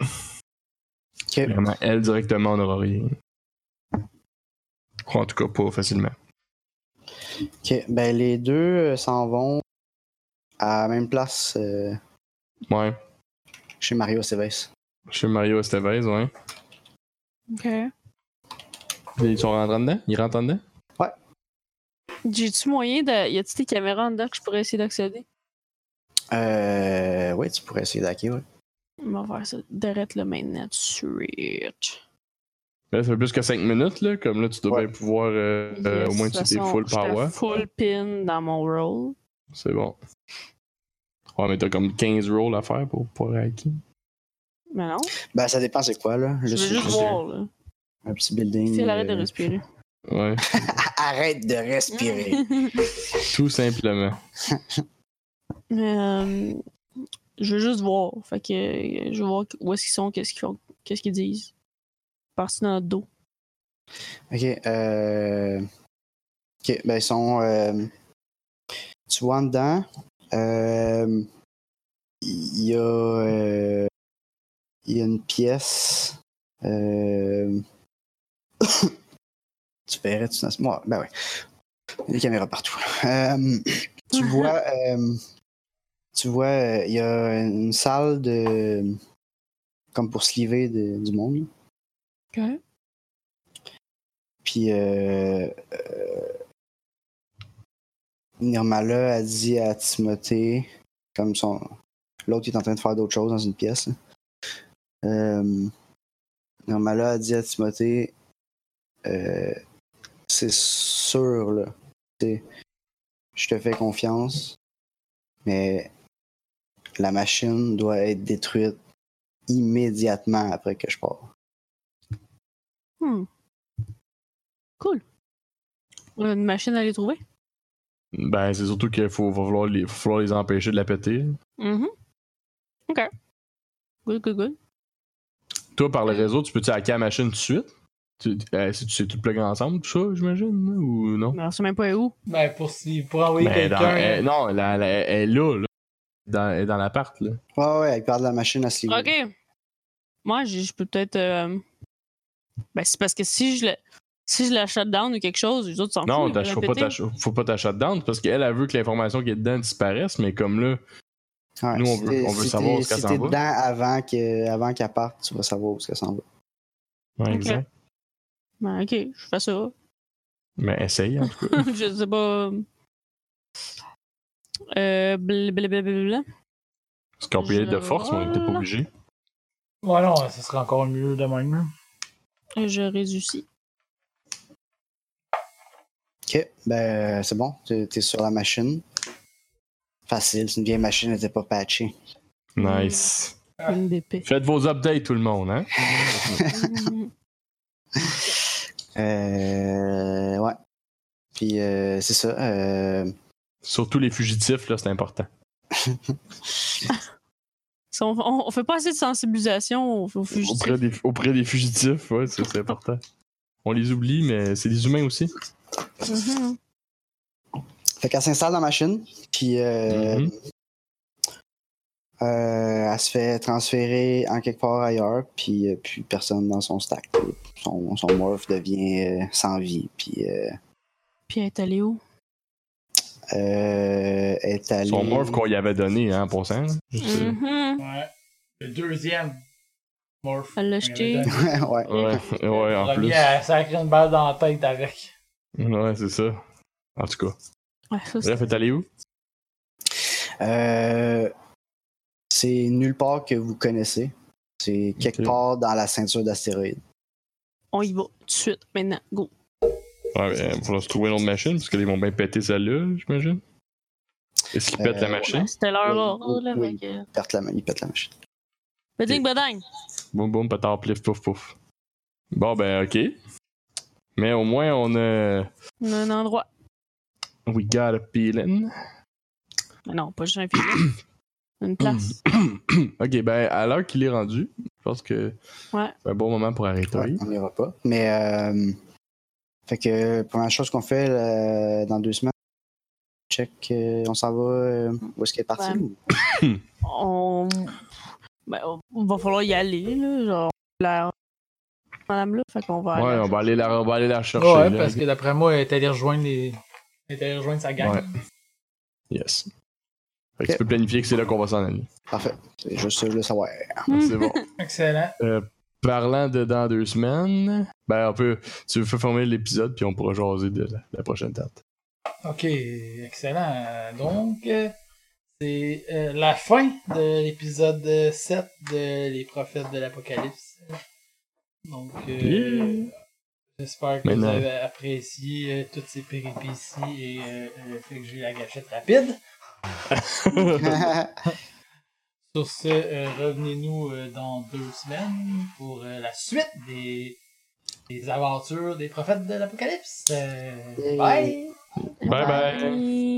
[SPEAKER 3] Ok.
[SPEAKER 2] Vraiment, elle directement, on n'aura rien. En tout cas, pas facilement.
[SPEAKER 3] Ok, Ben, les deux euh, s'en vont à la même place euh,
[SPEAKER 2] Ouais,
[SPEAKER 3] chez Mario Céves.
[SPEAKER 2] chez Mario Estevez, ouais.
[SPEAKER 4] Ok.
[SPEAKER 2] Ils sont rentrés dedans? Ils rentrent dedans?
[SPEAKER 3] Ouais.
[SPEAKER 4] J'ai-tu moyen de. Y a-tu des caméras en dedans que je pourrais essayer d'accéder?
[SPEAKER 3] Euh, ouais, tu pourrais essayer d'hacker, ouais.
[SPEAKER 4] On va faire ça. D'arrête le maintenant. Switch.
[SPEAKER 2] Là, ça fait plus que 5 minutes, là. Comme là, tu dois
[SPEAKER 3] Ouais.
[SPEAKER 2] bien pouvoir. euh,
[SPEAKER 4] Yes,
[SPEAKER 2] euh, au moins,
[SPEAKER 4] de
[SPEAKER 2] tu
[SPEAKER 4] toute
[SPEAKER 2] t'es
[SPEAKER 4] façon,
[SPEAKER 2] full
[SPEAKER 4] j'étais
[SPEAKER 2] power.
[SPEAKER 4] Full pin dans mon roll.
[SPEAKER 2] C'est bon. Ouais, mais t'as comme 15 rolls à faire pour pouvoir hacker.
[SPEAKER 4] Mais non.
[SPEAKER 3] Ben, ça dépend c'est quoi, là.
[SPEAKER 4] Je veux
[SPEAKER 3] suis
[SPEAKER 4] juste voir, là.
[SPEAKER 3] un petit building.
[SPEAKER 4] C'est l'arrêt de
[SPEAKER 3] euh,
[SPEAKER 4] respirer.
[SPEAKER 2] Ouais,
[SPEAKER 3] Arrête de respirer.
[SPEAKER 4] Mm.
[SPEAKER 2] tout simplement.
[SPEAKER 4] Euh, je veux juste voir. Fait que euh, je veux voir où est-ce qu'ils sont, qu'est-ce qu'ils font, qu'est-ce qu'ils disent. Parti dans le dos.
[SPEAKER 3] Ok, euh... Ok, ben ils sont... euh, Tu vois en dedans, euh, il y a... euh, Il y a une pièce... euh, [COUGHS] tu verrais-tu dans ce... Moi, ben ouais. Il y a des caméras partout. Euh, tu vois... euh, Tu vois, euh, il y a une salle de... Comme pour se livrer de- du monde.
[SPEAKER 4] Ok.
[SPEAKER 3] Puis euh, euh, Nirmala a dit à Timothée, comme son. L'autre il est en train de faire d'autres choses dans une pièce. là. Euh, Nirmala a dit à Timothée euh, C'est sûr, là. C'est- Je te fais confiance, mais la machine doit être détruite immédiatement après que je pars.
[SPEAKER 4] Hmm. Cool. On a une machine à les trouver?
[SPEAKER 2] Ben, c'est surtout qu'il faut, va falloir les, va falloir les empêcher de la péter.
[SPEAKER 4] Mhm. OK. Good, good, good.
[SPEAKER 2] Toi, par le réseau, tu peux-tu hacker la machine tout de suite? Tu, euh, si tu sais tout plugger ensemble, tout ça, j'imagine, hein, ou non?
[SPEAKER 4] Mais on sait même pas où.
[SPEAKER 1] Ben, pour, si- pour envoyer
[SPEAKER 2] Ben, dans-
[SPEAKER 1] quelqu'un.
[SPEAKER 2] elle- non, la- la- elle est là, là. Dans, elle est dans l'appart, là.
[SPEAKER 3] Ouais, ouais, il parle de la machine à se livrer.
[SPEAKER 4] OK. Moi, je je peux peut-être. euh, Ben, c'est parce que si je le. Si je la shut down ou quelque chose, les autres s'en
[SPEAKER 2] Non,
[SPEAKER 4] foutent. ils
[SPEAKER 2] t'ach-
[SPEAKER 4] vont
[SPEAKER 2] faut
[SPEAKER 4] la
[SPEAKER 2] pas,
[SPEAKER 4] péter.
[SPEAKER 2] t'ach- faut pas t'acheter down parce qu'elle, elle veut que l'information qui est dedans disparaisse, mais comme là,
[SPEAKER 3] Ouais,
[SPEAKER 2] Nous, on
[SPEAKER 3] si
[SPEAKER 2] veut-
[SPEAKER 3] t'es-
[SPEAKER 2] on veut
[SPEAKER 3] si
[SPEAKER 2] savoir où
[SPEAKER 3] t'es-
[SPEAKER 2] est-ce qu'elle
[SPEAKER 3] si
[SPEAKER 2] s'en
[SPEAKER 3] t'es
[SPEAKER 2] va.
[SPEAKER 3] dedans avant que- avant qu'elle parte, tu vas savoir où est-ce qu'elle s'en va.
[SPEAKER 2] ouais,
[SPEAKER 4] Ok.
[SPEAKER 2] exact.
[SPEAKER 4] Ben, OK, je fais ça.
[SPEAKER 2] Mais hein. essaye, en tout cas.
[SPEAKER 4] [LAUGHS] je sais pas. Euh, blablabla.
[SPEAKER 2] Parce qu'on peut y aller de
[SPEAKER 4] Je
[SPEAKER 2] force, mais on était pas
[SPEAKER 4] roule.
[SPEAKER 2] obligé.
[SPEAKER 1] Ouais, non, ce serait encore mieux de même. là.
[SPEAKER 4] Je réussis.
[SPEAKER 3] Ok, ben euh, c'est bon, t'es t'es sur la machine. Facile, c'est une vieille machine, elle n'était pas patchée.
[SPEAKER 2] Nice.
[SPEAKER 3] [LAUGHS]
[SPEAKER 4] Une d'épée.
[SPEAKER 2] Faites vos updates, tout le monde, hein?
[SPEAKER 4] Mhm.
[SPEAKER 3] Euh, ouais. Puis euh, c'est ça. euh,
[SPEAKER 2] Surtout les fugitifs, là, c'est important.
[SPEAKER 4] Si on, on- on fait pas assez de sensibilisation aux, aux fugitifs.
[SPEAKER 2] Auprès des, auprès des fugitifs, ouais, ça, c'est important. On les oublie, mais c'est des humains aussi.
[SPEAKER 4] Mhm.
[SPEAKER 3] Fait qu'elle s'installe dans la machine, puis euh,
[SPEAKER 2] Mhm.
[SPEAKER 3] euh, elle se fait transférer en quelque part ailleurs, puis euh, plus personne dans son stack. Son, son morph devient euh, sans vie, puis euh,
[SPEAKER 4] Puis elle est allée où?
[SPEAKER 3] euh, est allée...
[SPEAKER 2] Son morph qu'on y avait donné, hein, en passant. là. Juste, euh,
[SPEAKER 4] Mhm.
[SPEAKER 1] Ouais. Le deuxième. Morph.
[SPEAKER 4] Elle l'a jeté.
[SPEAKER 3] [LAUGHS] ouais.
[SPEAKER 2] Ouais, ouais, en plus.
[SPEAKER 1] Premier, elle sacre une balle dans la tête avec.
[SPEAKER 2] Ouais, c'est ça. En tout cas.
[SPEAKER 4] Ouais, ça, c'est-
[SPEAKER 2] Bref, est allé où?
[SPEAKER 3] Euh, c'est nulle part que vous connaissez. C'est quelque
[SPEAKER 2] Ok.
[SPEAKER 3] part dans la ceinture d'astéroïdes.
[SPEAKER 4] on y va tout de suite, maintenant. Go.
[SPEAKER 2] Ouais, mais il va falloir se trouver une autre machine, parce qu'ils vont bien péter celle-là, j'imagine. Est-ce qu'ils pètent
[SPEAKER 3] Euh,
[SPEAKER 2] la machine?
[SPEAKER 4] Ouais, C'était l'heure
[SPEAKER 3] Oui,
[SPEAKER 4] là.
[SPEAKER 3] oui,
[SPEAKER 4] là,
[SPEAKER 3] oui.
[SPEAKER 4] fait que-
[SPEAKER 3] Il pète la, il pète la machine.
[SPEAKER 4] Bading, badang.
[SPEAKER 2] Boum, boum, pétard, plif, pouf, pouf. Bon, ben, ok. Mais au moins, on a.
[SPEAKER 4] On a un endroit.
[SPEAKER 2] We got a peeling.
[SPEAKER 4] Mais non, pas juste un
[SPEAKER 3] [COUGHS]
[SPEAKER 4] film. Une place.
[SPEAKER 2] ok, ben, à l'heure qu'il est rendu, je pense que
[SPEAKER 4] Ouais.
[SPEAKER 2] c'est un bon moment pour arrêter.
[SPEAKER 3] Ouais, on n'ira pas. Mais euh, fait que première chose qu'on fait euh, dans deux semaines, check, euh, on s'en va euh, où est-ce qu'elle est partie.
[SPEAKER 4] Ouais. On... Ben, on- on va falloir y aller, là. Genre, la... Madame là, fait qu'on va aller.
[SPEAKER 2] Ouais, on va aller la, on va aller la chercher.
[SPEAKER 1] Ouais,
[SPEAKER 2] là.
[SPEAKER 1] parce que d'après moi, elle est allée rejoindre les. Elle est allée rejoindre sa gang.
[SPEAKER 2] Ouais. Yes. Fait que
[SPEAKER 3] Ok.
[SPEAKER 2] tu peux planifier que c'est là qu'on va s'en aller.
[SPEAKER 3] Parfait. C'est juste ça, je voulais savoir.
[SPEAKER 4] Ah, Mhm.
[SPEAKER 2] C'est bon.
[SPEAKER 1] Excellent.
[SPEAKER 2] Parlant de dans deux semaines, ben on peut. Tu veux faire former l'épisode, puis on pourra jaser de la, la prochaine date.
[SPEAKER 1] Ok, excellent. Donc, euh, c'est euh, la fin de l'épisode 7 de Les Prophètes de l'Apocalypse. Donc, euh,
[SPEAKER 2] Yeah.
[SPEAKER 1] j'espère que vous
[SPEAKER 2] Maintenant.
[SPEAKER 1] avez apprécié euh, toutes ces péripéties et euh, le fait que j'ai eu la gâchette rapide.
[SPEAKER 3] [LAUGHS]
[SPEAKER 1] Sur ce, euh, revenez-nous euh, dans deux semaines pour euh, la suite des, des aventures des Prophètes de l'Apocalypse. Euh,
[SPEAKER 3] Yeah.
[SPEAKER 1] Bye!
[SPEAKER 2] Bye bye.
[SPEAKER 4] Bye.